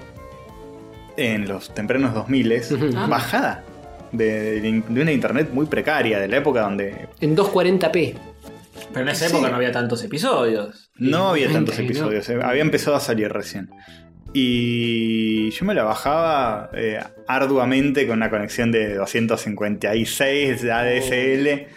[SPEAKER 2] En los tempranos 2000
[SPEAKER 3] Ujú.
[SPEAKER 2] Bajada. De, de una internet muy precaria, de la época donde
[SPEAKER 3] En 240p.
[SPEAKER 1] Pero en esa
[SPEAKER 2] Sí.
[SPEAKER 1] época no había tantos episodios.
[SPEAKER 2] No había tantos
[SPEAKER 3] Ay, no.
[SPEAKER 2] episodios, eh, había empezado a salir recién. Y yo me la bajaba eh, arduamente con una conexión de 256 de ADSL.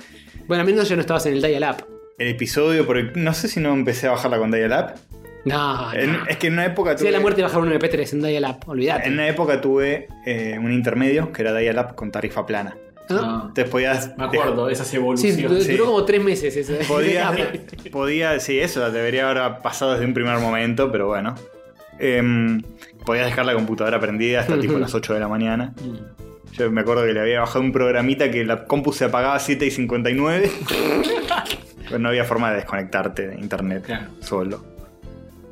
[SPEAKER 3] Bueno, a menos ya no estabas en el dial-up.
[SPEAKER 2] El episodio, porque no sé si no empecé a bajarla con Dial Up.
[SPEAKER 3] No,
[SPEAKER 2] En-
[SPEAKER 3] no.
[SPEAKER 2] Es que en una época
[SPEAKER 3] Si a
[SPEAKER 2] tuve,
[SPEAKER 3] la muerte bajar un MP3 en dial-up, olvídate.
[SPEAKER 2] en una época tuve eh, un intermedio que era Dial Up con tarifa plana.
[SPEAKER 3] ¿Ah?
[SPEAKER 1] No.
[SPEAKER 2] Entonces podías.
[SPEAKER 1] Me acuerdo, esas evoluciones.
[SPEAKER 3] Sí, du-
[SPEAKER 2] sí.
[SPEAKER 3] duró como tres meses ese. [LAUGHS]
[SPEAKER 2] Podía,
[SPEAKER 3] dial-up.
[SPEAKER 2] podía, sí, eso debería haber pasado desde un primer momento, pero bueno. Em, podías dejar la computadora prendida hasta tipo
[SPEAKER 3] Ujú.
[SPEAKER 2] las 8 de la mañana.
[SPEAKER 1] Mm.
[SPEAKER 2] Yo me acuerdo que le había bajado un programita que la compu se apagaba a 7 y 59. Pero no había forma de desconectarte de internet
[SPEAKER 1] Claro.
[SPEAKER 2] solo.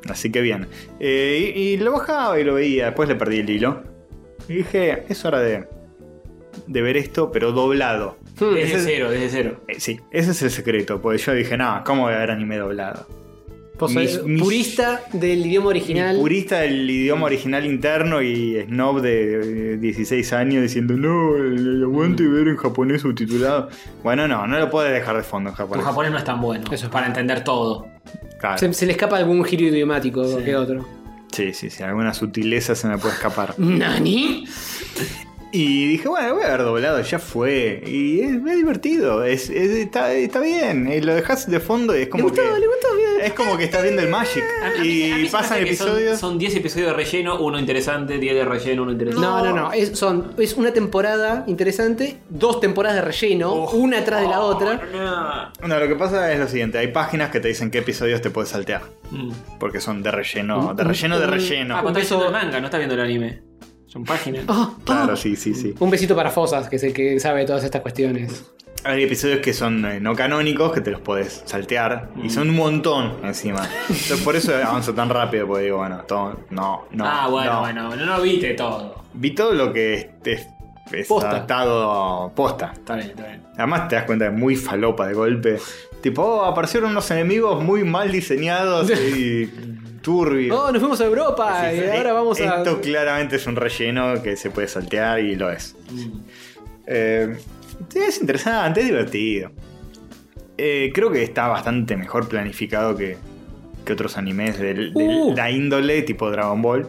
[SPEAKER 2] Así que bien. Eh, y, y lo bajaba y lo veía. Después le perdí el hilo. Y dije, es hora de, de ver esto, pero doblado.
[SPEAKER 3] Hmm,
[SPEAKER 1] Desde
[SPEAKER 2] Ese-
[SPEAKER 1] cero, desde cero.
[SPEAKER 2] Eh, sí, ese es el secreto. Porque yo dije, no, ¿cómo voy a ver anime doblado?
[SPEAKER 3] Vos
[SPEAKER 2] mis-
[SPEAKER 3] sos
[SPEAKER 2] mis-
[SPEAKER 3] purista del idioma original.
[SPEAKER 2] Purista del idioma original interno y snob de eh, 16 años diciendo, no, el- el aguante y ver en japonés subtitulado. Bueno, no, no lo puedes dejar de fondo en
[SPEAKER 1] Tu
[SPEAKER 2] japonés.
[SPEAKER 1] japonés no es tan bueno.
[SPEAKER 3] Eso.
[SPEAKER 1] Para entender todo.
[SPEAKER 2] Claro.
[SPEAKER 3] Se, se le escapa algún giro idiomático que otro.
[SPEAKER 2] Sí, sí, sí, alguna sutileza se me puede escapar.
[SPEAKER 3] ¿Nani?
[SPEAKER 2] Y dije, bueno, voy a haber doblado, ya fue. Y es, es divertido, es, es- está, está bien. Y lo dejas de fondo y es como que. Es como que estás viendo el Magic. Y pasan episodios.
[SPEAKER 1] Son 10 episodios de relleno, uno interesante, 10 de relleno, uno interesante.
[SPEAKER 3] No, no, no. Es, son, es una temporada interesante, dos temporadas de relleno,
[SPEAKER 1] Oh.
[SPEAKER 3] una atrás de la otra.
[SPEAKER 1] No.
[SPEAKER 2] No, lo que pasa es lo siguiente: hay páginas que te dicen qué episodios te puedes saltear.
[SPEAKER 1] Mm.
[SPEAKER 2] Porque son de relleno, de relleno, de
[SPEAKER 1] Ah,
[SPEAKER 2] relleno.
[SPEAKER 1] pero
[SPEAKER 3] Eso-
[SPEAKER 1] está viendo el manga, no está viendo el anime. Son páginas.
[SPEAKER 3] Ah, ah.
[SPEAKER 2] Claro, sí, sí, sí.
[SPEAKER 3] Un besito para Fosas, que es el que sabe todas estas cuestiones.
[SPEAKER 2] Hay episodios que son eh, no canónicos, que te los podés saltear.
[SPEAKER 1] Mm.
[SPEAKER 2] Y son un montón encima. Entonces, por eso avanzo tan rápido, porque digo, bueno, todo- no, no.
[SPEAKER 1] ah, bueno,
[SPEAKER 2] no.
[SPEAKER 1] bueno, no lo viste todo.
[SPEAKER 2] Vi todo lo que es, es- es
[SPEAKER 3] Posta.
[SPEAKER 2] atado posta.
[SPEAKER 1] Está bien, está
[SPEAKER 2] [LAUGHS]
[SPEAKER 1] bien.
[SPEAKER 2] Además te das cuenta que es muy falopa de golpe. Tipo, oh, aparecieron unos enemigos muy mal diseñados
[SPEAKER 1] [LAUGHS]
[SPEAKER 2] y turbios.
[SPEAKER 3] Oh, nos fuimos a Europa
[SPEAKER 2] Sí,
[SPEAKER 3] y
[SPEAKER 2] sí.
[SPEAKER 3] ahora vamos a.
[SPEAKER 2] Esto claramente es un relleno que se puede saltear y lo es.
[SPEAKER 1] Mm.
[SPEAKER 2] Eh, sí, es interesante, es divertido. Eh, creo que está bastante mejor planificado que, que otros animes del- de
[SPEAKER 3] Uh.
[SPEAKER 2] la índole, tipo Dragon Ball.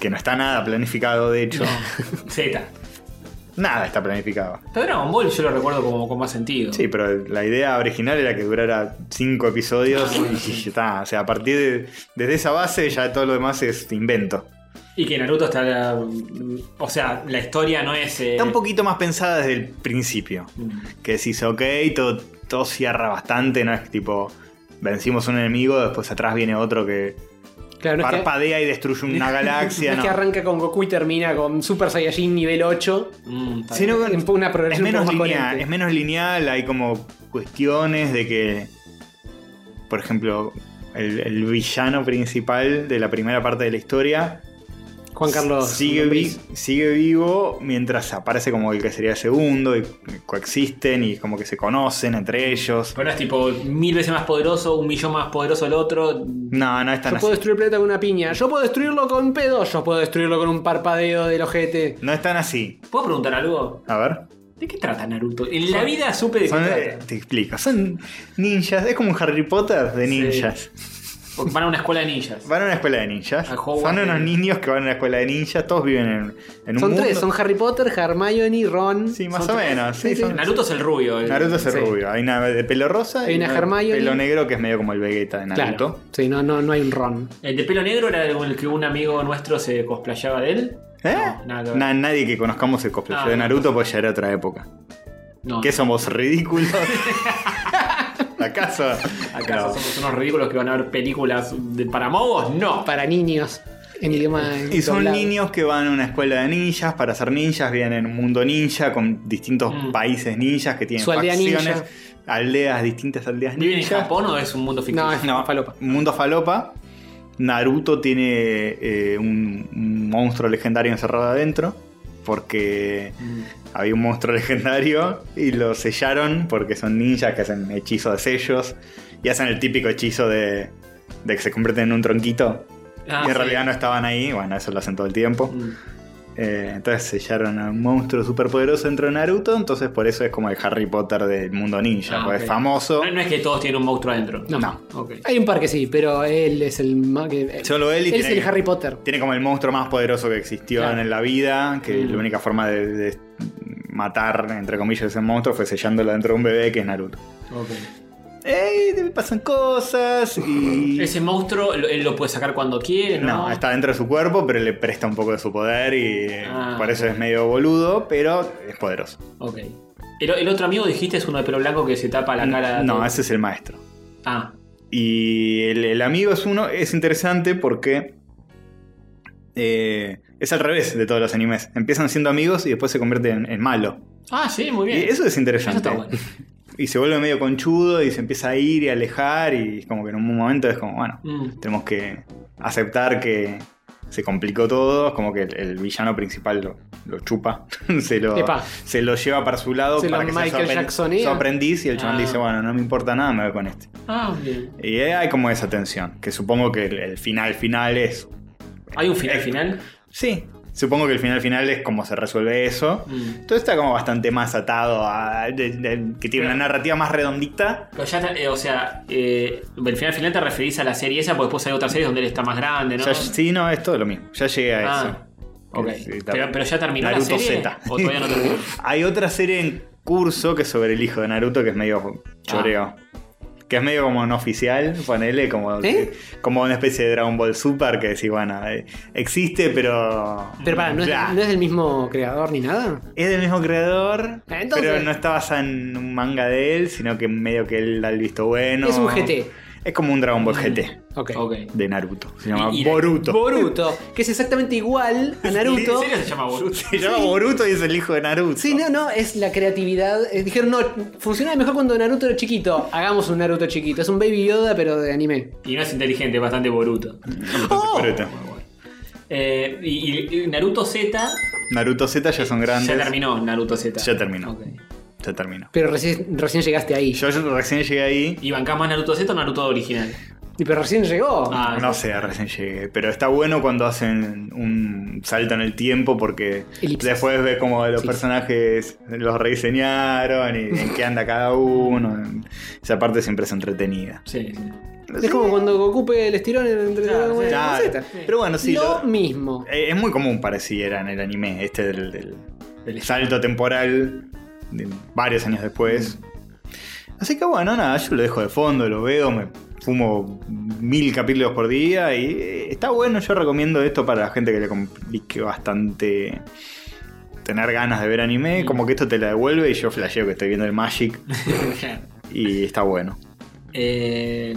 [SPEAKER 2] Que no está nada planificado, de hecho.
[SPEAKER 1] Z.
[SPEAKER 2] [LAUGHS] Nada está planificado.
[SPEAKER 1] Pero Dragon Ball yo lo recuerdo como con más sentido.
[SPEAKER 2] Sí, pero la idea original era que durara cinco episodios
[SPEAKER 3] [LAUGHS]
[SPEAKER 2] y ya está. O sea, a partir de desde esa base ya todo lo demás es invento.
[SPEAKER 1] Y que Naruto está. la- o sea, la historia no es. eh,
[SPEAKER 2] Está un poquito más pensada desde el principio.
[SPEAKER 1] Mm.
[SPEAKER 2] Que decís, ok, todo, todo cierra bastante, no es tipo, vencimos un enemigo, después atrás viene otro que
[SPEAKER 3] Claro, no es que-
[SPEAKER 2] parpadea y destruye
[SPEAKER 3] [LAUGHS]
[SPEAKER 2] una galaxia.
[SPEAKER 3] No es que
[SPEAKER 2] no.
[SPEAKER 3] arranca con Goku y termina con Super Saiyajin nivel 8.
[SPEAKER 1] Mm, está
[SPEAKER 2] Sí,
[SPEAKER 1] bien.
[SPEAKER 2] no,
[SPEAKER 3] en una
[SPEAKER 2] es
[SPEAKER 3] progresión un
[SPEAKER 2] menos
[SPEAKER 3] poco más
[SPEAKER 2] lineal,
[SPEAKER 3] coherente.
[SPEAKER 2] es menos lineal, hay como cuestiones de que, por ejemplo, el, el villano principal de la primera parte de la historia
[SPEAKER 3] Juan Carlos.
[SPEAKER 2] sigue, vi-
[SPEAKER 3] Lombriz.
[SPEAKER 2] sigue vivo mientras aparece como el que sería el segundo y coexisten y como que se conocen entre ellos.
[SPEAKER 1] Pero no es tipo mil veces más poderoso, un millón más poderoso el otro.
[SPEAKER 2] No, no es tan
[SPEAKER 3] Yo
[SPEAKER 2] así.
[SPEAKER 3] puedo destruir el planeta con una piña. Yo puedo destruirlo con pedo. Yo puedo destruirlo con un parpadeo del ojete.
[SPEAKER 2] No es tan así.
[SPEAKER 1] ¿Puedo preguntar algo?
[SPEAKER 2] A ver.
[SPEAKER 1] ¿De qué trata Naruto? En la vida supe de qué
[SPEAKER 2] Son- eh,
[SPEAKER 1] trata.
[SPEAKER 2] te explico. Son ninjas. Es como un Harry Potter de
[SPEAKER 1] Sí.
[SPEAKER 2] ninjas.
[SPEAKER 1] Porque van a una escuela de ninjas.
[SPEAKER 2] [LAUGHS] Van a una escuela de ninjas.
[SPEAKER 1] A Hogwarts.
[SPEAKER 2] Son unos niños que van a una escuela de ninjas. Todos viven en, en un
[SPEAKER 3] Son
[SPEAKER 2] mundo.
[SPEAKER 3] tres, son Harry Potter, Hermione, Ron.
[SPEAKER 2] Sí, más
[SPEAKER 1] son
[SPEAKER 2] o
[SPEAKER 1] tres.
[SPEAKER 2] menos. sí,
[SPEAKER 3] Sí, sí.
[SPEAKER 2] son-
[SPEAKER 1] Naruto es el rubio. el-
[SPEAKER 2] Naruto es el
[SPEAKER 3] sí.
[SPEAKER 2] rubio. Hay una de pelo rosa
[SPEAKER 3] Hay
[SPEAKER 2] y
[SPEAKER 3] una Hermione.
[SPEAKER 2] pelo negro que es medio como el Vegeta de
[SPEAKER 3] Claro.
[SPEAKER 2] Naruto.
[SPEAKER 3] Sí, no, no, no hay un Ron.
[SPEAKER 1] El de pelo negro era el que un amigo nuestro se cosplayaba de él.
[SPEAKER 2] ¿Eh?
[SPEAKER 1] No, nada que ver.
[SPEAKER 2] Na- nadie que conozcamos se cosplayó
[SPEAKER 1] No,
[SPEAKER 2] de
[SPEAKER 1] no.
[SPEAKER 2] Naruto pues ya era otra época.
[SPEAKER 1] No.
[SPEAKER 2] ¿Qué somos ridículos? [LAUGHS] ¿Acaso?
[SPEAKER 3] Ah,
[SPEAKER 1] ¿Acaso
[SPEAKER 2] No.
[SPEAKER 1] somos unos ridículos que van a ver películas de para mogos? No.
[SPEAKER 3] Para niños, en idioma.
[SPEAKER 2] Y son
[SPEAKER 3] doblado.
[SPEAKER 2] niños que van a una escuela de ninjas para ser ninjas, viven en un mundo ninja con distintos
[SPEAKER 1] Mm.
[SPEAKER 2] países ninjas que tienen
[SPEAKER 3] Su aldea
[SPEAKER 2] facciones,
[SPEAKER 3] ninja.
[SPEAKER 2] aldeas, distintas aldeas
[SPEAKER 1] ¿Viven en
[SPEAKER 2] ninjas.
[SPEAKER 1] Japón o es un mundo ficticio?
[SPEAKER 3] No, es
[SPEAKER 2] No,
[SPEAKER 3] falopa.
[SPEAKER 2] Mundo falopa. Naruto tiene eh, un, un monstruo legendario encerrado adentro. Porque
[SPEAKER 1] Mm.
[SPEAKER 2] había un monstruo [LAUGHS] legendario y lo sellaron porque son ninjas que hacen hechizos de sellos. Y hacen el típico hechizo de, de que se convierten en un tronquito.
[SPEAKER 1] Ah,
[SPEAKER 2] y en
[SPEAKER 1] sí.
[SPEAKER 2] realidad no estaban ahí. Bueno, eso lo hacen todo el tiempo.
[SPEAKER 1] Mm.
[SPEAKER 2] Eh, entonces sellaron a un monstruo superpoderoso dentro de Naruto. Entonces por eso es como el Harry Potter del mundo ninja.
[SPEAKER 1] Ah,
[SPEAKER 2] porque
[SPEAKER 1] ok.
[SPEAKER 2] es famoso.
[SPEAKER 1] No, no es que todos tienen un monstruo adentro.
[SPEAKER 3] No.
[SPEAKER 2] No.
[SPEAKER 1] Ok.
[SPEAKER 3] Hay un par que sí, pero él es el. ma- que-
[SPEAKER 2] Solo él y
[SPEAKER 3] él es
[SPEAKER 2] tiene
[SPEAKER 3] el
[SPEAKER 2] que-
[SPEAKER 3] Harry Potter.
[SPEAKER 2] Tiene como el monstruo más poderoso que existió
[SPEAKER 3] Claro.
[SPEAKER 2] en la vida, que
[SPEAKER 1] Mm.
[SPEAKER 2] la única forma de, de matar, entre comillas, ese monstruo fue sellándolo dentro de un bebé que es Naruto.
[SPEAKER 1] ok.
[SPEAKER 2] ¡Ey! te Pasan cosas y...
[SPEAKER 1] [LAUGHS] Ese monstruo lo- él lo puede sacar cuando quiere,
[SPEAKER 2] No,
[SPEAKER 1] ¿no?
[SPEAKER 2] está dentro de su cuerpo, pero le presta un poco de su poder y eh,
[SPEAKER 1] Ah.
[SPEAKER 2] por eso es medio boludo, pero es poderoso.
[SPEAKER 1] Ok. El, el otro amigo dijiste es uno de pelo blanco que se tapa la cara.
[SPEAKER 2] Mm, no,
[SPEAKER 1] todo.
[SPEAKER 2] ese es el maestro.
[SPEAKER 1] Ah,
[SPEAKER 2] Y el, el amigo es uno, es interesante porque eh, es al revés de todos los animes. Empiezan siendo amigos y después se convierten en, en malo.
[SPEAKER 1] ah sí, muy bien.
[SPEAKER 2] Y eso es
[SPEAKER 1] Eso
[SPEAKER 2] interesante.
[SPEAKER 1] está bueno.
[SPEAKER 2] Y se vuelve medio conchudo y se empieza a ir y a alejar y como que en un momento es como, bueno,
[SPEAKER 1] Mm.
[SPEAKER 2] tenemos que aceptar que se complicó todo, como que el, el villano principal lo, lo chupa, [LAUGHS] se lo,
[SPEAKER 3] Epa.
[SPEAKER 2] se lo lleva para su lado
[SPEAKER 3] Se lo
[SPEAKER 2] para que sea
[SPEAKER 3] Michael
[SPEAKER 2] su, apren-
[SPEAKER 3] Jacksonea.
[SPEAKER 2] su aprendiz y el chaval
[SPEAKER 1] Ah.
[SPEAKER 2] dice, bueno, no me importa nada, me voy con este.
[SPEAKER 1] Ah, bien.
[SPEAKER 2] Y eh, hay como esa tensión, que supongo que el, el final final es...
[SPEAKER 1] ¿Hay un
[SPEAKER 2] Eh,
[SPEAKER 1] final final?
[SPEAKER 2] Sí, supongo que el final final es como se resuelve eso.
[SPEAKER 1] Mm.
[SPEAKER 2] Todo está como bastante más atado a... de- de- que tiene una narrativa más redondita.
[SPEAKER 1] Pero ya, está- eh, o sea, eh, el final final te referís a la serie esa, porque después hay otras series donde él está más grande, ¿no?
[SPEAKER 2] Ya- sí, no, es todo lo mismo. Ya llegué a
[SPEAKER 1] Ah,
[SPEAKER 2] eso.
[SPEAKER 1] ok.
[SPEAKER 2] Que sí, está-
[SPEAKER 1] Pero, pero ya terminó
[SPEAKER 2] Naruto
[SPEAKER 1] la serie.
[SPEAKER 2] Z.
[SPEAKER 1] ¿O todavía no
[SPEAKER 2] [LAUGHS]
[SPEAKER 1] terminó?
[SPEAKER 2] Hay otra serie en curso que es sobre el hijo de Naruto que es medio choreo. Que es medio como no oficial, ponele, como,
[SPEAKER 3] ¿Eh?
[SPEAKER 2] como una especie de Dragon Ball Super que decís, bueno, eh, existe, pero.
[SPEAKER 3] Pero para, ¿no es,
[SPEAKER 2] Bla.
[SPEAKER 3] no es del mismo creador ni nada?
[SPEAKER 2] Es del mismo creador,
[SPEAKER 3] Entonces-
[SPEAKER 2] pero no está basada en un manga de él, sino que medio que él da el visto bueno.
[SPEAKER 3] Es un GT.
[SPEAKER 2] Es como un Dragon Ball GT
[SPEAKER 3] Ok.
[SPEAKER 1] Ok.
[SPEAKER 2] de Naruto. Se llama
[SPEAKER 1] Y- y-
[SPEAKER 2] Boruto.
[SPEAKER 3] Boruto, que es exactamente igual
[SPEAKER 2] [LAUGHS]
[SPEAKER 3] a Naruto.
[SPEAKER 1] ¿En serio se llama Boruto?
[SPEAKER 2] Se llama Boruto y es el hijo de Naruto.
[SPEAKER 3] Sí, no, no, es la creatividad. Eh, Dijeron, no, funcionaba mejor cuando Naruto era chiquito. Hagamos un Naruto chiquito. Es un Baby Yoda, pero de anime.
[SPEAKER 1] Y no es inteligente, es bastante Boruto.
[SPEAKER 2] Entonces, Boruto.
[SPEAKER 1] Eh, y, y- y Naruto Z
[SPEAKER 2] Naruto Z ya son grandes.
[SPEAKER 1] ya terminó Naruto Z.
[SPEAKER 2] Ya terminó.
[SPEAKER 1] Ok.
[SPEAKER 2] Ya terminó.
[SPEAKER 3] Pero recién, recién llegaste ahí.
[SPEAKER 2] Yo, yo recién llegué ahí.
[SPEAKER 1] ¿Y bancás más Naruto Z o Naruto original?
[SPEAKER 3] Y Pero recién llegó.
[SPEAKER 1] Ah,
[SPEAKER 2] No sé, recién llegué. Pero está bueno cuando hacen un salto en el tiempo porque
[SPEAKER 3] Elipsis.
[SPEAKER 2] después ves como los
[SPEAKER 3] Sí.
[SPEAKER 2] personajes los rediseñaron y en qué anda cada uno. Esa parte siempre es entretenida.
[SPEAKER 1] Sí, sí.
[SPEAKER 3] es como cuando Goku pega el estirón entre
[SPEAKER 1] Claro,
[SPEAKER 3] Dragon Ball
[SPEAKER 1] sí.
[SPEAKER 2] Claro.
[SPEAKER 3] Z.
[SPEAKER 2] Pero bueno, sí.
[SPEAKER 3] Lo
[SPEAKER 1] [LAUGHS]
[SPEAKER 2] lo-
[SPEAKER 3] mismo.
[SPEAKER 2] eh, es muy común pareciera en el anime este del, del-
[SPEAKER 1] Del-
[SPEAKER 2] salto temporal de varios años después. Así que bueno, nada, yo lo dejo de fondo, lo veo, me fumo mil capítulos por día y eh, está bueno, yo recomiendo esto para la gente que le complique bastante tener ganas de ver anime, como que esto te la devuelve y yo flasheo que estoy viendo el Magic
[SPEAKER 1] [LAUGHS]
[SPEAKER 2] y está bueno.
[SPEAKER 1] Eh,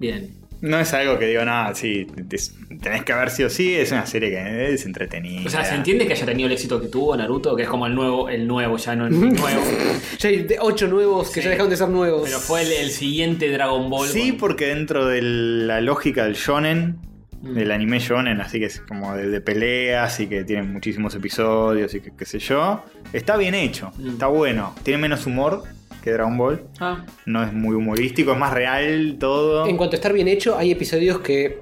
[SPEAKER 1] bien.
[SPEAKER 2] No es algo que digo, nada, sí, es- tenés que haber sido sí, es una serie que es entretenida.
[SPEAKER 1] O sea, se entiende que haya tenido el éxito que tuvo Naruto, que es como el nuevo, el nuevo, ya no
[SPEAKER 2] [LAUGHS]
[SPEAKER 1] el nuevo.
[SPEAKER 3] Ya hay de- ocho nuevos que
[SPEAKER 1] Sí.
[SPEAKER 3] ya dejaron de ser nuevos.
[SPEAKER 1] pero fue el, el siguiente Dragon Ball.
[SPEAKER 2] Sí,
[SPEAKER 1] con-
[SPEAKER 2] porque dentro de la lógica del shonen,
[SPEAKER 1] Mm.
[SPEAKER 2] del anime shonen, así que es como de, de peleas y que tienen muchísimos episodios y que qué sé yo, está bien hecho,
[SPEAKER 1] Mm.
[SPEAKER 2] está bueno. Tiene menos humor que Dragon Ball,
[SPEAKER 1] Ah,
[SPEAKER 2] no es muy humorístico, es más real todo.
[SPEAKER 3] En cuanto a estar bien hecho, hay episodios que,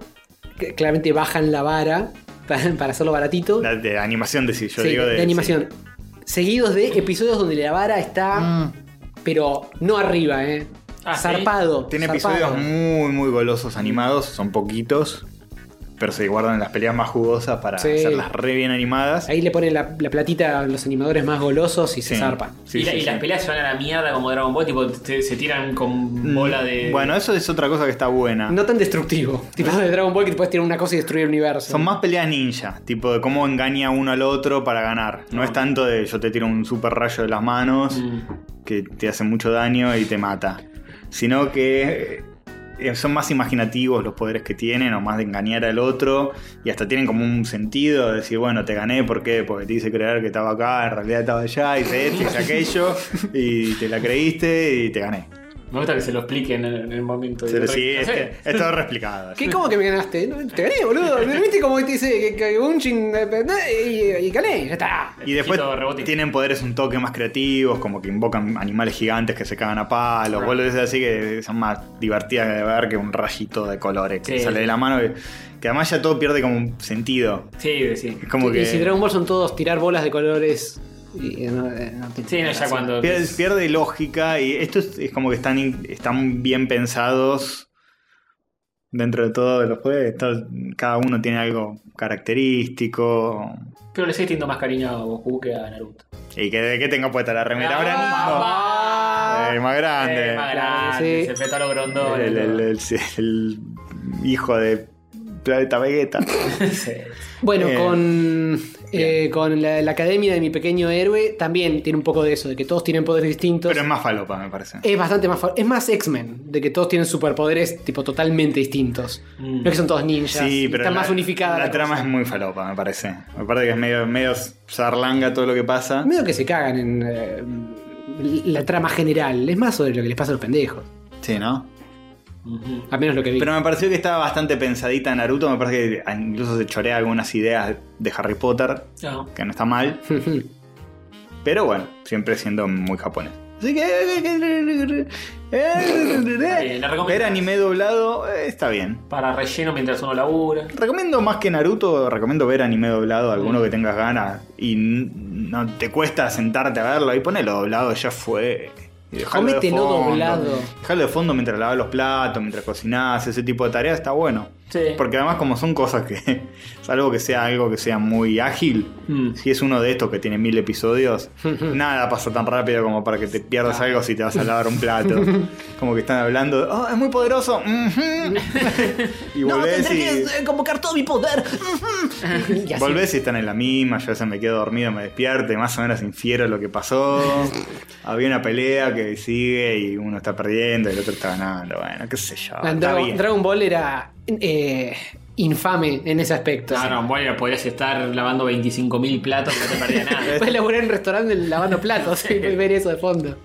[SPEAKER 3] que claramente bajan la vara [LAUGHS] para, para hacerlo baratito.
[SPEAKER 2] La de animación, decís, yo
[SPEAKER 3] Sí,
[SPEAKER 2] digo
[SPEAKER 3] de,
[SPEAKER 2] de,
[SPEAKER 3] de animación. Seguidos de episodios donde la vara está, pero no arriba, ¿eh?
[SPEAKER 1] Ah, ¿sí?
[SPEAKER 3] zarpado.
[SPEAKER 2] sí. Tiene
[SPEAKER 3] zarpado.
[SPEAKER 2] episodios muy, muy golosos animados, son poquitos, pero se guardan las peleas más jugosas para
[SPEAKER 3] Sí.
[SPEAKER 2] hacerlas re bien animadas.
[SPEAKER 3] Ahí le ponen la, la platita a los animadores más golosos y se
[SPEAKER 2] Sí.
[SPEAKER 3] zarpan.
[SPEAKER 2] Sí,
[SPEAKER 1] y, la-
[SPEAKER 2] sí,
[SPEAKER 1] y
[SPEAKER 2] sí.
[SPEAKER 1] las peleas se van a la mierda como Dragon Ball, tipo, te- se tiran con bola de.
[SPEAKER 2] Mm, Bueno, eso es otra cosa que está buena.
[SPEAKER 3] No tan destructivo. [LAUGHS] Tipo de Dragon Ball que te puedes tirar una cosa y destruir el universo.
[SPEAKER 2] Son más peleas ninja, tipo de cómo engaña uno al otro para ganar. No es tanto de yo te tiro un super rayo de las manos
[SPEAKER 1] Mm.
[SPEAKER 2] que te hace mucho daño y te mata. Sino que eh, son más imaginativos los poderes que tienen o más de engañar al otro y hasta tienen como un sentido de decir, bueno, te gané, ¿por qué? Porque te hice creer que estaba acá, en realidad estaba allá, hice esto, hice aquello y te la creíste y te gané.
[SPEAKER 1] Me gusta que se lo expliquen en, en el momento.
[SPEAKER 2] Pero
[SPEAKER 1] Digo,
[SPEAKER 2] sí,
[SPEAKER 1] no
[SPEAKER 2] es,
[SPEAKER 1] sé.
[SPEAKER 2] es todo reexplicado.
[SPEAKER 3] ¿Qué? ¿Cómo que me ganaste? No, te gané,
[SPEAKER 2] [LAUGHS]
[SPEAKER 3] boludo. ¿Viste cómo te dice que, que un ching. Y, y gané, ya está.
[SPEAKER 2] Y después
[SPEAKER 1] Pechito rebote.
[SPEAKER 2] tienen poderes un toque más creativos, como que invocan animales gigantes que se cagan a palos,
[SPEAKER 1] Right.
[SPEAKER 2] vuelves así que son más divertidas de ver que un rayito de colores que
[SPEAKER 1] Sí.
[SPEAKER 2] sale de la mano, que, que además ya todo pierde como un sentido.
[SPEAKER 1] Sí, sí.
[SPEAKER 2] Es como que
[SPEAKER 3] Y si Dragon Ball son todos tirar bolas de colores. Y, eh, no, eh, no tiene
[SPEAKER 1] Sí, no, ya
[SPEAKER 3] gracia.
[SPEAKER 1] cuando.
[SPEAKER 2] pierde, pierde lógica y esto es, es como que están, in- están bien pensados dentro de todo de los juegos. Todo- cada uno tiene algo característico.
[SPEAKER 1] Pero le estoy teniendo más cariño a Goku que a Naruto.
[SPEAKER 2] Y que de qué tengo puesta la remera ahora mismo.
[SPEAKER 1] ¡Ah,
[SPEAKER 2] Eh, más
[SPEAKER 1] papá!
[SPEAKER 2] grande.
[SPEAKER 1] Eh, más
[SPEAKER 3] Claro,
[SPEAKER 1] grande,
[SPEAKER 3] sí.
[SPEAKER 1] se feta los grondones.
[SPEAKER 2] El, el- el- el hijo de Planeta Vegeta.
[SPEAKER 1] [LAUGHS] Sí.
[SPEAKER 3] Bueno,
[SPEAKER 2] Eh,
[SPEAKER 3] con, eh, con la, la academia de mi pequeño héroe también tiene un poco de eso, de que todos tienen poderes distintos.
[SPEAKER 2] Pero es más falopa, me parece.
[SPEAKER 3] Es bastante más. fa- Es más X-Men, de que todos tienen superpoderes tipo totalmente distintos.
[SPEAKER 1] Mm.
[SPEAKER 3] No es que son todos ninjas.
[SPEAKER 2] Sí, pero
[SPEAKER 3] está
[SPEAKER 2] la-
[SPEAKER 3] más unificada.
[SPEAKER 2] La,
[SPEAKER 3] la
[SPEAKER 2] trama
[SPEAKER 3] cosa.
[SPEAKER 2] es muy falopa, me parece. Aparte que es medio, medio zarlanga todo lo que pasa.
[SPEAKER 3] Medio que se cagan en eh, la trama general. Es más sobre lo que les pasa a los pendejos.
[SPEAKER 2] Sí, ¿no?
[SPEAKER 1] Ujú.
[SPEAKER 3] A menos lo que vi. [LAUGHS]
[SPEAKER 2] Pero me pareció que estaba bastante pensadita Naruto. Me parece que incluso se chorea algunas ideas de Harry Potter,
[SPEAKER 1] No.
[SPEAKER 2] que no está mal. Pero bueno, siempre siendo muy japonés. Así eh, que. eh,
[SPEAKER 1] bien, la recomiendo.
[SPEAKER 2] Ver anime doblado eh, está bien.
[SPEAKER 1] Para relleno mientras uno labura.
[SPEAKER 2] Recomiendo más que Naruto, recomiendo ver anime doblado, alguno que tengas ganas y n- no te cuesta sentarte a verlo, ahí ponelo doblado, ya fue. Y dejalo de
[SPEAKER 3] Comételo
[SPEAKER 2] fondo.
[SPEAKER 3] doblado.
[SPEAKER 2] Dejalo de fondo mientras lavas los platos, mientras cocinás, ese tipo de tareas está bueno.
[SPEAKER 1] Sí.
[SPEAKER 2] Porque además como son cosas que, [LAUGHS] salvo que sea algo que sea muy ágil,
[SPEAKER 1] Mm.
[SPEAKER 2] si es uno de estos que tiene mil
[SPEAKER 3] [LAUGHS]
[SPEAKER 2] episodios, nada pasa tan rápido como para que te pierdas algo si te vas a lavar un
[SPEAKER 3] [LAUGHS]
[SPEAKER 2] plato. Como que están hablando, oh, es muy poderoso.
[SPEAKER 3] [LAUGHS]
[SPEAKER 2] ujú". [LAUGHS] y volvés y...
[SPEAKER 3] convocar todo mi poder. y así.
[SPEAKER 2] Volvés y están en la misma, yo a veces me quedo dormido, me despierto y más o menos infiero lo que
[SPEAKER 3] [LAUGHS]
[SPEAKER 2] pasó. Había una pelea que sigue y uno está perdiendo y el otro está ganando. Bueno, qué sé yo.
[SPEAKER 3] Ah,
[SPEAKER 2] está
[SPEAKER 3] Dragon,
[SPEAKER 2] bien.
[SPEAKER 3] Dragon Ball era eh, infame en ese aspecto.
[SPEAKER 1] Claro, Ah, bueno, podrías estar lavando 25.000 platos y no te
[SPEAKER 2] [LAUGHS]
[SPEAKER 1] perdía
[SPEAKER 3] [LAUGHS]
[SPEAKER 1] nada.
[SPEAKER 3] Puedes laburar en un restaurante lavando [LAUGHS] platos y ver eso de fondo.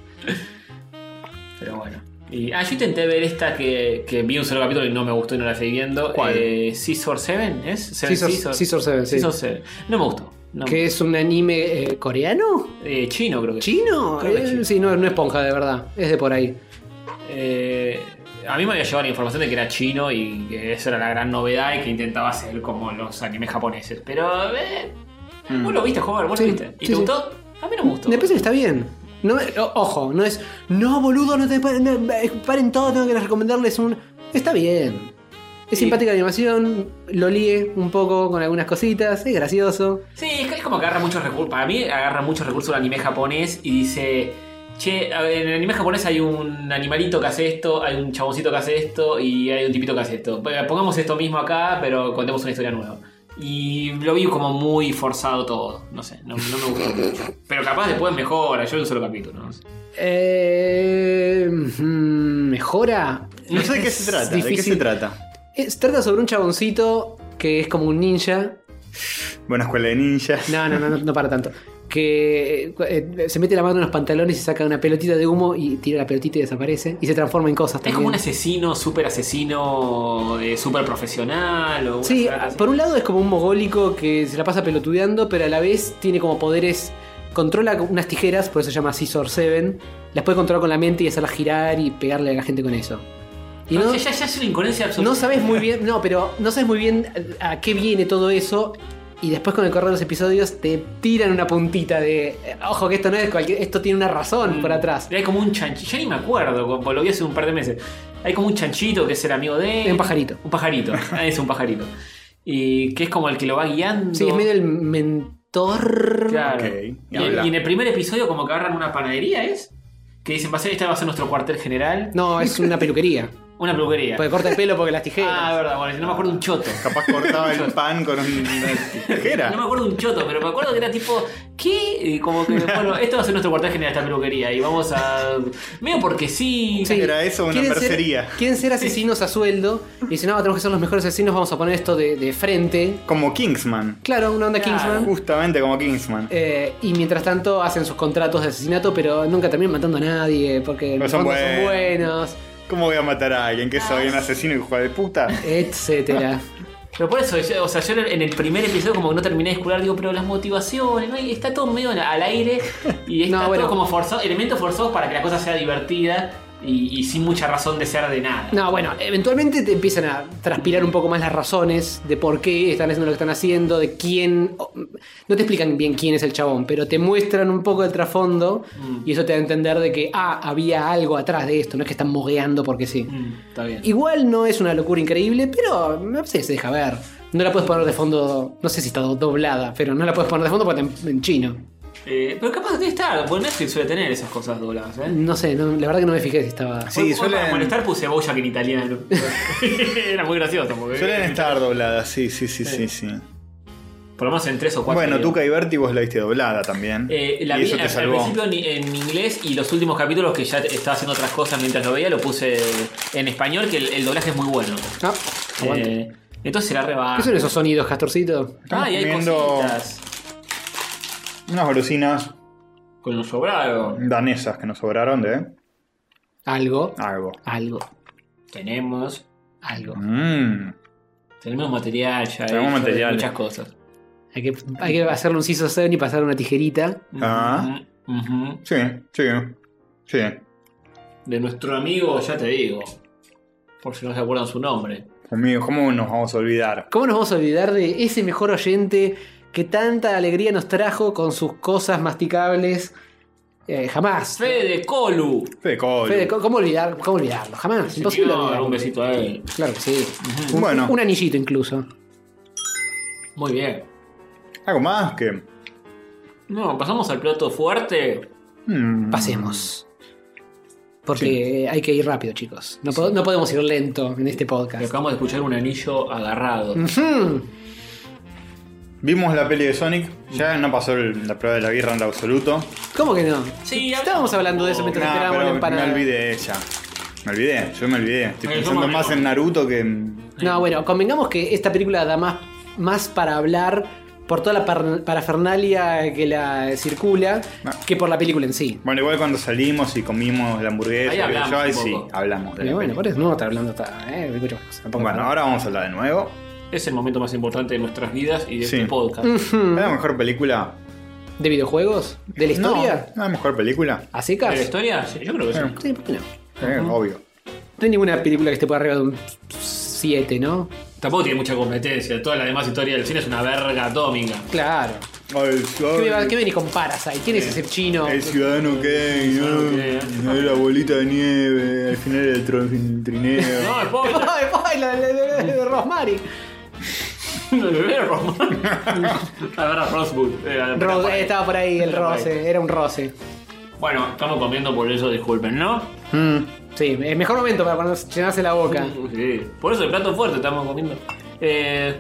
[SPEAKER 1] Pero bueno. Y, ah, yo intenté ver esta que, que vi un solo capítulo y no me gustó y no la seguí viendo.
[SPEAKER 2] ¿Cuál?
[SPEAKER 1] Eh, Scissor 7, ¿es? Seven
[SPEAKER 3] Scissor- Scissor Seven, sí.
[SPEAKER 1] Scissor Seven. No me gustó. No.
[SPEAKER 3] Que es un anime eh, coreano.
[SPEAKER 1] Eh, chino, creo que.
[SPEAKER 3] ¿Chino?
[SPEAKER 1] Creo que
[SPEAKER 3] Eh,
[SPEAKER 1] chino.
[SPEAKER 3] Sí, no, no esponja, de verdad. Es de por ahí.
[SPEAKER 1] Eh, a mí me había llegado la información de que era chino y que esa era la gran novedad y que intentaba hacer como los animes japoneses. Pero, eh,
[SPEAKER 2] Mm.
[SPEAKER 1] vos lo viste, joven, vos
[SPEAKER 3] Mm. Sí,
[SPEAKER 1] lo viste. ¿Y
[SPEAKER 3] sí,
[SPEAKER 1] te
[SPEAKER 3] sí.
[SPEAKER 1] gustó? A mí no me gustó.
[SPEAKER 3] De PC está bien. No, me- o- ojo, no es. No, boludo, no te pa- no, eh, paren todo, tengo que recomendarles un. Está bien. Es
[SPEAKER 1] Sí.
[SPEAKER 3] simpática la animación, lo líe un poco con algunas cositas, es gracioso.
[SPEAKER 1] Sí, es que es como que agarra muchos recursos. Para mí, agarra muchos recursos el anime japonés y dice. Che, a ver, en el anime japonés hay un animalito que hace esto, hay un chaboncito que hace esto y hay un tipito que hace esto. P- Pongamos esto mismo acá, pero contemos una historia nueva. Y lo vi como muy forzado todo. No sé, no, no me gustó mucho. Pero capaz después mejora, yo vi un solo capítulo, no sé.
[SPEAKER 3] Eh, mm, ¿Mejora?
[SPEAKER 2] No sé de qué se
[SPEAKER 3] Es
[SPEAKER 2] trata. ¿De qué se
[SPEAKER 3] difícil.
[SPEAKER 2] trata?
[SPEAKER 3] Eh, Se trata sobre un chaboncito que es como un ninja.
[SPEAKER 2] Buena escuela de ninjas.
[SPEAKER 3] No, no, no, no, no para tanto. Que eh, se mete la mano en los pantalones y saca una pelotita de humo y tira la pelotita y desaparece. Y se transforma en cosas
[SPEAKER 1] Es
[SPEAKER 3] también.
[SPEAKER 1] como un asesino, súper asesino, eh, súper profesional. O una
[SPEAKER 3] Sí,
[SPEAKER 1] cosa así.
[SPEAKER 3] por un lado es como un mogólico que se la pasa pelotudeando, pero a la vez tiene como poderes. Controla con unas tijeras, por eso se llama Scissor 7. Las puede controlar con la mente y hacerlas girar y pegarle a la gente con eso. Y
[SPEAKER 1] No,
[SPEAKER 3] no,
[SPEAKER 1] Ah, ya, ya- ya es una incoherencia absoluta.
[SPEAKER 3] no sabes muy bien, no, pero no sabes muy bien a a qué viene todo eso. Y después con el correr de los episodios te tiran una puntita de, eh, ojo que esto no es cualquier, esto tiene una razón
[SPEAKER 1] Mm.
[SPEAKER 3] por atrás.
[SPEAKER 1] Hay como un chanchito, ya ni me acuerdo, como lo vi hace un par de meses. Hay como un chanchito que es el amigo de él.
[SPEAKER 3] Un pajarito.
[SPEAKER 1] Un
[SPEAKER 3] [LAUGHS]
[SPEAKER 1] pajarito, Ah, es un pajarito. Y que es como el que lo va guiando.
[SPEAKER 3] Sí, es medio el mentor.
[SPEAKER 1] Claro.
[SPEAKER 2] Ok,
[SPEAKER 1] Y,
[SPEAKER 2] ni hablar.
[SPEAKER 1] y en el primer episodio como que agarran una panadería, ¿es? Que dicen, va a ser, esta va a ser nuestro cuartel general.
[SPEAKER 3] No, Pues, es una
[SPEAKER 1] [LAUGHS]
[SPEAKER 3] peluquería.
[SPEAKER 1] Una peluquería.
[SPEAKER 3] Porque corta el pelo porque las tijeras.
[SPEAKER 1] ah, verdad, bueno, no me acuerdo un choto.
[SPEAKER 2] [LAUGHS] Capaz cortaba
[SPEAKER 3] [LAUGHS]
[SPEAKER 2] el pan con una
[SPEAKER 1] No me
[SPEAKER 2] tijera.
[SPEAKER 1] acuerdo un choto, pero me acuerdo que era tipo, ¿qué? Y como
[SPEAKER 3] [LAUGHS]
[SPEAKER 1] que, bueno, esto va a ser nuestro cuartel general, esta peluquería. Y vamos a... Medio porque sí.
[SPEAKER 3] Sí.
[SPEAKER 2] Era eso una
[SPEAKER 3] Quieren ser-
[SPEAKER 2] mercería.
[SPEAKER 3] quieren ser asesinos a sueldo. Y dicen, no, tenemos que ser los mejores asesinos, vamos a poner esto de, de frente.
[SPEAKER 2] Como Kingsman.
[SPEAKER 3] Claro, una onda
[SPEAKER 1] Claro.
[SPEAKER 3] Kingsman.
[SPEAKER 2] Justamente como Kingsman.
[SPEAKER 3] Eh, y mientras tanto hacen sus contratos de asesinato, pero nunca terminan matando a nadie, porque en el
[SPEAKER 2] Pero son
[SPEAKER 3] fondo son
[SPEAKER 2] buenos.
[SPEAKER 3] buenos,
[SPEAKER 2] ¿Cómo voy a matar a alguien que soy un asesino y hijo de puta?
[SPEAKER 3] etcétera.
[SPEAKER 1] Pero por eso, yo- o sea, yo en el primer episodio como que no terminé de escuchar, digo, pero las motivaciones, ¿no? Y está todo medio al aire
[SPEAKER 3] [LAUGHS]
[SPEAKER 1] y está
[SPEAKER 3] No, bueno.
[SPEAKER 1] todo como forzado, elementos forzados para que la cosa sea divertida y, y sin mucha razón de ser de nada.
[SPEAKER 3] No, bueno, eventualmente te empiezan a transpirar un poco más las razones de por qué están haciendo lo que están haciendo, de quién. o- No te explican bien quién es el chabón, pero te muestran un poco el trasfondo y eso te da a entender de que, ah, había algo atrás de esto, no es que están mogueando porque sí.
[SPEAKER 1] Mm, está bien.
[SPEAKER 3] Igual no es una locura increíble, pero me parece que se deja ver. No la puedes poner de fondo, no sé si está do- doblada, pero no la puedes poner de fondo porque está en, en chino.
[SPEAKER 1] Eh, pero capaz debe estar, porque Netflix suele tener esas cosas dobladas, ¿eh?
[SPEAKER 3] No sé, no- la verdad que no me fijé si estaba.
[SPEAKER 2] Sí,
[SPEAKER 1] Hoy- hoy
[SPEAKER 2] suelen-
[SPEAKER 1] Para molestar puse Bojack en italiano. [LAUGHS] Era muy gracioso. Porque...
[SPEAKER 2] Suelen estar dobladas, sí, sí, sí, sí, sí.
[SPEAKER 1] Por lo menos en tres o cuatro.
[SPEAKER 2] Bueno,
[SPEAKER 1] videos.
[SPEAKER 2] Tuca y Berti vos la viste doblada también.
[SPEAKER 1] Eh, la vi
[SPEAKER 2] y eso
[SPEAKER 1] al,
[SPEAKER 2] te
[SPEAKER 1] al
[SPEAKER 2] salvó.
[SPEAKER 1] principio ni- en inglés y los últimos capítulos que ya estaba haciendo otras cosas mientras lo veía lo puse en español, que el, el doblaje es muy bueno.
[SPEAKER 3] Ah, aguante.
[SPEAKER 1] Eh, entonces era
[SPEAKER 3] ¿Qué
[SPEAKER 1] rebaja.
[SPEAKER 3] son esos sonidos, Castorcito?
[SPEAKER 1] Ah, y hay
[SPEAKER 2] Comiendo-
[SPEAKER 1] cositas.
[SPEAKER 2] Unas golosinas
[SPEAKER 1] Con los sobrados.
[SPEAKER 2] danesas que nos sobraron de
[SPEAKER 3] Algo,
[SPEAKER 2] algo.
[SPEAKER 3] algo,
[SPEAKER 1] Tenemos.
[SPEAKER 3] algo.
[SPEAKER 2] Mmm.
[SPEAKER 1] Tenemos material ya.
[SPEAKER 2] Tenemos
[SPEAKER 1] hecho,
[SPEAKER 2] material.
[SPEAKER 1] Muchas cosas.
[SPEAKER 3] Hay que, hay que hacerle un CISO 7 y pasar una tijerita.
[SPEAKER 2] Ah.
[SPEAKER 1] Ujú, ujú.
[SPEAKER 2] Sí, sí, sí.
[SPEAKER 1] De nuestro amigo, ya te digo. Por si no se acuerdan su nombre.
[SPEAKER 2] Conmigo, ¿cómo nos vamos a olvidar?
[SPEAKER 3] ¿Cómo nos vamos a olvidar de ese mejor oyente que tanta alegría nos trajo con sus cosas masticables? Eh, jamás.
[SPEAKER 1] Fede Colu.
[SPEAKER 2] Fede Colo.
[SPEAKER 3] Fede, ¿cómo- ¿cómo, olvidar, ¿Cómo olvidarlo? Jamás. Imposible
[SPEAKER 1] Señor,
[SPEAKER 3] olvidarlo.
[SPEAKER 1] un besito a él.
[SPEAKER 3] Claro que sí.
[SPEAKER 1] Ujú.
[SPEAKER 3] Un,
[SPEAKER 2] Bueno.
[SPEAKER 3] un anillito incluso.
[SPEAKER 1] Muy bien.
[SPEAKER 2] Algo más que.
[SPEAKER 1] No, pasamos al plato fuerte.
[SPEAKER 2] mm,
[SPEAKER 3] Pasemos. Porque hay que ir rápido, chicos. No, po- no podemos ir lento en este
[SPEAKER 1] Que
[SPEAKER 3] podcast.
[SPEAKER 1] acabamos de escuchar un anillo agarrado.
[SPEAKER 3] Ujú.
[SPEAKER 2] Vimos la peli de Sonic. Ya no pasó el- la prueba de la birra en absoluto.
[SPEAKER 3] ¿Cómo que no?
[SPEAKER 1] Sí,
[SPEAKER 3] Estábamos hablando de eso mientras
[SPEAKER 2] Nah,
[SPEAKER 3] esperábamos la
[SPEAKER 2] pero
[SPEAKER 3] empanada.
[SPEAKER 2] me olvidé ella. Me olvidé, yo me olvidé. Estoy
[SPEAKER 1] Eh, yo
[SPEAKER 2] pensando
[SPEAKER 1] me
[SPEAKER 2] más
[SPEAKER 1] olvidé.
[SPEAKER 2] en Naruto que en.
[SPEAKER 3] No, bueno, convengamos que esta película da más, más para hablar por toda la par- parafernalia que la circula
[SPEAKER 2] Ah.
[SPEAKER 3] que por la película en sí.
[SPEAKER 2] Bueno, igual cuando salimos y comimos la hamburguesa,
[SPEAKER 1] Ahí
[SPEAKER 2] y
[SPEAKER 1] hablamos
[SPEAKER 2] yo ahí
[SPEAKER 1] un
[SPEAKER 2] sí,
[SPEAKER 1] poco.
[SPEAKER 2] hablamos de
[SPEAKER 3] Pero
[SPEAKER 2] la
[SPEAKER 3] bueno,
[SPEAKER 2] peli.
[SPEAKER 3] por eso no vamos a estar hablando hasta. eh, escucho, tampoco
[SPEAKER 2] Bueno, ahora vamos a hablar de nuevo.
[SPEAKER 1] Es el momento más importante de nuestras vidas y de
[SPEAKER 2] Sí.
[SPEAKER 1] este podcast.
[SPEAKER 2] ¿Es la mejor película?
[SPEAKER 3] ¿De videojuegos? ¿De Hmm. la historia?
[SPEAKER 2] No, ¿La mejor película?
[SPEAKER 3] ¿A
[SPEAKER 1] ¿De
[SPEAKER 3] secas?
[SPEAKER 1] la historia? Sí, yo creo que sí.
[SPEAKER 2] Eh,
[SPEAKER 3] Sí, ¿por qué no?
[SPEAKER 2] eh, Obvio.
[SPEAKER 3] No hay ninguna película que esté por arriba de un 7, ¿no?
[SPEAKER 1] Tampoco tiene mucha competencia. Toda la demás historia del cine es una verga atómica.
[SPEAKER 3] Claro.
[SPEAKER 2] Ay,
[SPEAKER 3] ¿Qué,
[SPEAKER 2] ay,
[SPEAKER 3] me va- qué venís con Parasite? ¿Quién es ese chino?
[SPEAKER 2] El ciudadano Kane,
[SPEAKER 3] ¿eh?
[SPEAKER 1] Ciudadano
[SPEAKER 2] ¿no? Ahí la bolita de nieve, al final el tron-
[SPEAKER 3] [LAUGHS]
[SPEAKER 2] trineo.
[SPEAKER 1] No, es pobre.
[SPEAKER 3] [LAUGHS] ¡Ay, ay, la- la- la- la- Rosemary!
[SPEAKER 1] El bebé de Román. La verdad, Rosewood. Eh, la-
[SPEAKER 3] Ro- eh, estaba por ahí el
[SPEAKER 1] Era por ahí.
[SPEAKER 3] roce, era un roce.
[SPEAKER 1] Bueno, estamos comiendo por eso, disculpen, ¿no?
[SPEAKER 2] Mm.
[SPEAKER 3] Sí, el mejor momento para ponerse- llenarse la boca.
[SPEAKER 1] Sí. Por eso el plato fuerte estamos comiendo. Eh,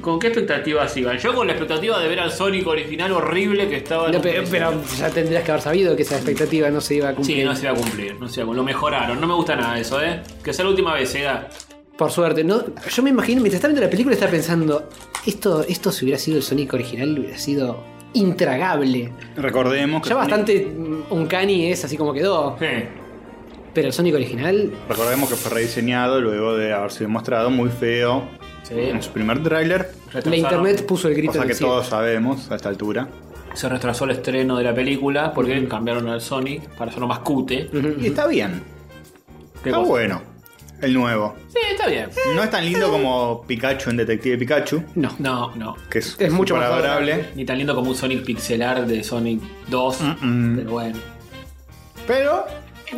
[SPEAKER 1] ¿Con qué expectativas iban? Yo con la expectativa de ver al Sonic original horrible que estaba... en
[SPEAKER 3] No,
[SPEAKER 1] un
[SPEAKER 3] pero,
[SPEAKER 1] precio.
[SPEAKER 3] pero ya tendrías que haber sabido que esa expectativa no se iba a cumplir.
[SPEAKER 1] Sí, no se iba a cumplir, no se iba a cumplir. Lo mejoraron, no me gusta nada eso, ¿eh? Que sea la última vez, Sega.
[SPEAKER 3] Por suerte. No, yo me imagino, mientras estaba viendo la película, estaba pensando: esto, esto si hubiera sido el Sonic original, hubiera sido intragable.
[SPEAKER 2] Recordemos que
[SPEAKER 3] Ya
[SPEAKER 2] Sonic-
[SPEAKER 3] bastante mm, Uncanny es así como quedó.
[SPEAKER 1] Eh,
[SPEAKER 3] Pero el Sonic original.
[SPEAKER 2] Recordemos que fue rediseñado luego de haber sido mostrado muy feo
[SPEAKER 1] Sí.
[SPEAKER 2] en su primer tráiler.
[SPEAKER 1] retrasaron-
[SPEAKER 3] La internet puso el grito
[SPEAKER 2] Cosa
[SPEAKER 3] en
[SPEAKER 2] que
[SPEAKER 3] el cielo.
[SPEAKER 2] todos sabemos a esta altura.
[SPEAKER 1] Se retrasó el estreno de la película porque cambiaron al Sonic para hacerlo más cute.
[SPEAKER 3] Ujú.
[SPEAKER 2] Y está bien.
[SPEAKER 1] ¿Qué
[SPEAKER 2] Está
[SPEAKER 1] cosa?
[SPEAKER 2] bueno. El nuevo.
[SPEAKER 1] Sí, está bien.
[SPEAKER 2] No es tan
[SPEAKER 3] Eh.
[SPEAKER 2] lindo como Pikachu en Detective Pikachu,
[SPEAKER 3] No.
[SPEAKER 1] No, no.
[SPEAKER 2] que es,
[SPEAKER 3] Es mucho
[SPEAKER 2] súper
[SPEAKER 3] más
[SPEAKER 2] adorable.
[SPEAKER 1] Ni tan lindo como un Sonic pixelar de Sonic 2.
[SPEAKER 2] Mm, mm.
[SPEAKER 1] Pero bueno.
[SPEAKER 2] Pero.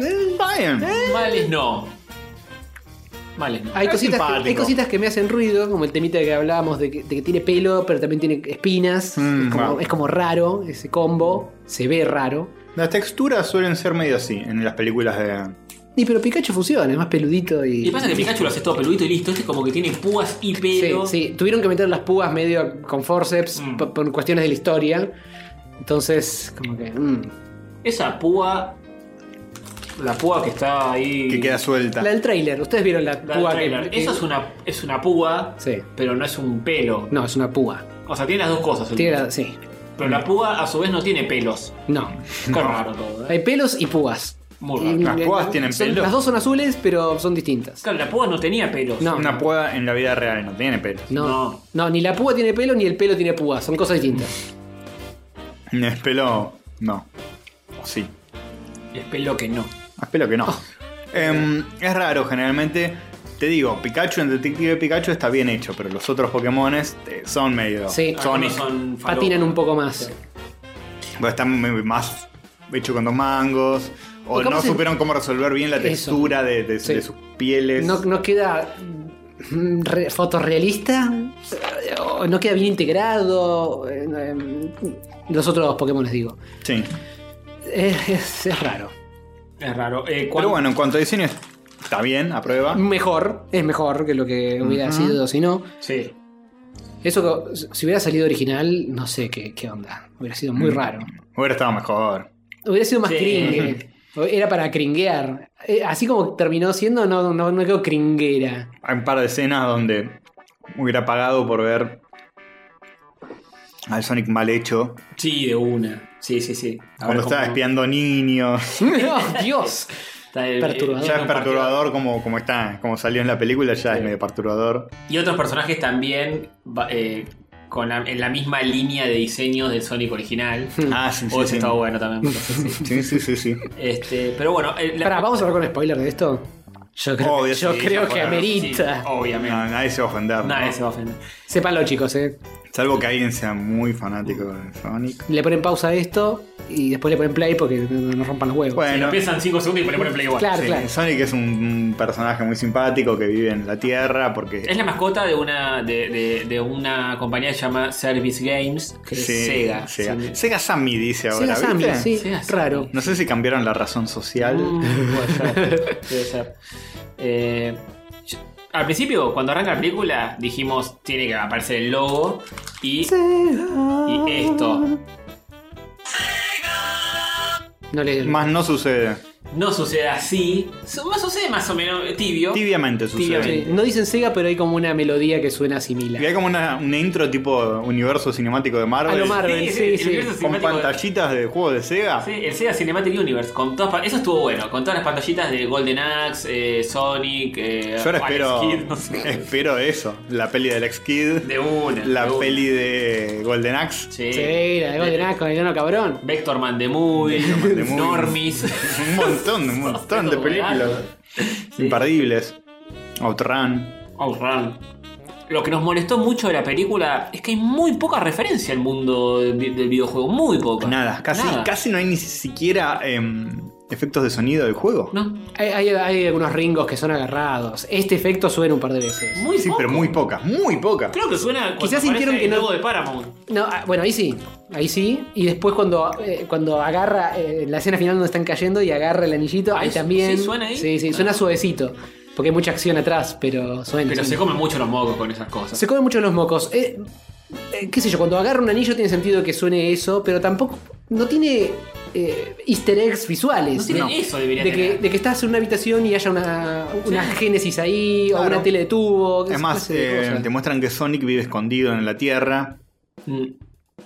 [SPEAKER 2] eh, Está bien.
[SPEAKER 1] Males no. Males no.
[SPEAKER 3] Hay
[SPEAKER 2] Es
[SPEAKER 3] cositas, que, hay
[SPEAKER 2] simpático.
[SPEAKER 3] cositas que me hacen ruido, como el temita que hablábamos de que, de que tiene pelo, pero también tiene espinas.
[SPEAKER 2] Mm,
[SPEAKER 3] es, como,
[SPEAKER 2] wow.
[SPEAKER 3] es como raro ese combo. Se ve raro.
[SPEAKER 2] Las texturas suelen ser medio así en las películas de.
[SPEAKER 3] Y pero Pikachu fusiona, es más peludito y.
[SPEAKER 1] Y pasa que Pikachu lo hace todo peludito y listo. Este como que tiene púas y
[SPEAKER 3] Sí,
[SPEAKER 1] pelo.
[SPEAKER 3] sí. Tuvieron que meter las púas medio con forceps
[SPEAKER 1] Mm.
[SPEAKER 3] por, por cuestiones de la historia. Entonces, como que. mm.
[SPEAKER 1] Esa púa. La púa que está ahí.
[SPEAKER 2] que queda suelta.
[SPEAKER 3] La del trailer, ustedes vieron la,
[SPEAKER 1] La del
[SPEAKER 3] púa que.
[SPEAKER 1] trailer.
[SPEAKER 3] que-
[SPEAKER 1] Eso es una, es una púa,
[SPEAKER 3] Sí.
[SPEAKER 1] pero no es un pelo.
[SPEAKER 3] No, es una púa.
[SPEAKER 1] O sea, tiene las dos cosas. el
[SPEAKER 3] Tiene
[SPEAKER 1] pelo.
[SPEAKER 3] la- Sí.
[SPEAKER 1] Pero la púa a su vez no tiene
[SPEAKER 3] [LAUGHS]
[SPEAKER 1] pelos.
[SPEAKER 3] No.
[SPEAKER 1] Qué raro todo, ¿eh?
[SPEAKER 3] Hay pelos y púas.
[SPEAKER 1] Muy
[SPEAKER 3] Y-
[SPEAKER 1] raro.
[SPEAKER 2] Las púas tienen
[SPEAKER 3] son-
[SPEAKER 2] pelo.
[SPEAKER 3] Las dos son azules, pero son distintas.
[SPEAKER 1] Claro, la púa no tenía pelos.
[SPEAKER 3] No.
[SPEAKER 2] Una pueda en la vida real, no tiene pelo.
[SPEAKER 3] No,
[SPEAKER 1] No.
[SPEAKER 3] no. ni la púa tiene pelo ni el pelo tiene púa. Son cosas distintas.
[SPEAKER 2] Es pelo. No. O Sí.
[SPEAKER 1] Es pelo que no.
[SPEAKER 2] Más pelo que no.
[SPEAKER 3] Oh.
[SPEAKER 2] Em, es raro, generalmente. Te digo, Pikachu en Detective Pikachu está bien hecho, pero los otros Pokémones eh, son medio.
[SPEAKER 3] Sí.
[SPEAKER 2] Sonic.
[SPEAKER 1] Algunos Ah, son falopa.
[SPEAKER 3] Patinan un poco más.
[SPEAKER 2] Pero están muy- más hecho con dos mangos. O
[SPEAKER 3] ¿Y cómo
[SPEAKER 2] no
[SPEAKER 3] se-
[SPEAKER 2] supieron cómo resolver bien la
[SPEAKER 3] Eso.
[SPEAKER 2] textura de, de-
[SPEAKER 3] Sí.
[SPEAKER 2] de sus pieles.
[SPEAKER 3] No, no queda mm, re- fotorrealista. eh, o No queda bien integrado. eh, eh, Los otros Pokémon, les digo.
[SPEAKER 2] Sí.
[SPEAKER 3] Es, es- es raro.
[SPEAKER 1] Es raro. Eh,
[SPEAKER 2] Pero
[SPEAKER 1] cuando-
[SPEAKER 2] bueno, en cuanto a diseño, está bien, a prueba.
[SPEAKER 3] Mejor, es mejor que lo que hubiera sido si no.
[SPEAKER 1] Sí.
[SPEAKER 3] Eso, que- si hubiera salido original, no sé qué, qué onda. Hubiera sido
[SPEAKER 2] Mm.
[SPEAKER 3] muy raro.
[SPEAKER 2] Hubiera estado mejor.
[SPEAKER 3] Hubiera sido más
[SPEAKER 1] Sí.
[SPEAKER 3] cringe. Era para cringuear. Eh, Así como terminó siendo, no, no, no quedó cringuera.
[SPEAKER 2] Hay un par de escenas donde hubiera pagado por ver al Sonic mal hecho.
[SPEAKER 1] Sí, de una. Sí, sí, sí. A ver
[SPEAKER 2] cuando
[SPEAKER 1] cómo-
[SPEAKER 2] estaba espiando niños.
[SPEAKER 3] ¡Oh, Dios!
[SPEAKER 1] Está el-
[SPEAKER 3] Perturbador.
[SPEAKER 2] Ya
[SPEAKER 1] el-
[SPEAKER 2] es perturbador como, como está, como salió en la película, ya es
[SPEAKER 1] Sí.
[SPEAKER 2] medio perturbador.
[SPEAKER 1] Y otros personajes también va- eh, con la- en la misma línea de diseño del Sonic
[SPEAKER 3] [LAUGHS]
[SPEAKER 1] original.
[SPEAKER 2] Ah, sí,
[SPEAKER 1] o ese estaba bueno también. me parece, sí.
[SPEAKER 2] Sí, sí, sí, sí.
[SPEAKER 1] Este, pero bueno, eh, la-
[SPEAKER 3] [LAUGHS] Pará, ¿vamos a hablar con spoiler de esto? Yo creo,
[SPEAKER 2] Obvio,
[SPEAKER 3] yo
[SPEAKER 2] sí,
[SPEAKER 3] creo
[SPEAKER 2] vamos a
[SPEAKER 3] que
[SPEAKER 2] hablar,
[SPEAKER 3] amerita.
[SPEAKER 1] sí, obviamente.
[SPEAKER 2] No, nadie se va a ofender. ¿no?
[SPEAKER 1] Nadie se va a ofender.
[SPEAKER 3] Sépanlo, chicos, ¿eh?
[SPEAKER 2] Salvo que alguien sea muy fanático de Sonic.
[SPEAKER 3] Le ponen pausa a esto y después le ponen play porque no nos rompan los huevos.
[SPEAKER 1] Si
[SPEAKER 2] Bueno,
[SPEAKER 1] lo piensan 5 segundos y le ponen play igual.
[SPEAKER 3] Claro,
[SPEAKER 2] sí,
[SPEAKER 3] claro.
[SPEAKER 2] Sonic es un personaje muy simpático que vive en la Tierra porque
[SPEAKER 1] Es la mascota de una, de, de- de una compañía que se llama Service Games, que
[SPEAKER 2] Sí,
[SPEAKER 1] es Sega.
[SPEAKER 2] Sega.
[SPEAKER 1] Sí.
[SPEAKER 2] Sega Sammy dice ahora.
[SPEAKER 3] Sega Sammy,
[SPEAKER 2] ¿viste?
[SPEAKER 3] sí,
[SPEAKER 1] Sega Sammy.
[SPEAKER 3] raro.
[SPEAKER 2] No sé si cambiaron la razón social.
[SPEAKER 1] Mm, puede ser, puede ser. Eh, yo- al principio, cuando arranca la película, dijimos tiene que aparecer el logo y, y esto.
[SPEAKER 3] No le
[SPEAKER 2] Más no sucede.
[SPEAKER 1] No sucede así. Su- Más sucede más o menos eh, tibio.
[SPEAKER 2] Tibiamente sucede.
[SPEAKER 1] Tibiamente.
[SPEAKER 3] Sí, No dicen Sega, pero hay como una melodía que suena
[SPEAKER 2] Y
[SPEAKER 3] similar.
[SPEAKER 2] hay como una, un intro tipo universo cinemático de Marvel.
[SPEAKER 3] A lo Marvel,
[SPEAKER 1] Sí, sí,
[SPEAKER 3] sí,
[SPEAKER 1] el
[SPEAKER 3] sí.
[SPEAKER 1] universo
[SPEAKER 2] Con
[SPEAKER 1] cinemático de-
[SPEAKER 2] pantallitas de juegos de Sega.
[SPEAKER 1] Sí, el Sega Cinematic Universe, con todas pa- eso estuvo bueno, con todas las pantallitas de Golden Axe, eh, Sonic, eh,
[SPEAKER 2] Yo ahora
[SPEAKER 1] Alex
[SPEAKER 2] espero,
[SPEAKER 1] Kidd, no
[SPEAKER 2] [LAUGHS]
[SPEAKER 1] sé.
[SPEAKER 2] espero eso. La peli del ex Kid.
[SPEAKER 1] De una.
[SPEAKER 2] La
[SPEAKER 1] de una.
[SPEAKER 2] peli de Golden Axe.
[SPEAKER 1] Sí.
[SPEAKER 3] Sí, la de Golden Axe con el enano cabrón.
[SPEAKER 1] Vector Man the Movie,
[SPEAKER 2] Man the Movie.
[SPEAKER 1] Normis.
[SPEAKER 2] Un montón, un montón de
[SPEAKER 1] [LAUGHS] Esos
[SPEAKER 2] películas.
[SPEAKER 1] juegazos. Sí.
[SPEAKER 2] Imperdibles. Outrun.
[SPEAKER 1] Outrun. Oh, Lo que nos molestó mucho de la película es que hay muy poca referencia al mundo del vi- del videojuego, muy poca.
[SPEAKER 2] Nada, casi,
[SPEAKER 1] Nada.
[SPEAKER 2] casi no hay ni siquiera em, efectos de sonido del juego.
[SPEAKER 1] No,
[SPEAKER 3] Hay, hay- hay algunos ringos que son agarrados. Este efecto suena un par de veces.
[SPEAKER 1] muy
[SPEAKER 2] sí,
[SPEAKER 1] poco.
[SPEAKER 2] pero muy poca, muy poca.
[SPEAKER 1] Creo que suena. cuando
[SPEAKER 3] Quizás sintieron
[SPEAKER 1] aparece
[SPEAKER 3] que
[SPEAKER 1] el
[SPEAKER 3] no-
[SPEAKER 1] logo de Paramount.
[SPEAKER 3] No, ah, bueno, ahí sí. Ahí sí. Y después cuando, eh, cuando agarra eh, la escena final donde están cayendo y agarra el anillito,
[SPEAKER 1] Ah,
[SPEAKER 3] ahí
[SPEAKER 1] ¿sí?
[SPEAKER 3] también.
[SPEAKER 1] ¿Sí suena ahí?
[SPEAKER 3] Sí, sí,
[SPEAKER 1] Ah.
[SPEAKER 3] suena suavecito. Porque hay mucha acción atrás, pero suena.
[SPEAKER 1] Pero se
[SPEAKER 3] suena.
[SPEAKER 1] comen mucho los mocos con esas cosas.
[SPEAKER 3] Se comen mucho los mocos. Eh, eh, qué sé yo, cuando agarra un anillo tiene sentido que suene eso, pero tampoco. No tiene eh, easter eggs visuales.
[SPEAKER 1] No tienen
[SPEAKER 3] de-
[SPEAKER 1] eso, debería
[SPEAKER 3] de que,
[SPEAKER 1] tener.
[SPEAKER 3] de que estás en una habitación y haya una, una génesis ahí, o
[SPEAKER 2] Claro.
[SPEAKER 3] una tele de tubo.
[SPEAKER 2] Es
[SPEAKER 3] esa
[SPEAKER 2] más,
[SPEAKER 3] clase de
[SPEAKER 2] eh,
[SPEAKER 3] cosas.
[SPEAKER 2] te muestran que Sonic vive escondido en la Tierra
[SPEAKER 1] Mm.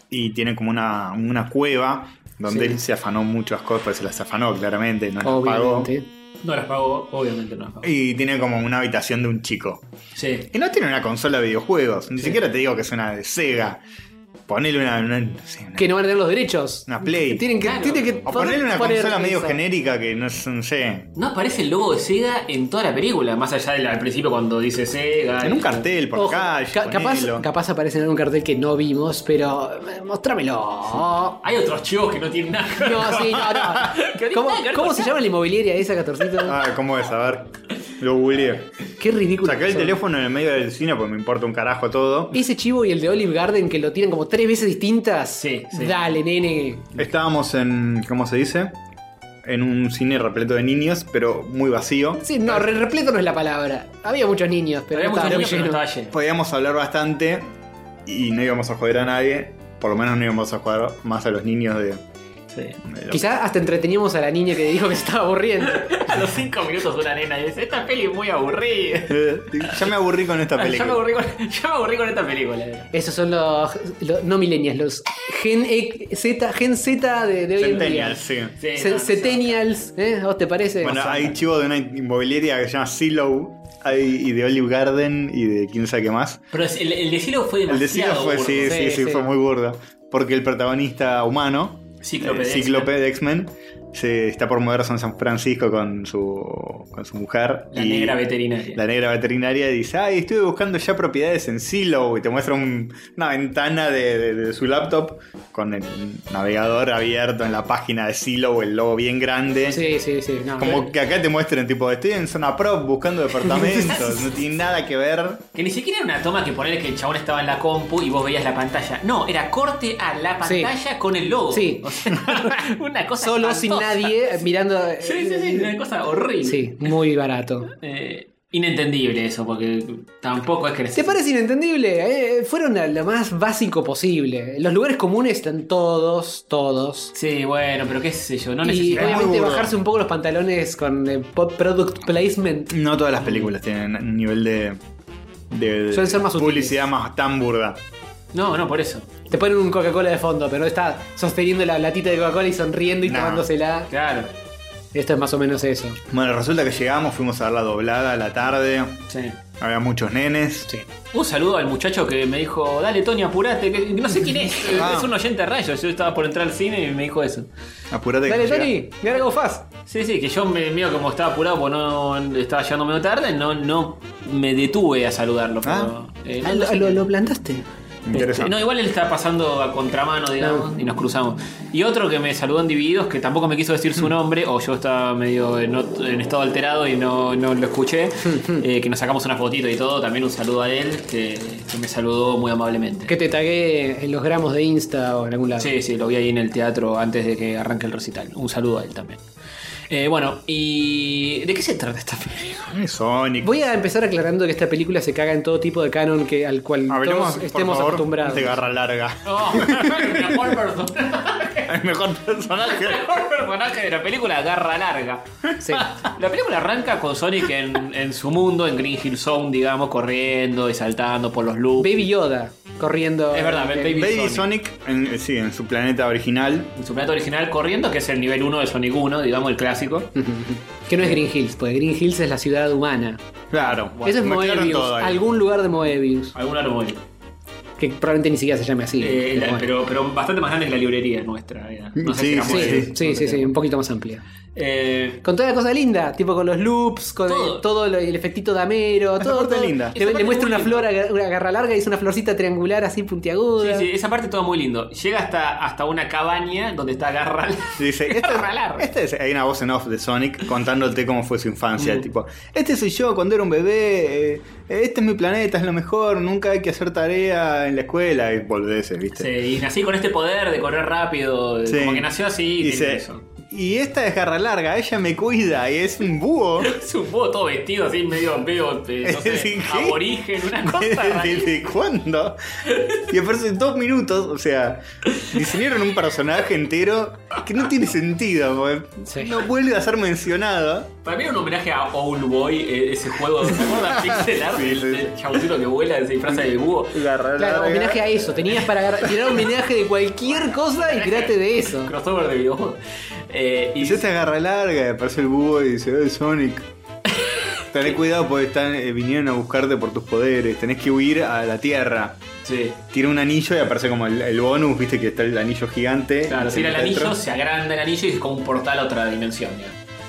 [SPEAKER 2] y tiene como una, una cueva donde
[SPEAKER 3] Sí.
[SPEAKER 2] él se afanó muchas cosas, se las afanó claramente, no las pagó.
[SPEAKER 3] Obviamente.
[SPEAKER 1] No las pago, obviamente no las pago.
[SPEAKER 2] Y tiene como una habitación de un chico.
[SPEAKER 1] Sí.
[SPEAKER 2] Y no tiene una consola de videojuegos, ni siquiera te digo que es una de Sega. Ponele una, una- no sé, una-
[SPEAKER 3] Que no van a tener los derechos.
[SPEAKER 2] Una Play.
[SPEAKER 3] Tienen que,
[SPEAKER 1] Claro.
[SPEAKER 3] tienen que
[SPEAKER 2] o ponerle una
[SPEAKER 3] poner
[SPEAKER 2] consola medio
[SPEAKER 3] esa.
[SPEAKER 2] genérica que no, es- no sé.
[SPEAKER 1] No aparece el logo de Sega en toda la película, más allá del al principio cuando dice Sega.
[SPEAKER 2] En un cartel por
[SPEAKER 3] Ojo,
[SPEAKER 2] la calle.
[SPEAKER 3] ca-
[SPEAKER 2] ponelo.
[SPEAKER 3] capaz, capaz aparece en algún cartel que no vimos, pero eh, mostrámelo.
[SPEAKER 1] Hay otros chivos que no tienen
[SPEAKER 3] [LAUGHS]
[SPEAKER 1] nada. que ver
[SPEAKER 3] No,
[SPEAKER 1] con-
[SPEAKER 3] sí, no,
[SPEAKER 1] [LAUGHS]
[SPEAKER 3] no.
[SPEAKER 1] Que no tienen
[SPEAKER 3] ¿Cómo,
[SPEAKER 1] nada que ver
[SPEAKER 3] cómo
[SPEAKER 1] con
[SPEAKER 3] se
[SPEAKER 1] nada.
[SPEAKER 3] llama la inmobiliaria esa, Catorcito?
[SPEAKER 2] Ah, ¿cómo es? A ver. Lo googleé.
[SPEAKER 3] Qué ridículo.
[SPEAKER 2] Saqué el
[SPEAKER 3] son.
[SPEAKER 2] teléfono en el medio del cine porque me importa un carajo todo.
[SPEAKER 3] Ese chivo y el de Olive Garden que lo tiran como tres veces distintas.
[SPEAKER 1] Sí, sí.
[SPEAKER 3] Dale, nene.
[SPEAKER 2] Estábamos en, ¿cómo se dice? En un cine repleto de niños, pero muy vacío.
[SPEAKER 3] Sí, no, re- repleto no es la palabra. Había muchos niños, pero
[SPEAKER 1] Había
[SPEAKER 3] no
[SPEAKER 1] muchos
[SPEAKER 3] estaba muy
[SPEAKER 1] niños, pero no
[SPEAKER 3] lleno.
[SPEAKER 1] estaba lleno.
[SPEAKER 2] Podíamos hablar bastante y no íbamos a joder a nadie. Por lo menos no íbamos a joder más a los niños de...
[SPEAKER 1] Sí.
[SPEAKER 2] de [LAUGHS] los-
[SPEAKER 3] Quizás hasta entreteníamos a la niña que dijo que se estaba aburriendo.
[SPEAKER 1] A los 5 minutos una nena dice, esta peli es muy aburrida.
[SPEAKER 2] ya me aburrí con
[SPEAKER 1] [LAUGHS]
[SPEAKER 2] esta
[SPEAKER 1] Ya Ah, me,
[SPEAKER 2] película.
[SPEAKER 1] aburrí con, ya me aburrí con esta película.
[SPEAKER 3] Esos son los, los- no millennials, los Gen X- Z, Gen Z de, de hoy en día.
[SPEAKER 2] Centennials, sí.
[SPEAKER 1] Sí,
[SPEAKER 3] Se-
[SPEAKER 1] no, no sé.
[SPEAKER 3] Centennials, ¿eh? ¿A vos te parece?
[SPEAKER 2] Bueno, hay chivo de una inmobiliaria que se llama Silo. Hay, y de Olive Garden y de quién sabe qué más.
[SPEAKER 1] Pero es- el, el de Silo fue demasiado.
[SPEAKER 2] El de Silo fue,
[SPEAKER 1] burdo.
[SPEAKER 2] sí, sí,
[SPEAKER 3] Sí,
[SPEAKER 2] sí,
[SPEAKER 3] sí.
[SPEAKER 2] fue muy burdo. Porque el protagonista humano,
[SPEAKER 1] Cíclope de
[SPEAKER 2] eh, Cíclope de X-Men, se está por mudarse a San Francisco con su, con su mujer.
[SPEAKER 1] La
[SPEAKER 2] y-
[SPEAKER 1] negra veterinaria.
[SPEAKER 2] La negra veterinaria y dice, ay, estuve buscando ya propiedades en Silo. Y te muestra un- una ventana de, de- de su laptop con el navegador abierto en la página de Silo, el logo bien grande.
[SPEAKER 3] Sí, sí, sí. no.
[SPEAKER 2] Como que acá te muestran, tipo, estoy en zona prop buscando departamentos, no tiene nada que ver.
[SPEAKER 1] Que ni siquiera era una toma que poner que el chabón estaba en la compu y vos veías la pantalla. No, era corte a la
[SPEAKER 3] Sí.
[SPEAKER 1] pantalla con el logo.
[SPEAKER 3] Sí.
[SPEAKER 1] O sea, [LAUGHS] una cosa.
[SPEAKER 3] Solo
[SPEAKER 1] espantosa.
[SPEAKER 3] sin nadie eh, mirando. eh,
[SPEAKER 1] Sí, sí, sí, una cosa horrible.
[SPEAKER 3] Sí, muy barato.
[SPEAKER 1] Eh, inentendible eso, porque tampoco es que
[SPEAKER 3] ¿Te
[SPEAKER 1] neces-
[SPEAKER 3] parece inentendible? Eh, fueron a lo más básico posible. Los lugares comunes están todos, todos.
[SPEAKER 1] Sí, bueno, pero qué sé yo, no
[SPEAKER 3] y
[SPEAKER 1] necesitaba.
[SPEAKER 2] Es muy
[SPEAKER 3] obviamente
[SPEAKER 2] burdo.
[SPEAKER 3] bajarse un poco los pantalones con eh, po- product placement.
[SPEAKER 2] No todas las películas tienen un nivel de, de
[SPEAKER 3] Suelen ser más sutiles.
[SPEAKER 2] publicidad más tan burda.
[SPEAKER 1] No, no, por eso.
[SPEAKER 3] Te ponen un Coca-Cola de fondo, pero está sosteniendo la latita de Coca-Cola y sonriendo y
[SPEAKER 2] No.
[SPEAKER 3] tomándosela.
[SPEAKER 1] Claro.
[SPEAKER 3] Esto es más o menos eso.
[SPEAKER 2] Bueno, resulta que llegamos, fuimos a ver la doblada a la tarde,
[SPEAKER 1] Sí.
[SPEAKER 2] había muchos nenes.
[SPEAKER 1] Un saludo al muchacho que me dijo, dale Tony, apurate, que no sé quién
[SPEAKER 2] [LAUGHS]
[SPEAKER 1] es,
[SPEAKER 2] Ah.
[SPEAKER 1] es un oyente a rayos, yo estaba por entrar al cine y me dijo eso.
[SPEAKER 2] Apurate que
[SPEAKER 3] Dale,
[SPEAKER 2] llega-
[SPEAKER 3] Tony, gotta go fast.
[SPEAKER 1] Sí, sí, que yo me mío como estaba apurado porque no estaba llegando medio tarde, no, no me detuve a saludarlo.
[SPEAKER 2] Ah.
[SPEAKER 1] Pero, eh, no,
[SPEAKER 3] Ah,
[SPEAKER 1] no
[SPEAKER 3] lo-
[SPEAKER 1] sé
[SPEAKER 3] lo-
[SPEAKER 1] qué.
[SPEAKER 3] lo plantaste.
[SPEAKER 1] Este,
[SPEAKER 2] Interesante.
[SPEAKER 1] no, igual él está pasando a contramano, digamos,
[SPEAKER 3] No.
[SPEAKER 1] y nos cruzamos. Y otro que me saludó en divididos, que tampoco me quiso decir su nombre, o yo estaba medio en, ot- en estado alterado y no, no lo escuché, eh, que nos sacamos una fotito y todo, también un saludo a él, que, que me saludó muy amablemente.
[SPEAKER 3] Que te tagué en los gramos de Insta o en algún lado.
[SPEAKER 1] Sí, sí, lo vi ahí en el teatro antes de que arranque el recital. Un saludo a él también. Eh, bueno, y... ¿De qué se trata esta
[SPEAKER 2] [LAUGHS]
[SPEAKER 1] película?
[SPEAKER 2] Eh, Sonic.
[SPEAKER 3] Voy a empezar aclarando que esta película se caga en todo tipo de canon que, al cual
[SPEAKER 2] Hablemos,
[SPEAKER 3] todos
[SPEAKER 2] por
[SPEAKER 3] estemos
[SPEAKER 2] favor,
[SPEAKER 3] acostumbrados.
[SPEAKER 2] de garra larga. [LAUGHS]
[SPEAKER 1] Oh, mejor personaje.
[SPEAKER 2] El mejor personaje.
[SPEAKER 1] mejor personaje de la película, Garra Larga.
[SPEAKER 3] Sí.
[SPEAKER 1] [LAUGHS] La película arranca con Sonic en, en su mundo, en Green Hill Zone, digamos, corriendo y saltando por los loops.
[SPEAKER 3] Baby Yoda corriendo. eh,
[SPEAKER 1] Es verdad, Baby
[SPEAKER 2] Baby
[SPEAKER 1] Sonic.
[SPEAKER 2] Sonic, en, eh, sí, en su planeta original.
[SPEAKER 1] En su plato original corriendo, que es el nivel 1 de Sonic 1, digamos, el clásico.
[SPEAKER 3] Que no es Green Hills, porque Green Hills es la ciudad humana.
[SPEAKER 2] Claro.
[SPEAKER 3] Eso es
[SPEAKER 2] me aclaran
[SPEAKER 3] Moebius,
[SPEAKER 2] todo ahí.
[SPEAKER 3] algún lugar de Moebius,
[SPEAKER 1] Algún árbol.
[SPEAKER 3] que probablemente ni siquiera se llame así.
[SPEAKER 1] Eh, la-
[SPEAKER 3] bueno.
[SPEAKER 1] pero, pero bastante más grande que la librería nuestra. era. No sé
[SPEAKER 2] Sí,
[SPEAKER 1] si era
[SPEAKER 2] sí,
[SPEAKER 1] muy-
[SPEAKER 3] sí,
[SPEAKER 2] no
[SPEAKER 3] sí, sí, sí, un poquito más amplia.
[SPEAKER 1] Eh,
[SPEAKER 3] Con toda la cosa linda, tipo con los loops, con
[SPEAKER 1] Todo.
[SPEAKER 3] el, todo lo- el efectito damero,
[SPEAKER 2] Esa
[SPEAKER 3] todo.
[SPEAKER 2] parte
[SPEAKER 3] todo.
[SPEAKER 2] linda.
[SPEAKER 3] Le,
[SPEAKER 1] Esa
[SPEAKER 3] le
[SPEAKER 1] parte
[SPEAKER 3] muestra
[SPEAKER 1] muy
[SPEAKER 3] una
[SPEAKER 1] linda.
[SPEAKER 3] flor, aga- una garra larga y es una florcita triangular así puntiaguda.
[SPEAKER 1] sí, sí, esa parte todo muy lindo. Llega hasta, hasta una cabaña donde está Garra.
[SPEAKER 2] Y
[SPEAKER 3] [LAUGHS]
[SPEAKER 2] Dice, este,
[SPEAKER 1] Garra larga.
[SPEAKER 2] este es- hay una voz en off de Sonic contándote cómo fue su infancia.
[SPEAKER 3] Mm.
[SPEAKER 2] Tipo, este soy yo cuando era un bebé, eh, este es mi planeta, es lo mejor, nunca hay que hacer tarea en la escuela y volveces, ¿viste?
[SPEAKER 1] Sí, y nací con este poder de correr rápido.
[SPEAKER 2] Sí.
[SPEAKER 1] Como que nació así.
[SPEAKER 2] Y
[SPEAKER 1] tiene
[SPEAKER 2] dice,
[SPEAKER 1] eso.
[SPEAKER 2] Y esta es garra larga, ella me cuida y es un
[SPEAKER 1] [LAUGHS]
[SPEAKER 2] búho.
[SPEAKER 1] Es un búho todo vestido así, medio, medio
[SPEAKER 2] [LAUGHS]
[SPEAKER 1] eh, no sé,
[SPEAKER 2] ¿Qué?
[SPEAKER 1] aborigen, una
[SPEAKER 2] [LAUGHS]
[SPEAKER 1] cosa. rarísima.
[SPEAKER 2] ¿Desde cuándo? Y aparece en dos minutos, o sea, diseñaron un personaje entero que no tiene sentido, porque
[SPEAKER 3] Sí.
[SPEAKER 2] no vuelve a ser mencionado.
[SPEAKER 1] Para mí era un homenaje a Old Boy, eh, ese juego, ¿se
[SPEAKER 2] [LAUGHS]
[SPEAKER 1] acuerdan? Pixel Art,
[SPEAKER 2] Sí,
[SPEAKER 1] el,
[SPEAKER 2] sí.
[SPEAKER 1] el chaboncito que vuela, se disfraza de búho.
[SPEAKER 2] Garra
[SPEAKER 3] Claro,
[SPEAKER 2] larga.
[SPEAKER 3] homenaje a eso. Tenías para agarrar- tirar homenaje de cualquier cosa y tiraste de eso.
[SPEAKER 1] Crossover de videojuegos. Eh, y
[SPEAKER 2] Y esta es garra larga, y aparece el búho y dice, "Eh, Sonic. Tené cuidado porque están, eh, vinieron a buscarte por tus poderes, tenés que huir a la tierra.
[SPEAKER 1] sí,
[SPEAKER 2] Tira un anillo y aparece como el, el bonus, viste que está el anillo gigante.
[SPEAKER 1] claro,
[SPEAKER 2] Se
[SPEAKER 1] tira el
[SPEAKER 2] mete
[SPEAKER 1] anillo,
[SPEAKER 2] dentro.
[SPEAKER 1] se agranda el anillo y es como un portal a otra dimensión. ya.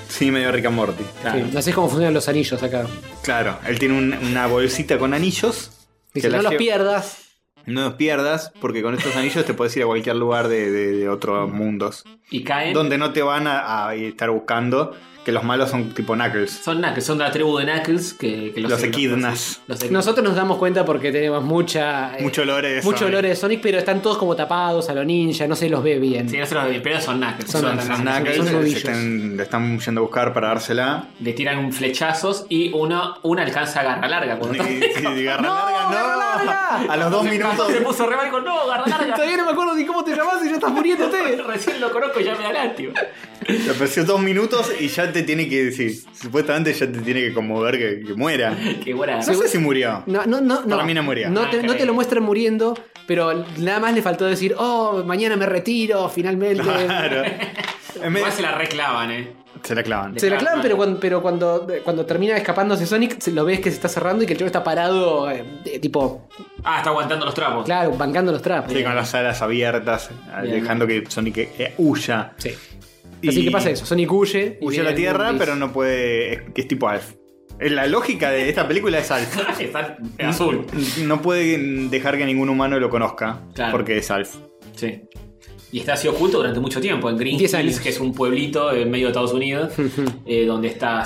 [SPEAKER 2] Sí, medio Rick and Morty.
[SPEAKER 1] Claro.
[SPEAKER 3] Sí, así es como funcionan los anillos acá.
[SPEAKER 2] Claro, él tiene un- una bolsita con anillos.
[SPEAKER 3] Dice,
[SPEAKER 2] que la
[SPEAKER 3] no los
[SPEAKER 2] lleva-
[SPEAKER 3] pierdas.
[SPEAKER 2] No los pierdas, porque con estos anillos te puedes ir a cualquier lugar de, de- de otros mundos.
[SPEAKER 1] Y caen.
[SPEAKER 2] Donde no te van a, a estar buscando, que los malos son tipo Knuckles.
[SPEAKER 1] Son Knuckles, son de la tribu de Knuckles que, que
[SPEAKER 2] Los, equidnas.
[SPEAKER 1] Los equidnas.
[SPEAKER 3] Nosotros nos damos cuenta porque tenemos mucha. eh,
[SPEAKER 2] Mucho olor es.
[SPEAKER 3] mucho olor de Sonic, pero están todos como tapados a lo ninja, no se los ve bien.
[SPEAKER 1] Sí, no se los ve, pero son Knuckles.
[SPEAKER 3] Son
[SPEAKER 1] son
[SPEAKER 3] Knuckles,
[SPEAKER 2] Son
[SPEAKER 1] Knuckles.
[SPEAKER 2] Knuckles,
[SPEAKER 3] son
[SPEAKER 2] se
[SPEAKER 3] nudillos.
[SPEAKER 2] están, le están yendo a buscar para dársela.
[SPEAKER 1] Le tiran flechazos y uno, una alcanza a garra larga.
[SPEAKER 2] Y- [LAUGHS]
[SPEAKER 1] Cuando
[SPEAKER 2] y- y garra
[SPEAKER 3] ¡No,
[SPEAKER 2] larga,
[SPEAKER 3] garra
[SPEAKER 2] no.
[SPEAKER 3] larga!
[SPEAKER 2] A los dos minutos.
[SPEAKER 1] Se puso re mal con no, garra larga.
[SPEAKER 3] Todavía no me acuerdo ni cómo te llamás y ya estás muriéndote.
[SPEAKER 1] [LAUGHS] Recién lo conozco y ya me da látigo.
[SPEAKER 2] Te apareció dos minutos y ya te tiene que decir. Supuestamente ya te tiene que conmover que, que muera.
[SPEAKER 1] Qué buena.
[SPEAKER 2] No sé si murió.
[SPEAKER 3] No, no, no. no.
[SPEAKER 2] Para mí no moría.
[SPEAKER 3] No te,
[SPEAKER 1] Ah,
[SPEAKER 3] no te lo
[SPEAKER 1] ok.
[SPEAKER 3] muestran muriendo, pero nada más le faltó decir, oh, mañana me retiro, finalmente.
[SPEAKER 1] [LAUGHS]
[SPEAKER 2] [LAUGHS] Claro. En vez-
[SPEAKER 1] Igual se la reclavan, eh.
[SPEAKER 2] Se la clavan.
[SPEAKER 3] Se la clavan, pero cuando, pero cuando, cuando termina escapándose Sonic, se- lo ves que se está cerrando y que el chico está parado, eh, de- tipo,
[SPEAKER 1] Ah, está aguantando los trapos.
[SPEAKER 3] claro, bancando los trapos.
[SPEAKER 2] Sí, con las alas abiertas, eh,
[SPEAKER 1] Bien.
[SPEAKER 2] dejando que Sonic eh, huya.
[SPEAKER 3] Sí.
[SPEAKER 2] Y
[SPEAKER 3] Así que pasa eso, Sonic huye. y
[SPEAKER 2] Huye a
[SPEAKER 3] viene
[SPEAKER 2] la Tierra,
[SPEAKER 3] Gremlins.
[SPEAKER 2] pero no puede. Es, que es tipo Alf. Eh, La lógica de esta película es
[SPEAKER 1] [LAUGHS]
[SPEAKER 2] Alf.
[SPEAKER 1] Está en [LAUGHS] azul.
[SPEAKER 2] No puede dejar que ningún humano lo conozca,
[SPEAKER 1] Claro.
[SPEAKER 2] porque es Alf.
[SPEAKER 1] Sí. Y está así oculto durante mucho tiempo en Green
[SPEAKER 3] Diez
[SPEAKER 1] Hills,
[SPEAKER 3] años. Hmm.
[SPEAKER 1] que es un pueblito en medio de Estados Unidos, eh, donde está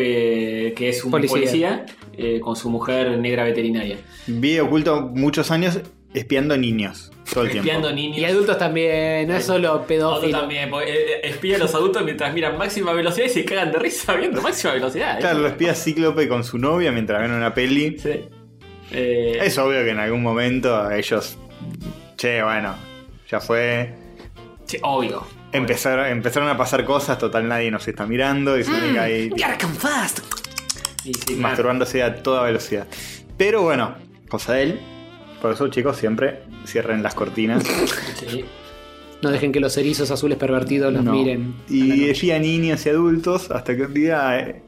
[SPEAKER 1] Cíclope, que es un
[SPEAKER 3] Policía.
[SPEAKER 1] policía, eh, con su mujer negra veterinaria,
[SPEAKER 2] Vive oculto muchos años espiando niños todo el tiempo.
[SPEAKER 1] espiando niños.
[SPEAKER 3] [LAUGHS] Y adultos también, no es solo
[SPEAKER 1] Adultos
[SPEAKER 3] pedófilo.
[SPEAKER 1] también, porque, eh, espía a los adultos mientras miran máxima velocidad y se cagan de risa viendo máxima velocidad. ¿eh?
[SPEAKER 2] Claro, lo espía Cíclope con su novia mientras ven una peli.
[SPEAKER 1] Sí. Eh,
[SPEAKER 2] Es obvio que en algún momento ellos. Che, bueno, ya fue.
[SPEAKER 1] sí, obvio.
[SPEAKER 2] Empezaron, empezaron a pasar cosas, total nadie nos está mirando y Sonic ahí
[SPEAKER 3] The Arkham Fast.
[SPEAKER 1] Sí, sí, claro.
[SPEAKER 2] [LAUGHS] masturbándose a toda velocidad. Pero bueno, cosa de él. Por eso, chicos, siempre cierren las cortinas.
[SPEAKER 1] Sí.
[SPEAKER 3] No dejen que los erizos azules pervertidos los
[SPEAKER 2] [LAUGHS] No.
[SPEAKER 3] miren.
[SPEAKER 2] Y espía niños y adultos hasta que un día. eh,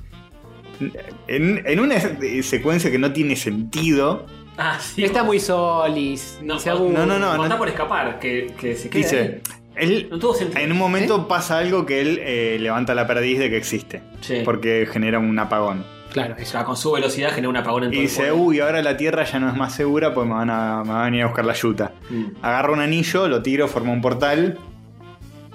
[SPEAKER 2] En, en una eh, secuencia que no tiene sentido,
[SPEAKER 1] Ah, sí.
[SPEAKER 3] Está muy solis.
[SPEAKER 1] No,
[SPEAKER 3] se aburre.
[SPEAKER 2] no, no, no.
[SPEAKER 1] Está por escapar, que, que se queda
[SPEAKER 2] dice.
[SPEAKER 1] ahí.
[SPEAKER 2] Él,
[SPEAKER 1] No tuvo sentido.
[SPEAKER 2] en un momento pasa algo que él eh, levanta la perdiz de que existe.
[SPEAKER 1] Sí.
[SPEAKER 2] Porque genera un apagón.
[SPEAKER 3] Claro,
[SPEAKER 1] O
[SPEAKER 3] eso.
[SPEAKER 1] sea, con su velocidad genera un apagón en todo
[SPEAKER 2] Y
[SPEAKER 1] el
[SPEAKER 2] dice,
[SPEAKER 1] pueblo.
[SPEAKER 2] uy, ahora la tierra ya no es más segura, pues me van a, me van a venir a buscar la yuta.
[SPEAKER 1] Mm.
[SPEAKER 2] Agarro un anillo, lo tiro, formo un portal,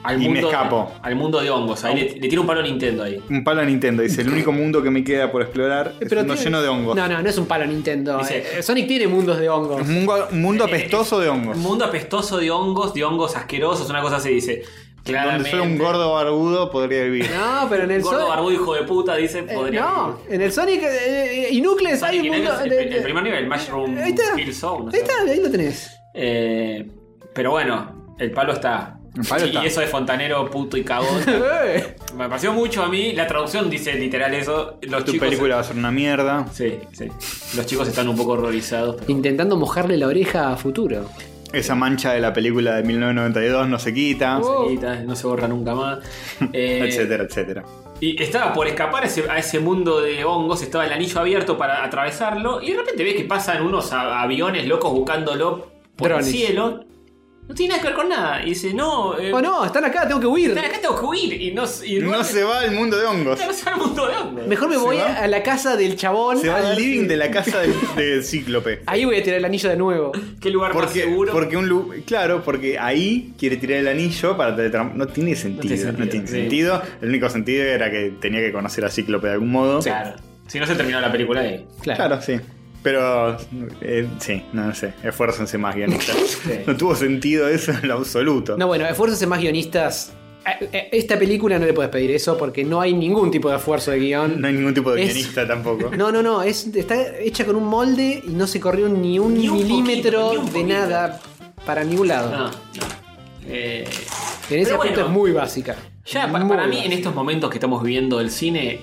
[SPEAKER 1] Al
[SPEAKER 2] Y me
[SPEAKER 1] mundo,
[SPEAKER 2] escapo.
[SPEAKER 1] Al mundo de hongos. Ahí le, le tira un palo a Nintendo ahí.
[SPEAKER 2] un palo a Nintendo. Dice, el único mundo que me queda por explorar es
[SPEAKER 3] Pero
[SPEAKER 2] un mundo
[SPEAKER 3] tiene-
[SPEAKER 2] lleno de hongos.
[SPEAKER 3] No, no, no es un palo Nintendo.
[SPEAKER 1] Dice-
[SPEAKER 3] eh. Sonic tiene mundos de hongos.
[SPEAKER 2] Un mundo, un mundo apestoso de hongos.
[SPEAKER 1] Un mundo apestoso de hongos, de hongos asquerosos, una cosa así dice.
[SPEAKER 2] Donde
[SPEAKER 1] Claramente.
[SPEAKER 2] solo un gordo barbudo podría vivir.
[SPEAKER 3] No, pero en el
[SPEAKER 1] gordo
[SPEAKER 3] Sonic.
[SPEAKER 1] barbudo hijo de puta, dice,
[SPEAKER 3] eh,
[SPEAKER 1] podría.
[SPEAKER 3] no, en el Sonic eh, eh, y Nucleus hay un
[SPEAKER 1] Sonic
[SPEAKER 3] mundo.
[SPEAKER 1] Heroes, el,
[SPEAKER 3] de-
[SPEAKER 1] el primer nivel, Mushroom
[SPEAKER 3] Ahí está.
[SPEAKER 1] Hill Zone. no
[SPEAKER 3] Ahí
[SPEAKER 1] sé.
[SPEAKER 3] está, ahí lo tenés.
[SPEAKER 1] [LAUGHS] Eh, pero bueno, el palo está.
[SPEAKER 2] El palo
[SPEAKER 1] y
[SPEAKER 2] está.
[SPEAKER 1] eso de fontanero, puto y cagón.
[SPEAKER 3] Eh,
[SPEAKER 1] me pareció mucho a mí. La traducción dice literal eso. Los
[SPEAKER 2] Tu
[SPEAKER 1] chicos.
[SPEAKER 2] película va a ser una mierda.
[SPEAKER 1] Sí, sí. Los chicos están un poco horrorizados. pero-
[SPEAKER 3] Intentando mojarle la oreja a futuro.
[SPEAKER 2] Esa mancha de la película de 1992 no se quita.
[SPEAKER 3] Oh.
[SPEAKER 1] Seguitas, no se borra nunca más.
[SPEAKER 2] [LAUGHS]
[SPEAKER 1] Eh,
[SPEAKER 2] Etcétera, etcéera.
[SPEAKER 1] Y estaba por escapar a ese, a ese mundo de hongos, estaba el anillo abierto para atravesarlo, y de repente ves que pasan unos a- aviones locos buscándolo por
[SPEAKER 3] Drones.
[SPEAKER 1] el cielo. No tiene nada que ver con nada. Y dice, no, eh,
[SPEAKER 3] Oh no, están acá, tengo que
[SPEAKER 1] [LAUGHS]
[SPEAKER 3] huir.
[SPEAKER 1] están acá tengo que huir. Y no, y
[SPEAKER 2] No se va al mundo de hongos.
[SPEAKER 1] no se va al mundo de hongos.
[SPEAKER 3] Mejor me
[SPEAKER 2] ¿Se
[SPEAKER 3] voy
[SPEAKER 2] va?
[SPEAKER 3] a a la casa del chabón.
[SPEAKER 2] Se va
[SPEAKER 3] a
[SPEAKER 2] al
[SPEAKER 3] ver
[SPEAKER 2] living
[SPEAKER 3] si-
[SPEAKER 2] de la casa del, del cíclope.
[SPEAKER 3] Ahí voy a tirar el anillo de nuevo.
[SPEAKER 1] ¿Qué lugar más
[SPEAKER 2] Porque,
[SPEAKER 1] seguro?
[SPEAKER 2] porque un lu- claro, porque ahí quiere tirar el anillo para teletram- No tiene sentido. No
[SPEAKER 1] sentido,
[SPEAKER 2] tiene
[SPEAKER 1] sí.
[SPEAKER 2] sentido. El único sentido era que tenía que conocer a Cíclope de algún modo.
[SPEAKER 1] Claro. Si no se terminó la película eh. ahí.
[SPEAKER 3] Claro.
[SPEAKER 2] Claro, sí. Pero eh, sí, no sé. Esfuércense más guionistas.
[SPEAKER 1] Sí.
[SPEAKER 2] No tuvo sentido eso en lo absoluto.
[SPEAKER 3] No, bueno, esfuércense más guionistas. a- a- esta película no le puedes pedir eso porque no hay ningún tipo de esfuerzo de guión.
[SPEAKER 2] No hay ningún tipo de
[SPEAKER 3] Es-
[SPEAKER 2] guionista tampoco.
[SPEAKER 3] No, no, no, es, está hecha con un molde y no se corrió ni un,
[SPEAKER 1] Ni un
[SPEAKER 3] milímetro
[SPEAKER 1] poquito, ni un
[SPEAKER 3] de
[SPEAKER 1] poquito.
[SPEAKER 3] nada para ningún lado.
[SPEAKER 1] No, no. Ah. Eh,
[SPEAKER 3] En ese
[SPEAKER 1] pero
[SPEAKER 3] aspecto
[SPEAKER 1] bueno.
[SPEAKER 3] es muy básica.
[SPEAKER 1] Ya, pa-
[SPEAKER 3] Muy
[SPEAKER 1] para mí,
[SPEAKER 3] básica.
[SPEAKER 1] en estos momentos que estamos viviendo el cine,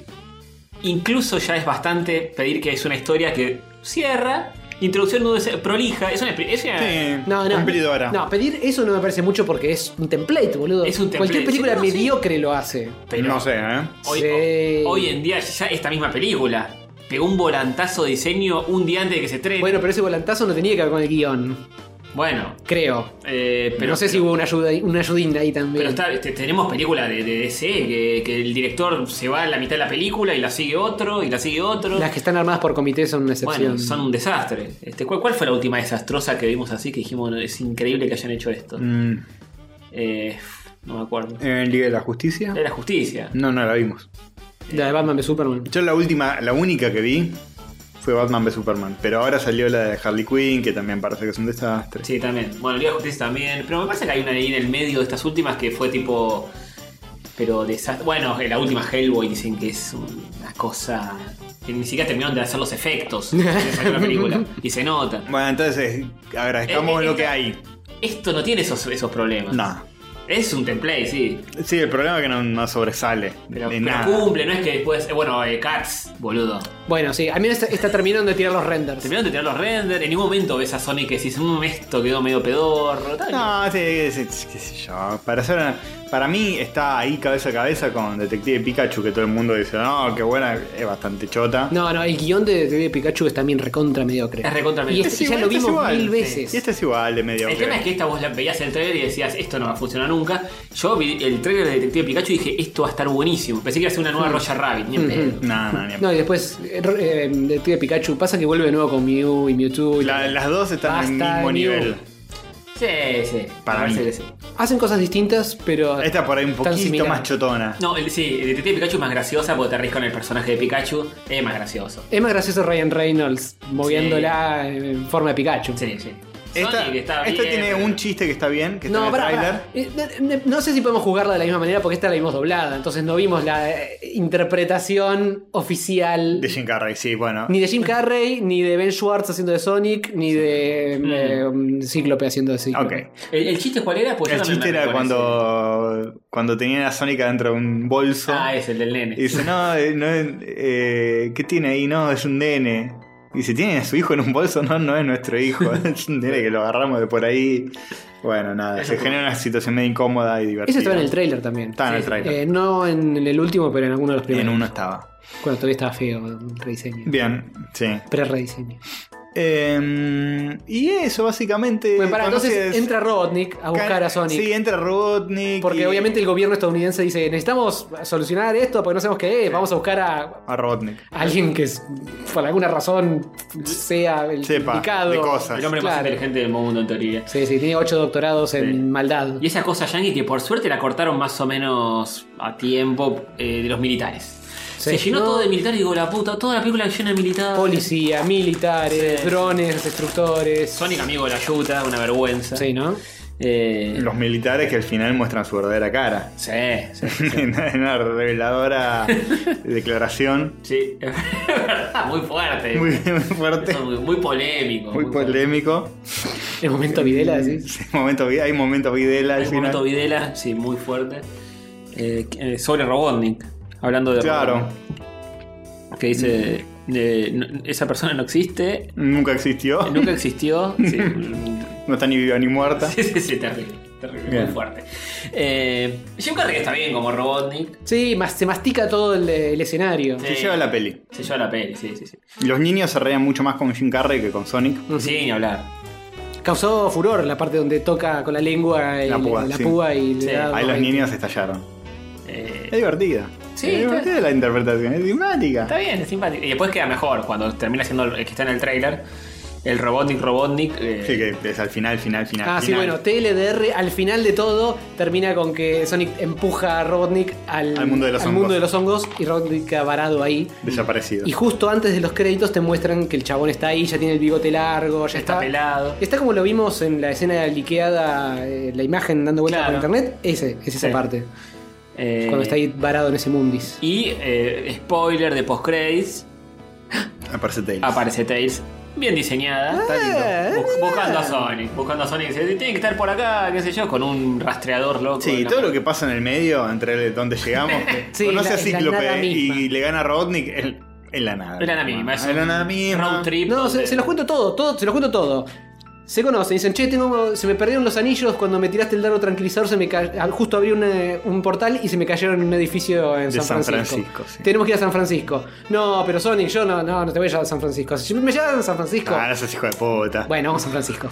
[SPEAKER 1] incluso ya es bastante pedir que es una historia que cierra, introducción no es prolija, es una. expli- Es una-
[SPEAKER 2] Sí,
[SPEAKER 3] No, no.
[SPEAKER 2] cumplidora.
[SPEAKER 3] No, pedir eso no me parece mucho porque es un template, boludo.
[SPEAKER 1] Es un template.
[SPEAKER 3] Cualquier película
[SPEAKER 1] Sí, no, sí.
[SPEAKER 3] mediocre lo hace.
[SPEAKER 1] pero
[SPEAKER 2] No sé, ¿eh?
[SPEAKER 1] Hoy,
[SPEAKER 3] Sí.
[SPEAKER 1] hoy en día, ya esta misma película pegó un volantazo de diseño un día antes de que se estrene.
[SPEAKER 3] Bueno, pero ese volantazo no tenía que ver con el guión,
[SPEAKER 1] Bueno,
[SPEAKER 3] creo.
[SPEAKER 1] eh, pero.
[SPEAKER 3] no sé si hubo una, ayuda, ahí- una ayudín ahí también.
[SPEAKER 1] Pero está- te- tenemos películas de, de DC que, que el director se va a la mitad de la película y la sigue otro y la sigue otro.
[SPEAKER 3] Las que están armadas por comité son una excepción.
[SPEAKER 1] Bueno, son un desastre. Este, ¿cuál, cuál fue la última desastrosa que vimos así que dijimos "No, es increíble que hayan hecho esto?
[SPEAKER 2] Mm,
[SPEAKER 1] Eh, no me acuerdo.
[SPEAKER 2] ¿En Liga de la Justicia?
[SPEAKER 1] Era justicia.
[SPEAKER 2] No, no la vimos.
[SPEAKER 3] La de Batman de Superman.
[SPEAKER 2] Yo la última, la única que vi fue Batman v Superman. Pero ahora salió la de Harley Quinn, que también parece que es un desastre.
[SPEAKER 1] Sí, también. Bueno, Liga de Justicia también. Pero me parece que hay una ahí en el medio de estas últimas que fue tipo. Pero desastre. Bueno, la última Hellboy dicen que es una cosa. que ni siquiera terminaron de hacer los efectos
[SPEAKER 2] [LAUGHS]
[SPEAKER 1] de sacar la película. Y se nota.
[SPEAKER 2] Bueno, entonces agradezcamos
[SPEAKER 1] Eh, eh,
[SPEAKER 2] lo que
[SPEAKER 1] esta-
[SPEAKER 2] hay.
[SPEAKER 1] Esto no tiene esos, esos problemas.
[SPEAKER 2] No.
[SPEAKER 1] Es un template, sí.
[SPEAKER 2] Sí, el problema es que no, no sobresale.
[SPEAKER 1] Pero,
[SPEAKER 2] de
[SPEAKER 1] pero
[SPEAKER 2] nada.
[SPEAKER 1] cumple, no es que después. eh, Bueno, eh, Cats, boludo.
[SPEAKER 3] Bueno, sí, a mí está, está terminando de tirar los renders.
[SPEAKER 1] Terminaron de tirar los renders, en ningún momento ves a Sonic que decís, mmm, esto quedó medio pedorro. Tal.
[SPEAKER 2] No, sí, sí, sí, qué sé yo. Para, hacer una- para mí está ahí cabeza a cabeza con Detective Pikachu, que todo el mundo dice, no, qué buena, es bastante chota.
[SPEAKER 3] No, no, el guión de TV Pikachu es también recontra mediocre.
[SPEAKER 1] Es recontra
[SPEAKER 3] Y
[SPEAKER 1] mediocre.
[SPEAKER 3] este-
[SPEAKER 2] Es
[SPEAKER 3] ya
[SPEAKER 2] igual,
[SPEAKER 3] lo
[SPEAKER 2] este es
[SPEAKER 3] vimos
[SPEAKER 2] igual,
[SPEAKER 3] mil
[SPEAKER 2] sí.
[SPEAKER 3] veces.
[SPEAKER 2] Y este es igual de
[SPEAKER 1] El
[SPEAKER 2] medio.
[SPEAKER 1] tema es que esta vos la veías en el trailer y decías, esto no va a funcionar nunca. Yo vi el trailer de Detective Pikachu y dije, esto va a estar buenísimo. Pensé que iba a ser una
[SPEAKER 2] Mm.
[SPEAKER 1] nueva Roger Rabbit, ni en pedo.
[SPEAKER 2] No, no, ni-
[SPEAKER 3] No, y después eh, ro- eh, Detective Pikachu pasa que vuelve de nuevo con Mew y Mewtwo. y-
[SPEAKER 2] La- las dos están al
[SPEAKER 3] Basta,
[SPEAKER 2] mismo
[SPEAKER 3] Mew.
[SPEAKER 2] nivel.
[SPEAKER 1] Sí, sí.
[SPEAKER 2] Para
[SPEAKER 1] me parece
[SPEAKER 2] mí.
[SPEAKER 1] que sí.
[SPEAKER 3] Hacen cosas distintas, pero.
[SPEAKER 2] Esta por ahí un
[SPEAKER 3] tan
[SPEAKER 2] poquito
[SPEAKER 3] similar.
[SPEAKER 2] más chotona.
[SPEAKER 1] No, el, sí, el Detective Pikachu es más graciosa porque te ríes con el personaje de Pikachu. Es más gracioso.
[SPEAKER 3] Es más gracioso Ryan Reynolds moviéndola en forma de Pikachu.
[SPEAKER 1] Sí, sí.
[SPEAKER 2] Esta,
[SPEAKER 1] Sonic está
[SPEAKER 2] esta
[SPEAKER 1] bien,
[SPEAKER 2] tiene
[SPEAKER 1] pero-
[SPEAKER 2] un chiste que está bien, que está en
[SPEAKER 3] No,
[SPEAKER 2] el
[SPEAKER 3] pará,
[SPEAKER 2] trailer.
[SPEAKER 3] pará. Eh, no- no- no sé si podemos jugarla de la misma manera porque esta la vimos doblada, entonces no vimos la eh, interpretación oficial
[SPEAKER 2] De Jim Carrey, sí, bueno.
[SPEAKER 3] ni de Jim Carrey, ni de Ben Schwartz haciendo de Sonic, ni de eh, um, Cíclope haciendo de
[SPEAKER 2] Mm. Ok.
[SPEAKER 3] Cíclope.
[SPEAKER 1] ¿El, el chiste cuál era? Pues yo
[SPEAKER 2] El
[SPEAKER 1] no me
[SPEAKER 2] chiste era
[SPEAKER 1] acuerdo cuál
[SPEAKER 2] cuando, cuando tenían a Sonic dentro de un bolso.
[SPEAKER 1] es. Ah, es el del nene.
[SPEAKER 2] Y dice, no, eh, no es- eh, ¿qué tiene ahí? No, es un nene. Y dice, ¿tiene a su hijo en un bolso? No, no es nuestro hijo. [LAUGHS] es un nene que lo agarramos de por ahí. Bueno, nada,
[SPEAKER 1] Eso
[SPEAKER 2] se
[SPEAKER 1] fue-
[SPEAKER 2] genera una situación medio incómoda y divertida.
[SPEAKER 3] Ese estaba en el trailer también.
[SPEAKER 2] Estaba en
[SPEAKER 1] Sí,
[SPEAKER 2] el
[SPEAKER 1] sí.
[SPEAKER 2] trailer.
[SPEAKER 3] Eh, no en, en el último, pero en alguno de los
[SPEAKER 2] en
[SPEAKER 3] primeros.
[SPEAKER 2] uno estaba.
[SPEAKER 3] Cuando todavía estaba feo, un rediseño.
[SPEAKER 2] Bien, sí.
[SPEAKER 3] Pre-rediseño.
[SPEAKER 2] Eh, y eso, básicamente.
[SPEAKER 3] Bueno, para
[SPEAKER 2] conoces-
[SPEAKER 3] entonces entra Robotnik a buscar a Sonic.
[SPEAKER 2] Sí, entra Robotnik.
[SPEAKER 3] Porque
[SPEAKER 2] y-
[SPEAKER 3] obviamente el gobierno estadounidense dice, necesitamos solucionar esto porque no sabemos qué es, vamos a buscar a
[SPEAKER 2] A Robotnik.
[SPEAKER 3] alguien que s- por alguna razón sea el
[SPEAKER 2] Sepa,
[SPEAKER 3] indicado.
[SPEAKER 2] de cosas.
[SPEAKER 1] El hombre más
[SPEAKER 3] Claro.
[SPEAKER 1] inteligente del mundo, en teoría.
[SPEAKER 3] Sí, sí, tiene ocho doctorados en
[SPEAKER 1] Sí.
[SPEAKER 3] maldad.
[SPEAKER 1] Y esa cosa yankee que por suerte la cortaron más o menos a tiempo eh, de los militares.
[SPEAKER 3] Sí.
[SPEAKER 1] Se llenó
[SPEAKER 3] No.
[SPEAKER 1] todo de militares, digo, la puta, toda la película llena de militares.
[SPEAKER 3] Policía, militares,
[SPEAKER 1] Sí.
[SPEAKER 3] drones, destructores.
[SPEAKER 1] Sonic, amigo de la yuta, una vergüenza.
[SPEAKER 3] Sí, ¿no?
[SPEAKER 1] Eh,
[SPEAKER 2] Los militares que al final muestran su verdadera cara.
[SPEAKER 1] Sí, sí.
[SPEAKER 2] en [LAUGHS] una reveladora declaración
[SPEAKER 1] sí. [LAUGHS] Es verdad, muy fuerte.
[SPEAKER 2] muy, muy fuerte,
[SPEAKER 1] Eso, muy, muy polémico.
[SPEAKER 2] muy polémico.
[SPEAKER 3] El momento Videla, decís.
[SPEAKER 2] Sí, momento, vi- hay momento Videla al
[SPEAKER 1] El momento
[SPEAKER 2] final.
[SPEAKER 1] Videla, sí, muy fuerte. Eh, eh, sobre Robotnik, hablando de
[SPEAKER 2] Claro,
[SPEAKER 1] Robotnik, que dice, eh, no- esa persona no existe,
[SPEAKER 2] nunca existió.
[SPEAKER 1] nunca existió. Sí,
[SPEAKER 2] [LAUGHS] No está ni viva ni muerta.
[SPEAKER 1] [LAUGHS] Sí, sí, sí, terrible. Terrible,
[SPEAKER 2] Bien.
[SPEAKER 1] muy fuerte. Eh, Jim Carrey está bien como Robotnik.
[SPEAKER 3] Sí, mas- se mastica todo el, el escenario.
[SPEAKER 1] Sí.
[SPEAKER 2] Se lleva la peli.
[SPEAKER 1] Se lleva la peli, sí, sí, sí.
[SPEAKER 2] Los niños se reían mucho más con Jim Carrey que con Sonic.
[SPEAKER 1] Sí, ni hablar.
[SPEAKER 3] Causó furor la parte donde toca con la lengua el-
[SPEAKER 2] La
[SPEAKER 3] la
[SPEAKER 2] púa,
[SPEAKER 3] púa,
[SPEAKER 2] sí.
[SPEAKER 3] y
[SPEAKER 1] Sí,
[SPEAKER 3] le da
[SPEAKER 2] Ahí los
[SPEAKER 3] veinte.
[SPEAKER 2] niños estallaron.
[SPEAKER 1] Eh,
[SPEAKER 2] Es divertida.
[SPEAKER 1] Sí,
[SPEAKER 2] es
[SPEAKER 1] está-
[SPEAKER 2] divertida la interpretación, es
[SPEAKER 1] está
[SPEAKER 2] simpática.
[SPEAKER 1] bien, es simpático. Y después queda mejor cuando termina siendo el que está en el trailer. El Robotnik, Robotnik. eh,
[SPEAKER 2] Sí, que es al final, final, final.
[SPEAKER 3] Ah, sí,
[SPEAKER 2] final.
[SPEAKER 3] bueno, TLDR al final de todo termina con que Sonic empuja a Robotnik al,
[SPEAKER 2] Al mundo de los hongos.
[SPEAKER 3] mundo de los hongos y Robotnik queda varado ahí.
[SPEAKER 2] Desaparecido.
[SPEAKER 3] Y justo antes de los créditos te muestran que el chabón está ahí, ya tiene el bigote largo, ya
[SPEAKER 1] está,
[SPEAKER 2] Ah.
[SPEAKER 3] está.
[SPEAKER 1] pelado.
[SPEAKER 3] Está como lo vimos en la escena liqueada, eh, la imagen dando vuelta
[SPEAKER 1] Claro.
[SPEAKER 3] por internet. Ese, es esa
[SPEAKER 1] Sí.
[SPEAKER 3] parte.
[SPEAKER 1] Eh,
[SPEAKER 3] Cuando está ahí varado en ese mundis.
[SPEAKER 1] Y eh, spoiler de post-credits,
[SPEAKER 2] Aparece Tails.
[SPEAKER 1] aparece Tails bien diseñada.
[SPEAKER 2] Está lindo.
[SPEAKER 1] Bu- Buscando a Sonic, buscando a Sonic, dice, tiene que estar por acá, qué sé yo, con un rastreador loco.
[SPEAKER 2] Sí,
[SPEAKER 1] ¿no?
[SPEAKER 2] todo lo que pasa en el medio, entre el- donde llegamos, que
[SPEAKER 3] Sí,
[SPEAKER 2] conoce
[SPEAKER 3] la-
[SPEAKER 2] a
[SPEAKER 3] la nada
[SPEAKER 2] Cíclope
[SPEAKER 3] misma.
[SPEAKER 2] y le gana a Robotnik en, en la nada.
[SPEAKER 1] Es la nada misma, es
[SPEAKER 2] En la
[SPEAKER 1] un
[SPEAKER 2] nada misma.
[SPEAKER 1] Road trip.
[SPEAKER 3] No, se,
[SPEAKER 1] donde-
[SPEAKER 3] se los cuento todo, todo, se los cuento todo. Se conocen, dicen, che, tengo, se me perdieron los anillos cuando me tiraste el dardo tranquilizador, se me ca- ah, justo abrí un, eh, un portal y se me cayeron en un edificio en
[SPEAKER 2] De
[SPEAKER 3] San
[SPEAKER 2] San
[SPEAKER 3] Francisco.
[SPEAKER 2] Francisco, sí.
[SPEAKER 3] Tenemos que ir a San Francisco. No, pero Sonic, yo no, no, no te voy a llevar a San Francisco. Si me llevan a San Francisco.
[SPEAKER 2] Ah, no seas hijo de puta.
[SPEAKER 3] Bueno, vamos a San Francisco.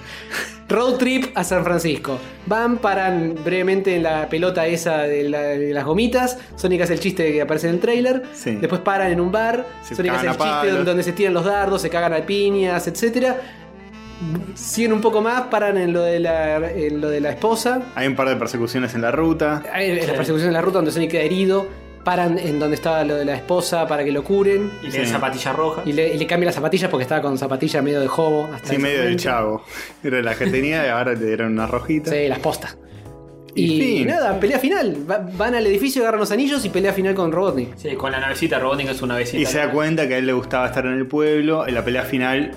[SPEAKER 3] Road trip a San Francisco. Van, paran brevemente en la pelota esa de, la- de las gomitas. Sonic hace el chiste que aparece en el trailer.
[SPEAKER 2] Sí.
[SPEAKER 3] Después paran en un bar.
[SPEAKER 2] Se
[SPEAKER 3] Sonic hace
[SPEAKER 2] cagan
[SPEAKER 3] el
[SPEAKER 2] a
[SPEAKER 3] chiste
[SPEAKER 2] palos.
[SPEAKER 3] donde, se tiran los dardos, se cagan a piñas, etc. Siguen un poco más, paran en lo de la, en lo de la esposa.
[SPEAKER 2] Hay un par de persecuciones en la ruta.
[SPEAKER 3] Hay- En
[SPEAKER 1] Sí.
[SPEAKER 3] la persecución en la ruta donde Sonic queda herido. Paran en donde estaba lo de la esposa para que lo curen.
[SPEAKER 1] Y tiene
[SPEAKER 2] Sí.
[SPEAKER 1] zapatilla roja.
[SPEAKER 3] Y le, y le cambian las zapatillas porque estaba con zapatillas medio de hobo. Hasta
[SPEAKER 2] Sí,
[SPEAKER 3] ese
[SPEAKER 2] medio del
[SPEAKER 3] momento.
[SPEAKER 2] chavo. Era la que tenía y ahora le dieron una rojita.
[SPEAKER 3] Sí, las postas.
[SPEAKER 2] Y
[SPEAKER 3] Y,
[SPEAKER 2] fin.
[SPEAKER 3] nada, pelea final. Va- van al edificio, agarran los anillos y pelea final con Robotnik.
[SPEAKER 1] Sí, con la navecita, Robotnik es una navecita.
[SPEAKER 2] Y se da cuenta que a él le gustaba estar en el pueblo. En la pelea final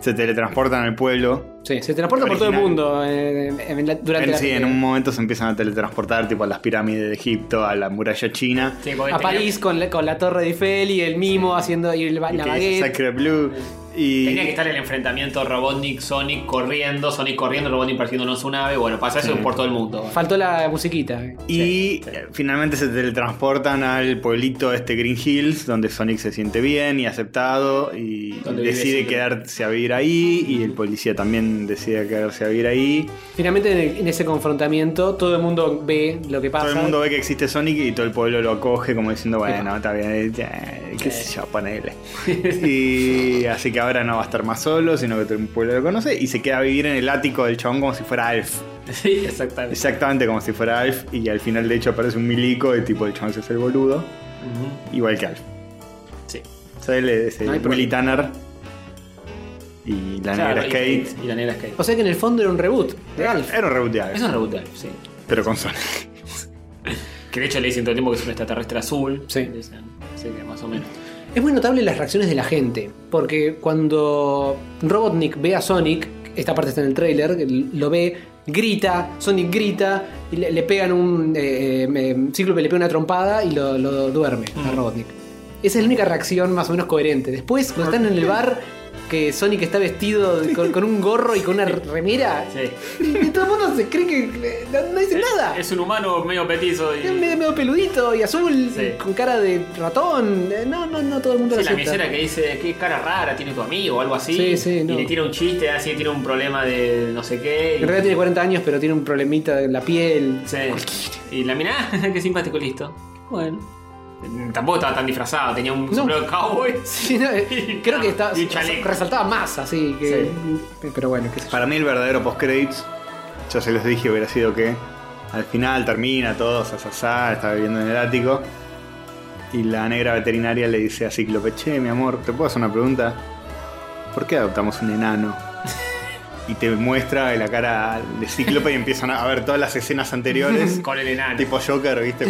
[SPEAKER 2] se teletransportan al pueblo.
[SPEAKER 3] Sí, se transporta por todo el
[SPEAKER 2] Original.
[SPEAKER 3] mundo eh, en la- durante
[SPEAKER 2] En,
[SPEAKER 3] la
[SPEAKER 2] sí, en
[SPEAKER 3] pelea.
[SPEAKER 2] un momento se empiezan a teletransportar tipo a las pirámides de Egipto, a la muralla china.
[SPEAKER 1] Sí, porque
[SPEAKER 3] A
[SPEAKER 1] tenía-
[SPEAKER 3] París con la, con la torre de Eiffel y el mimo haciendo y el ba-
[SPEAKER 2] Y
[SPEAKER 3] la
[SPEAKER 2] que dice
[SPEAKER 3] baguette.
[SPEAKER 2] Sacre Blue. Y
[SPEAKER 1] Tenía que estar el enfrentamiento Robotnik, Sonic corriendo, Sonic corriendo, Robotnik persiguiéndolo en su nave. Bueno, pasa eso
[SPEAKER 2] Sí.
[SPEAKER 1] por todo el
[SPEAKER 3] [LAUGHS]
[SPEAKER 1] mundo.
[SPEAKER 3] Faltó la musiquita. eh.
[SPEAKER 2] Y eh, finalmente se teletransportan al pueblito este Green Hills, donde Sonic se siente bien y aceptado y
[SPEAKER 1] Donde vive
[SPEAKER 2] decide
[SPEAKER 1] Cíclope.
[SPEAKER 2] quedarse a vivir ahí y el policía también decide quedarse a vivir ahí.
[SPEAKER 3] Finalmente en, el- en ese confrontamiento todo el mundo ve lo que pasa.
[SPEAKER 2] Todo el mundo ve que existe Sonic y todo el pueblo lo acoge como diciendo, bueno, está bien, ya, qué sé yo, ponele.
[SPEAKER 1] [LAUGHS]
[SPEAKER 2] y así que ahora no va a estar más solo, sino que todo el pueblo lo conoce y se queda a vivir en el ático del chabón como si fuera Alf.
[SPEAKER 1] Sí, exactamente.
[SPEAKER 2] Exactamente como si fuera Alf y al final de hecho aparece un milico y tipo el chabón se hace el boludo,
[SPEAKER 1] Ujú.
[SPEAKER 2] igual que Alf.
[SPEAKER 1] Sí.
[SPEAKER 2] ¿Sabes? Le- Es el
[SPEAKER 3] No hay
[SPEAKER 2] Willy Tanner y la
[SPEAKER 1] Claro,
[SPEAKER 2] negra
[SPEAKER 1] y-
[SPEAKER 2] Skate.
[SPEAKER 1] Y la negra Skate.
[SPEAKER 3] O sea que en el fondo era un reboot de Alf.
[SPEAKER 2] Era un reboot de Alf,
[SPEAKER 1] Es un reboot de Alf, sí.
[SPEAKER 2] pero
[SPEAKER 1] [LAUGHS]
[SPEAKER 2] con Sonic.
[SPEAKER 1] Que de hecho le dicen todo el tiempo que es un extraterrestre azul.
[SPEAKER 3] Sí.
[SPEAKER 1] Dicen, sí, que más o menos.
[SPEAKER 3] Es muy notable las reacciones de la gente, porque cuando Robotnik ve a Sonic, esta parte está en el trailer, lo ve, grita, Sonic grita, y le, le pegan un. Eh, eh, Cíclope le pega una trompada y lo, lo duerme a
[SPEAKER 1] Mm.
[SPEAKER 3] Robotnik. Esa es la única reacción más o menos coherente. Después, cuando están en el bar, que Sonic está vestido de- con, con un gorro y con una remera,
[SPEAKER 1] Sí.
[SPEAKER 3] y, y todo el mundo se cree que. eh, no, no dice nada.
[SPEAKER 1] Es un humano medio petizo y.
[SPEAKER 3] Es medio, medio peludito y azul,
[SPEAKER 1] Sí.
[SPEAKER 3] con cara de ratón. Eh, No, no, no, todo el mundo
[SPEAKER 1] Sí,
[SPEAKER 3] lo
[SPEAKER 1] la
[SPEAKER 3] acepta.
[SPEAKER 1] misera que dice, qué cara rara tiene tu amigo o algo así.
[SPEAKER 3] Sí, sí, no.
[SPEAKER 1] Y le tira un chiste, así tiene un problema de no sé qué. y-
[SPEAKER 3] En realidad tiene 40 años, pero tiene un problemita en la piel.
[SPEAKER 1] Sí. Y la mirá, [LAUGHS] qué simpático, listo. Bueno. Tampoco estaba tan disfrazado, tenía un
[SPEAKER 3] No.
[SPEAKER 1] sombrero de cowboy.
[SPEAKER 3] Sí, no, eh, creo que está,
[SPEAKER 1] Y un chaleco.
[SPEAKER 3] resaltaba más, así que. Pero bueno, qué sé yo.
[SPEAKER 2] Para mí el verdadero post-credits, ya se los dije, hubiera sido que al final termina todo, sasasá, está viviendo en el ático. Y la negra veterinaria le dice a Cíclope, che, mi amor, ¿te puedo hacer una pregunta? ¿Por qué adoptamos un enano? Y te muestra la cara de Cíclope y empiezan a ver todas las escenas
[SPEAKER 1] [LAUGHS]
[SPEAKER 2] anteriores.
[SPEAKER 1] [LAUGHS] Con el enano.
[SPEAKER 2] tipo Joker, ¿viste?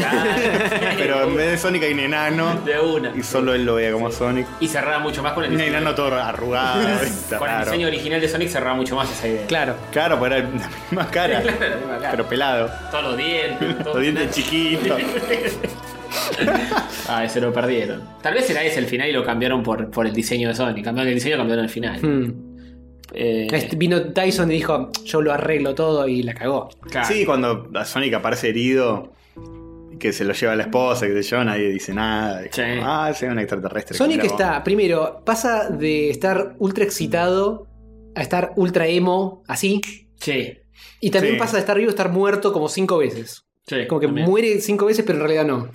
[SPEAKER 2] [LAUGHS] Pero en vez de Sonic hay un enano.
[SPEAKER 1] de una.
[SPEAKER 2] Y solo él lo veía como Sonic.
[SPEAKER 1] Y cerraba mucho más con el
[SPEAKER 2] Un enano todo
[SPEAKER 1] [LAUGHS]
[SPEAKER 2] arrugado. ¿viste?
[SPEAKER 1] Con el
[SPEAKER 2] Raro.
[SPEAKER 1] diseño original de Sonic cerraba mucho más esa idea.
[SPEAKER 3] Claro.
[SPEAKER 2] Claro, pero era la misma
[SPEAKER 1] [LAUGHS]
[SPEAKER 2] cara. Pero pelado.
[SPEAKER 1] Todos los
[SPEAKER 2] [LAUGHS]
[SPEAKER 1] dientes, todo.
[SPEAKER 2] Los dientes chiquitos.
[SPEAKER 1] [LAUGHS] Ah, ese lo perdieron. Tal vez era ese el final y lo cambiaron por, por el diseño de Sonic. Cambiaron el diseño, cambiaron el final.
[SPEAKER 3] Hmm.
[SPEAKER 1] Eh,
[SPEAKER 3] Este, vino Dyson y dijo: Yo lo arreglo todo y la cagó.
[SPEAKER 1] claro.
[SPEAKER 2] Sí, cuando a Sonic aparece herido, que se lo lleva la esposa, que sé yo, nadie dice nada.
[SPEAKER 1] Sí.
[SPEAKER 2] Ah, sí, un extraterrestre.
[SPEAKER 3] Sonic
[SPEAKER 2] Mirá vos.
[SPEAKER 3] está, primero, pasa de estar ultra excitado a estar ultra emo, así.
[SPEAKER 1] Sí.
[SPEAKER 3] Y también
[SPEAKER 2] Sí.
[SPEAKER 3] pasa de estar vivo a estar muerto como cinco veces.
[SPEAKER 1] Sí,
[SPEAKER 3] Como que
[SPEAKER 1] también.
[SPEAKER 3] muere cinco veces, pero en realidad no.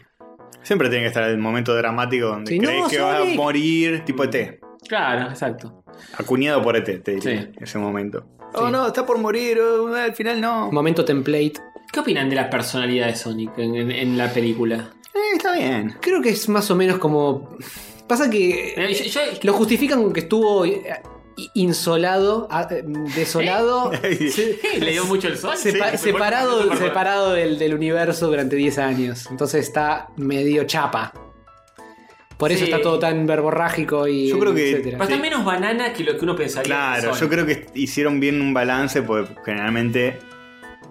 [SPEAKER 2] Siempre tiene que estar el momento dramático donde
[SPEAKER 3] Sí,
[SPEAKER 2] crees
[SPEAKER 3] no,
[SPEAKER 2] que va a
[SPEAKER 3] Sonic.
[SPEAKER 2] morir, tipo ET.
[SPEAKER 1] Claro, exacto.
[SPEAKER 2] Acuñado por ET, te diría,
[SPEAKER 1] Sí.
[SPEAKER 2] ese momento.
[SPEAKER 3] Sí.
[SPEAKER 2] Oh, no, está por morir, oh, al final no.
[SPEAKER 3] Momento template.
[SPEAKER 1] ¿Qué opinan de la personalidad de Sonic en, en- en la película?
[SPEAKER 2] Eh, está bien.
[SPEAKER 3] Creo que es más o menos como. Pasa que.
[SPEAKER 1] Eh, yo- yo-
[SPEAKER 3] Lo justifican con que estuvo eh, i- insolado, a- eh,
[SPEAKER 2] [LAUGHS]
[SPEAKER 3] desolado, se-
[SPEAKER 1] Le dio mucho el sol.
[SPEAKER 3] sepa-
[SPEAKER 1] Sí, se
[SPEAKER 3] separado,
[SPEAKER 1] fue-
[SPEAKER 3] separado del, del universo durante 10 años. Entonces está medio chapa. Por eso
[SPEAKER 1] Sí.
[SPEAKER 3] está todo tan verborrágico y
[SPEAKER 2] Yo creo que-
[SPEAKER 3] etcétera.
[SPEAKER 1] Pero está menos banana que lo que uno pensaría.
[SPEAKER 2] Claro,
[SPEAKER 1] que son.
[SPEAKER 2] yo creo que hicieron bien un balance, porque generalmente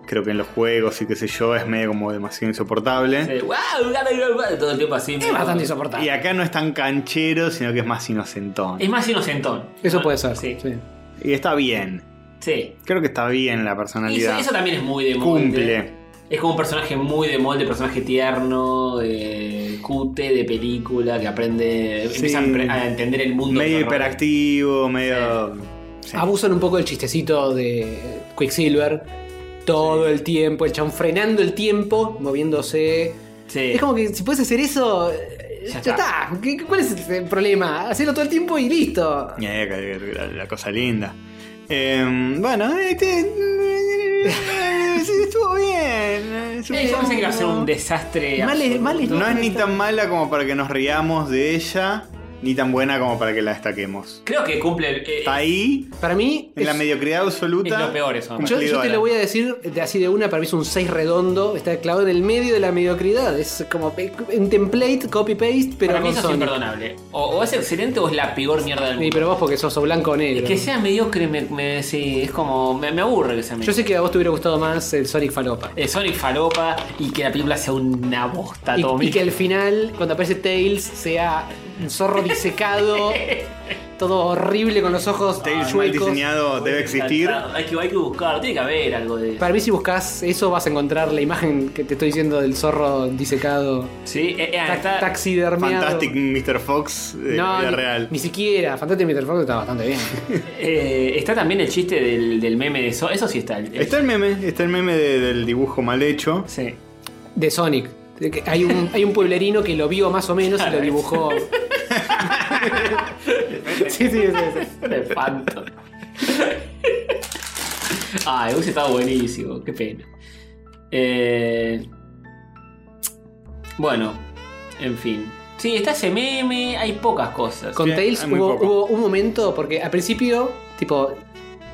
[SPEAKER 2] creo que en los juegos y qué sé yo es medio como demasiado insoportable.
[SPEAKER 1] Sí, guau, guau, guau, guau, todo el tiempo así.
[SPEAKER 3] Es bastante
[SPEAKER 2] Y
[SPEAKER 3] insoportable.
[SPEAKER 2] acá no es tan canchero, sino que es más inocentón.
[SPEAKER 1] Es más inocentón.
[SPEAKER 3] Eso puede ser.
[SPEAKER 1] Sí.
[SPEAKER 3] sí.
[SPEAKER 2] Y está bien.
[SPEAKER 1] sí.
[SPEAKER 2] Creo que está bien la
[SPEAKER 1] Y eso,
[SPEAKER 2] personalidad.
[SPEAKER 1] eso también ¿eh? es muy de molde.
[SPEAKER 2] Cumple.
[SPEAKER 1] Es como un personaje muy de molde, personaje tierno, de cute, de película, que aprende,
[SPEAKER 2] Sí.
[SPEAKER 1] empieza a pre- a entender el mundo.
[SPEAKER 2] Medio
[SPEAKER 1] por-
[SPEAKER 2] hiperactivo, medio. Sí.
[SPEAKER 3] Abusan un poco del chistecito de Quicksilver. Todo el tiempo, el chabón frenando el tiempo, moviéndose.
[SPEAKER 1] Sí.
[SPEAKER 3] Es como que si puedes hacer eso, eh,
[SPEAKER 1] Ya
[SPEAKER 3] ya,
[SPEAKER 1] está.
[SPEAKER 3] está. ¿Qué- qué- ¿Cuál es el problema? Hacelo todo el tiempo y listo.
[SPEAKER 2] Eh, que- que- La, la cosa linda. Em, bueno,
[SPEAKER 1] [LAUGHS]
[SPEAKER 2] este. sí, estuvo bien. eh,
[SPEAKER 1] Sí, yo pensé que iba a ser un desastre.
[SPEAKER 3] Mal es-
[SPEAKER 1] absoluto.
[SPEAKER 3] mal es-
[SPEAKER 2] No es ni tan mala como para que nos riamos de ella, ni tan buena como para que la destaquemos.
[SPEAKER 1] Creo que cumple. el- eh,
[SPEAKER 2] Está ahí,
[SPEAKER 3] Para mí,
[SPEAKER 2] en la
[SPEAKER 3] es-
[SPEAKER 2] mediocridad absoluta.
[SPEAKER 1] es lo peor eso, me
[SPEAKER 3] yo, yo te
[SPEAKER 2] cumplidora.
[SPEAKER 3] lo voy a decir de así de una, para mí es un 6 redondo, está clavado en el medio de la mediocridad. Es como pe- un template, copy-paste, pero
[SPEAKER 1] para mí eso
[SPEAKER 3] con
[SPEAKER 1] es
[SPEAKER 3] Sony.
[SPEAKER 1] imperdonable. O, o es excelente o es la peor mierda del
[SPEAKER 3] Sí,
[SPEAKER 1] mundo.
[SPEAKER 3] pero vos porque sos o blanco o negro.
[SPEAKER 1] Que sea mediocre, me, me- sí, es como. Me, me aburre que sea mediocre.
[SPEAKER 3] Yo sé que a vos te hubiera gustado más el Sonic Falopa.
[SPEAKER 1] Eh, Sonic falopa y que la película sea una bosta
[SPEAKER 3] Y,
[SPEAKER 1] Tommy.
[SPEAKER 3] y que al final, cuando aparece Tails, sea un zorro
[SPEAKER 1] [LAUGHS]
[SPEAKER 3] disecado, todo horrible con los ojos
[SPEAKER 2] Tails mal
[SPEAKER 3] chuecos.
[SPEAKER 2] diseñado debe existir.
[SPEAKER 1] Hay que, hay que buscar, tiene que haber algo de.
[SPEAKER 3] Para mí, si buscas eso, vas a encontrar la imagen que te estoy diciendo del zorro disecado,
[SPEAKER 1] Sí, eh, eh,
[SPEAKER 3] ta-
[SPEAKER 1] está-
[SPEAKER 3] taxidermiado.
[SPEAKER 2] Fantastic Mr. Fox de la
[SPEAKER 3] No,
[SPEAKER 2] vida
[SPEAKER 3] ni,
[SPEAKER 2] real.
[SPEAKER 3] ni siquiera. Fantastic Mr. Fox está
[SPEAKER 2] [LAUGHS]
[SPEAKER 3] bastante bien.
[SPEAKER 1] eh, está también el chiste del, del meme de eso. Eso sí está. el- el-
[SPEAKER 2] Está el meme, está el meme de- del dibujo mal hecho.
[SPEAKER 1] Sí.
[SPEAKER 3] De Sonic. De que Hay un, hay un pueblerino que lo vio más o menos y
[SPEAKER 1] Claro,
[SPEAKER 3] lo
[SPEAKER 1] es-
[SPEAKER 3] dibujó. [LAUGHS] sí, sí, sí, sí.
[SPEAKER 1] Elefanto. Ay, hubiese estado buenísimo, qué pena. Eh, bueno, en fin. Sí, está ese meme, hay pocas cosas.
[SPEAKER 3] Con
[SPEAKER 2] Sí,
[SPEAKER 3] Tails
[SPEAKER 2] hay muy
[SPEAKER 3] hubo,
[SPEAKER 2] poco.
[SPEAKER 3] hubo un momento, porque al principio, tipo,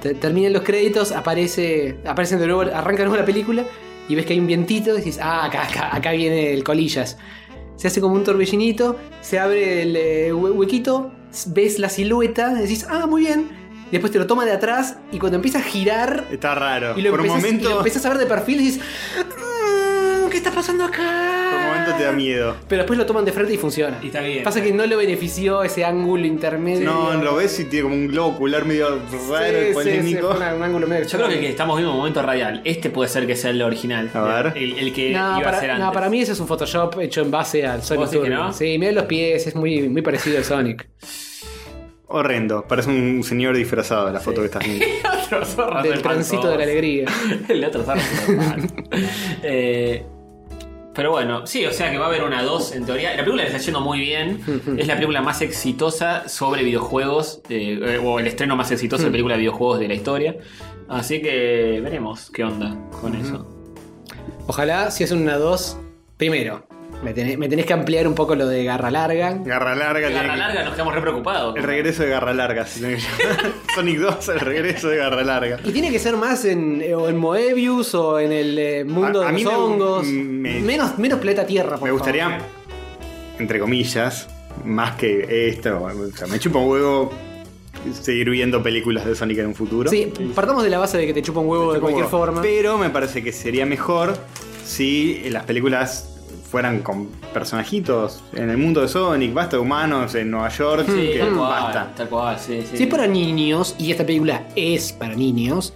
[SPEAKER 3] te- terminan los créditos, aparece, aparecen de nuevo, arranca de nuevo la película y ves que hay un vientito y dices, ah, acá, acá, acá viene el colillas. Se hace como un torbellinito, se abre el eh, hue- huequito, s- ves la silueta, decís, ah, muy bien. Después te lo toma de atrás y cuando empieza a girar
[SPEAKER 2] Está raro.
[SPEAKER 3] y lo,
[SPEAKER 2] por un
[SPEAKER 3] empezás, y lo
[SPEAKER 2] momento,
[SPEAKER 3] empezás a ver de perfil, decís, "Mm, ¿qué está pasando acá?
[SPEAKER 2] por un momento te da miedo.
[SPEAKER 3] Pero después lo toman de frente y funciona.
[SPEAKER 1] Y está bien.
[SPEAKER 3] Pasa que no lo benefició ese ángulo intermedio.
[SPEAKER 2] No, lo ves y tiene como un globo ocular medio raro,
[SPEAKER 3] Sí, sí, sí,
[SPEAKER 2] polémico.
[SPEAKER 3] fue una- un ángulo medio
[SPEAKER 1] Yo creo que el que estamos viendo un momento radial. Este puede ser que sea el original.
[SPEAKER 2] A ver.
[SPEAKER 1] El, el que
[SPEAKER 3] No,
[SPEAKER 1] iba a ser
[SPEAKER 3] para,
[SPEAKER 1] antes.
[SPEAKER 3] no, para mí ese es un Photoshop hecho en base al Sonic
[SPEAKER 1] ¿Vos decís que
[SPEAKER 3] Turbo.
[SPEAKER 1] no?
[SPEAKER 3] Sí, mirá los pies, es muy, muy parecido
[SPEAKER 1] [LAUGHS]
[SPEAKER 3] al Sonic.
[SPEAKER 2] Horrendo. Parece un señor disfrazado la foto que estás viendo.
[SPEAKER 1] El [LAUGHS] otro zorro se
[SPEAKER 3] del
[SPEAKER 1] espantó.
[SPEAKER 3] transito de la alegría.
[SPEAKER 1] [LAUGHS] El otro zorro se
[SPEAKER 3] [LAUGHS]
[SPEAKER 1] espantó. Eh, Pero bueno, sí, o sea que va a haber una 2 en teoría. La película le está yendo muy
[SPEAKER 3] [LAUGHS]
[SPEAKER 1] bien. es la película más exitosa sobre videojuegos. eh, eh, o el estreno más exitoso
[SPEAKER 3] Mm.
[SPEAKER 1] de película de videojuegos de la historia. Así que veremos qué onda con eso.
[SPEAKER 3] Ojalá si es una 2, primero, me tenés, me tenés que ampliar un poco lo de garra larga.
[SPEAKER 2] Garra larga. tiene
[SPEAKER 1] La
[SPEAKER 2] que-
[SPEAKER 1] larga nos quedamos re preocupados.
[SPEAKER 2] El regreso de Garra Larga. se tiene que llamar. [LAUGHS] Sonic 2, el regreso de Garra Larga.
[SPEAKER 3] Y tiene que ser más en, eh, o en Moebius o en el eh, mundo
[SPEAKER 2] A- a
[SPEAKER 3] de
[SPEAKER 2] mí
[SPEAKER 3] los
[SPEAKER 2] me-
[SPEAKER 3] hongos.
[SPEAKER 2] me-
[SPEAKER 3] menos, menos planeta Tierra, por
[SPEAKER 2] Me
[SPEAKER 3] favor.
[SPEAKER 2] gustaría, entre comillas, más que esto. O sea, me chupa un huevo seguir viendo películas de Sonic en un futuro.
[SPEAKER 3] Sí, partamos de la base de que te chupa un huevo de cualquier
[SPEAKER 2] Supongo.
[SPEAKER 3] forma.
[SPEAKER 2] Pero me parece que sería mejor si las películas fueran con personajitos en el mundo de Sonic, basta de humanos en Nueva York,
[SPEAKER 1] Sí, Mm.
[SPEAKER 2] que
[SPEAKER 1] tal cual,
[SPEAKER 2] basta.
[SPEAKER 1] tal cual, sí, sí.
[SPEAKER 3] Si es para
[SPEAKER 2] Eh.
[SPEAKER 3] niños, y esta película es para niños,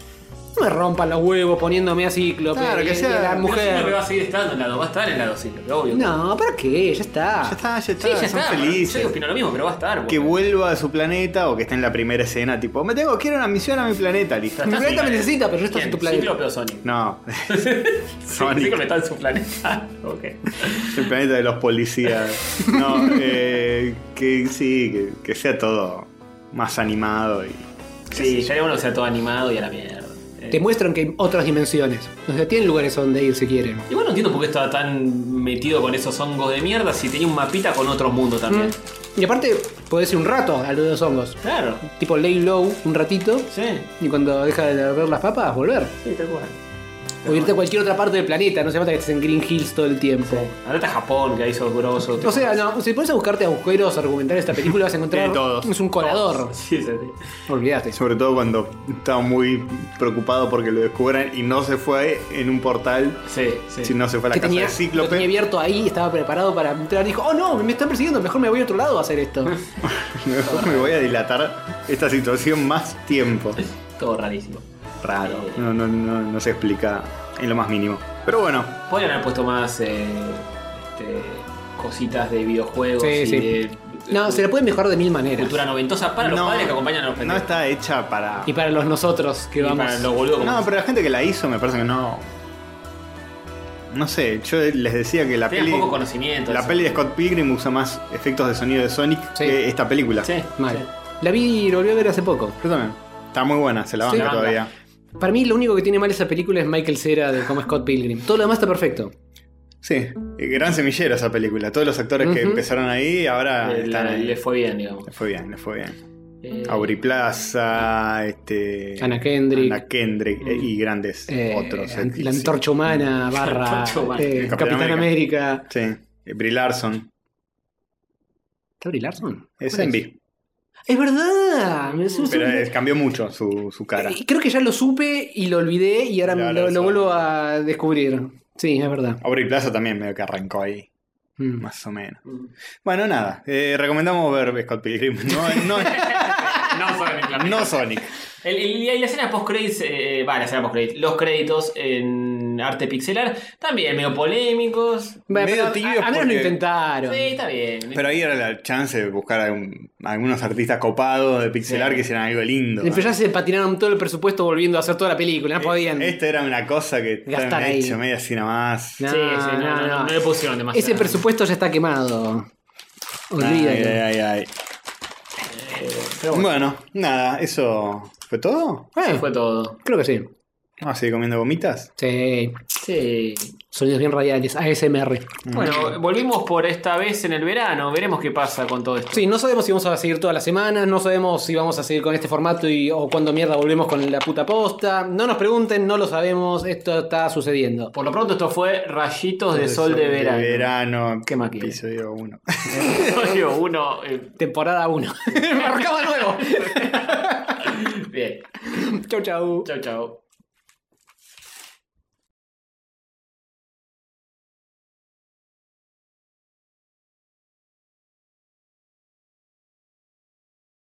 [SPEAKER 3] no me rompan los huevos poniéndome a Cíclope
[SPEAKER 2] Claro,
[SPEAKER 3] y-
[SPEAKER 2] que
[SPEAKER 3] y
[SPEAKER 2] sea-
[SPEAKER 3] a la
[SPEAKER 2] pero
[SPEAKER 1] Pero siempre va
[SPEAKER 3] mujer.
[SPEAKER 1] a seguir estando en la 2, va a estar en la 2, sí, obvio.
[SPEAKER 3] No, ¿para qué? Ya está.
[SPEAKER 2] Ya está, ya está,
[SPEAKER 1] Sí, ya
[SPEAKER 2] son
[SPEAKER 1] está.
[SPEAKER 2] felices.
[SPEAKER 1] Yo opino lo mismo, pero va a estar. porque-
[SPEAKER 2] que vuelva a su planeta o que esté en la primera escena, tipo, me tengo que ir a una misión a mi planeta, listo.
[SPEAKER 3] [LAUGHS]
[SPEAKER 1] Está-
[SPEAKER 3] Mi
[SPEAKER 1] está
[SPEAKER 3] planeta
[SPEAKER 1] Sonic.
[SPEAKER 3] me necesita, pero yo estoy
[SPEAKER 1] ¿Quién?
[SPEAKER 3] en tu planeta.
[SPEAKER 1] Cíclope o Sonic.
[SPEAKER 2] No, [LAUGHS]
[SPEAKER 1] Sí,
[SPEAKER 2] Sonic.
[SPEAKER 1] Cíclope está en su planeta. [LAUGHS] ok.
[SPEAKER 2] el planeta de los policías. No, eh, que sí, que, que sea todo más animado y.
[SPEAKER 1] Sí, ya haría uno que sea todo animado y a la mierda. Eh,
[SPEAKER 3] Te muestran que hay otras dimensiones. O sea, tienen lugares donde ir si quieren.
[SPEAKER 1] Y bueno, no entiendo por qué estaba tan metido con esos hongos de mierda si tenía un mapita con otros mundos también.
[SPEAKER 3] Y aparte, podés ir un rato a lo de los hongos.
[SPEAKER 1] Claro,
[SPEAKER 3] Tipo lay low un ratito
[SPEAKER 1] sí,
[SPEAKER 3] y cuando deja de arder las papas, volver.
[SPEAKER 1] sí, tal cual.
[SPEAKER 3] O irte a cualquier otra parte del planeta, no se falta que estés en Green Hills todo el tiempo.
[SPEAKER 1] Andate a Japón, que ahí sos grosso.
[SPEAKER 3] [LAUGHS] O sea, no, si pones a buscarte agujeros argumentales de esta película, vas a encontrar.
[SPEAKER 2] Tiene todos.
[SPEAKER 3] Es un colador.
[SPEAKER 1] [LAUGHS] Sí, sí, sí.
[SPEAKER 3] Olvídate.
[SPEAKER 2] Sobre todo cuando estaba muy preocupado porque lo descubran y no se fue en un portal,
[SPEAKER 1] Sí, sí.
[SPEAKER 2] sino se fue a la
[SPEAKER 3] Que
[SPEAKER 2] casa
[SPEAKER 3] tenía,
[SPEAKER 2] de [LAUGHS]
[SPEAKER 3] lo tenía
[SPEAKER 2] Cíclope.
[SPEAKER 3] abierto ahí, estaba preparado para entrar. Dijo, oh no, me están persiguiendo, mejor me voy a otro lado a
[SPEAKER 2] [LAUGHS]
[SPEAKER 3] hacer esto.
[SPEAKER 2] Mejor me voy a dilatar esta situación más tiempo.
[SPEAKER 1] [LAUGHS] Todo rarísimo.
[SPEAKER 2] Raro.
[SPEAKER 1] Eh.
[SPEAKER 2] No, no, no, no se explica en lo más mínimo. Pero bueno,
[SPEAKER 1] Podrían haber puesto más eh, este, cositas de videojuegos
[SPEAKER 3] Sí,
[SPEAKER 1] y
[SPEAKER 3] sí.
[SPEAKER 1] de,
[SPEAKER 3] No, se la puede mejorar de mil maneras.
[SPEAKER 1] cultura noventosa para los
[SPEAKER 2] no,
[SPEAKER 1] padres que acompañan a los
[SPEAKER 2] no
[SPEAKER 1] pendejos.
[SPEAKER 2] está hecha para...
[SPEAKER 3] Y para los nosotros que
[SPEAKER 1] Y
[SPEAKER 3] vamos.
[SPEAKER 1] para los boludos como
[SPEAKER 2] No, pero la gente que la hizo me parece que no... No sé, yo les decía que la
[SPEAKER 1] Tienen
[SPEAKER 2] peli...
[SPEAKER 1] poco conocimiento.
[SPEAKER 2] La
[SPEAKER 1] eso.
[SPEAKER 2] peli de Scott Pilgrim usa más efectos de sonido de Sonic
[SPEAKER 3] Sí.
[SPEAKER 2] que esta película.
[SPEAKER 1] Sí,
[SPEAKER 3] Mal.
[SPEAKER 1] sí.
[SPEAKER 3] La vi y la volví a ver hace poco.
[SPEAKER 2] Yo también. Está muy buena, se la
[SPEAKER 3] Sí.
[SPEAKER 2] banca
[SPEAKER 1] La banca.
[SPEAKER 2] todavía.
[SPEAKER 3] Para mí lo único que tiene mal esa película es Michael Cera de como Scott Pilgrim. Todo lo demás está perfecto.
[SPEAKER 2] Sí, eh, gran semillero esa película. Todos los actores que
[SPEAKER 3] Ujú.
[SPEAKER 2] empezaron ahí ahora
[SPEAKER 1] Le-
[SPEAKER 2] están
[SPEAKER 1] la-
[SPEAKER 2] ahí.
[SPEAKER 1] le fue Ah, bien, Ah, digamos.
[SPEAKER 2] Le fue bien, le fue bien.
[SPEAKER 1] Eh,
[SPEAKER 2] Auri Plaza, este.
[SPEAKER 3] Ana Kendrick.
[SPEAKER 2] Ana Kendrick,
[SPEAKER 1] Mm.
[SPEAKER 2] eh, y grandes
[SPEAKER 3] eh,
[SPEAKER 2] otros. eh,
[SPEAKER 3] an- la
[SPEAKER 2] sí.
[SPEAKER 3] antorcha
[SPEAKER 2] [LAUGHS]
[SPEAKER 3] humana barra
[SPEAKER 1] Antorcha humana.
[SPEAKER 3] eh,
[SPEAKER 2] Capitán
[SPEAKER 3] Capitán
[SPEAKER 2] América.
[SPEAKER 3] América.
[SPEAKER 2] Sí. Eh, Brie Larson.
[SPEAKER 3] ¿Está Brie Larson?
[SPEAKER 2] Es
[SPEAKER 3] ¿Cuál
[SPEAKER 2] Envy.
[SPEAKER 3] ¡Es verdad! Me su-
[SPEAKER 2] Pero
[SPEAKER 3] su-
[SPEAKER 2] eh, cambió mucho su, su cara.
[SPEAKER 3] Eh, Creo que ya lo supe y lo olvidé y ahora
[SPEAKER 2] Brie
[SPEAKER 3] lo- lo,
[SPEAKER 2] Larson.
[SPEAKER 3] vuelvo a descubrir. Sí, es verdad.
[SPEAKER 2] Auri Plaza también medio que arrancó ahí,
[SPEAKER 3] Mm.
[SPEAKER 2] más o menos.
[SPEAKER 1] mm.
[SPEAKER 2] Bueno, nada. eh, recomendamos ver Scott Pilgrim. [LAUGHS] No, no,
[SPEAKER 1] [LAUGHS] No fue mi plan.
[SPEAKER 2] no Sonic.
[SPEAKER 1] El- el- y la escena post-credits, eh, va, la escena post-credits, los créditos en arte pixelar, también medio polémicos.
[SPEAKER 3] Bueno,
[SPEAKER 2] Medio
[SPEAKER 3] pero a-
[SPEAKER 2] tibios
[SPEAKER 3] a, menos lo
[SPEAKER 2] porque-
[SPEAKER 3] intentaron.
[SPEAKER 1] Sí, está bien.
[SPEAKER 2] Pero ahí era la chance de buscar algún- algunos artistas copados de pixelar
[SPEAKER 1] Sí.
[SPEAKER 2] que hicieran algo lindo.
[SPEAKER 3] Pero
[SPEAKER 2] ¿no?
[SPEAKER 3] ya se patinaron todo el presupuesto volviendo a hacer toda la película. No
[SPEAKER 2] Eh,
[SPEAKER 3] podían.
[SPEAKER 2] Esta era una cosa que
[SPEAKER 3] Gastar
[SPEAKER 2] estaba
[SPEAKER 3] ahí.
[SPEAKER 2] hecho media así nada más.
[SPEAKER 3] No,
[SPEAKER 1] sí, sí, no, no, no, no le pusieron demasiado.
[SPEAKER 3] Ese presupuesto ya está quemado.
[SPEAKER 2] Ay,
[SPEAKER 3] Olvídate.
[SPEAKER 2] ay, ay.
[SPEAKER 1] Pero bueno,
[SPEAKER 2] Bueno, nada, eso fue todo.
[SPEAKER 1] eso
[SPEAKER 3] Eh,
[SPEAKER 1] fue todo.
[SPEAKER 3] Creo que sí.
[SPEAKER 2] Vamos a seguir comiendo gomitas.
[SPEAKER 3] Sí.
[SPEAKER 1] Sí.
[SPEAKER 3] Sonidos bien radiales. ASMR.
[SPEAKER 1] Mm. Bueno, volvimos por esta vez en el verano. Veremos qué pasa con todo esto.
[SPEAKER 3] Sí, no sabemos si vamos a seguir todas las semanas, no sabemos si vamos a seguir con este formato y, o cuando mierda volvemos con la puta posta. No nos pregunten, no lo sabemos, esto está sucediendo.
[SPEAKER 1] Por lo pronto, esto fue Rayitos de Sol, de Verano.
[SPEAKER 2] verano.
[SPEAKER 1] ¿Qué más quiere?
[SPEAKER 2] Episodio 1.
[SPEAKER 1] [LAUGHS] Episodio uno, eh,
[SPEAKER 3] Temporada 1. Arrancamos de nuevo.
[SPEAKER 1] bien.
[SPEAKER 3] chau, chau.
[SPEAKER 1] Chau, chau.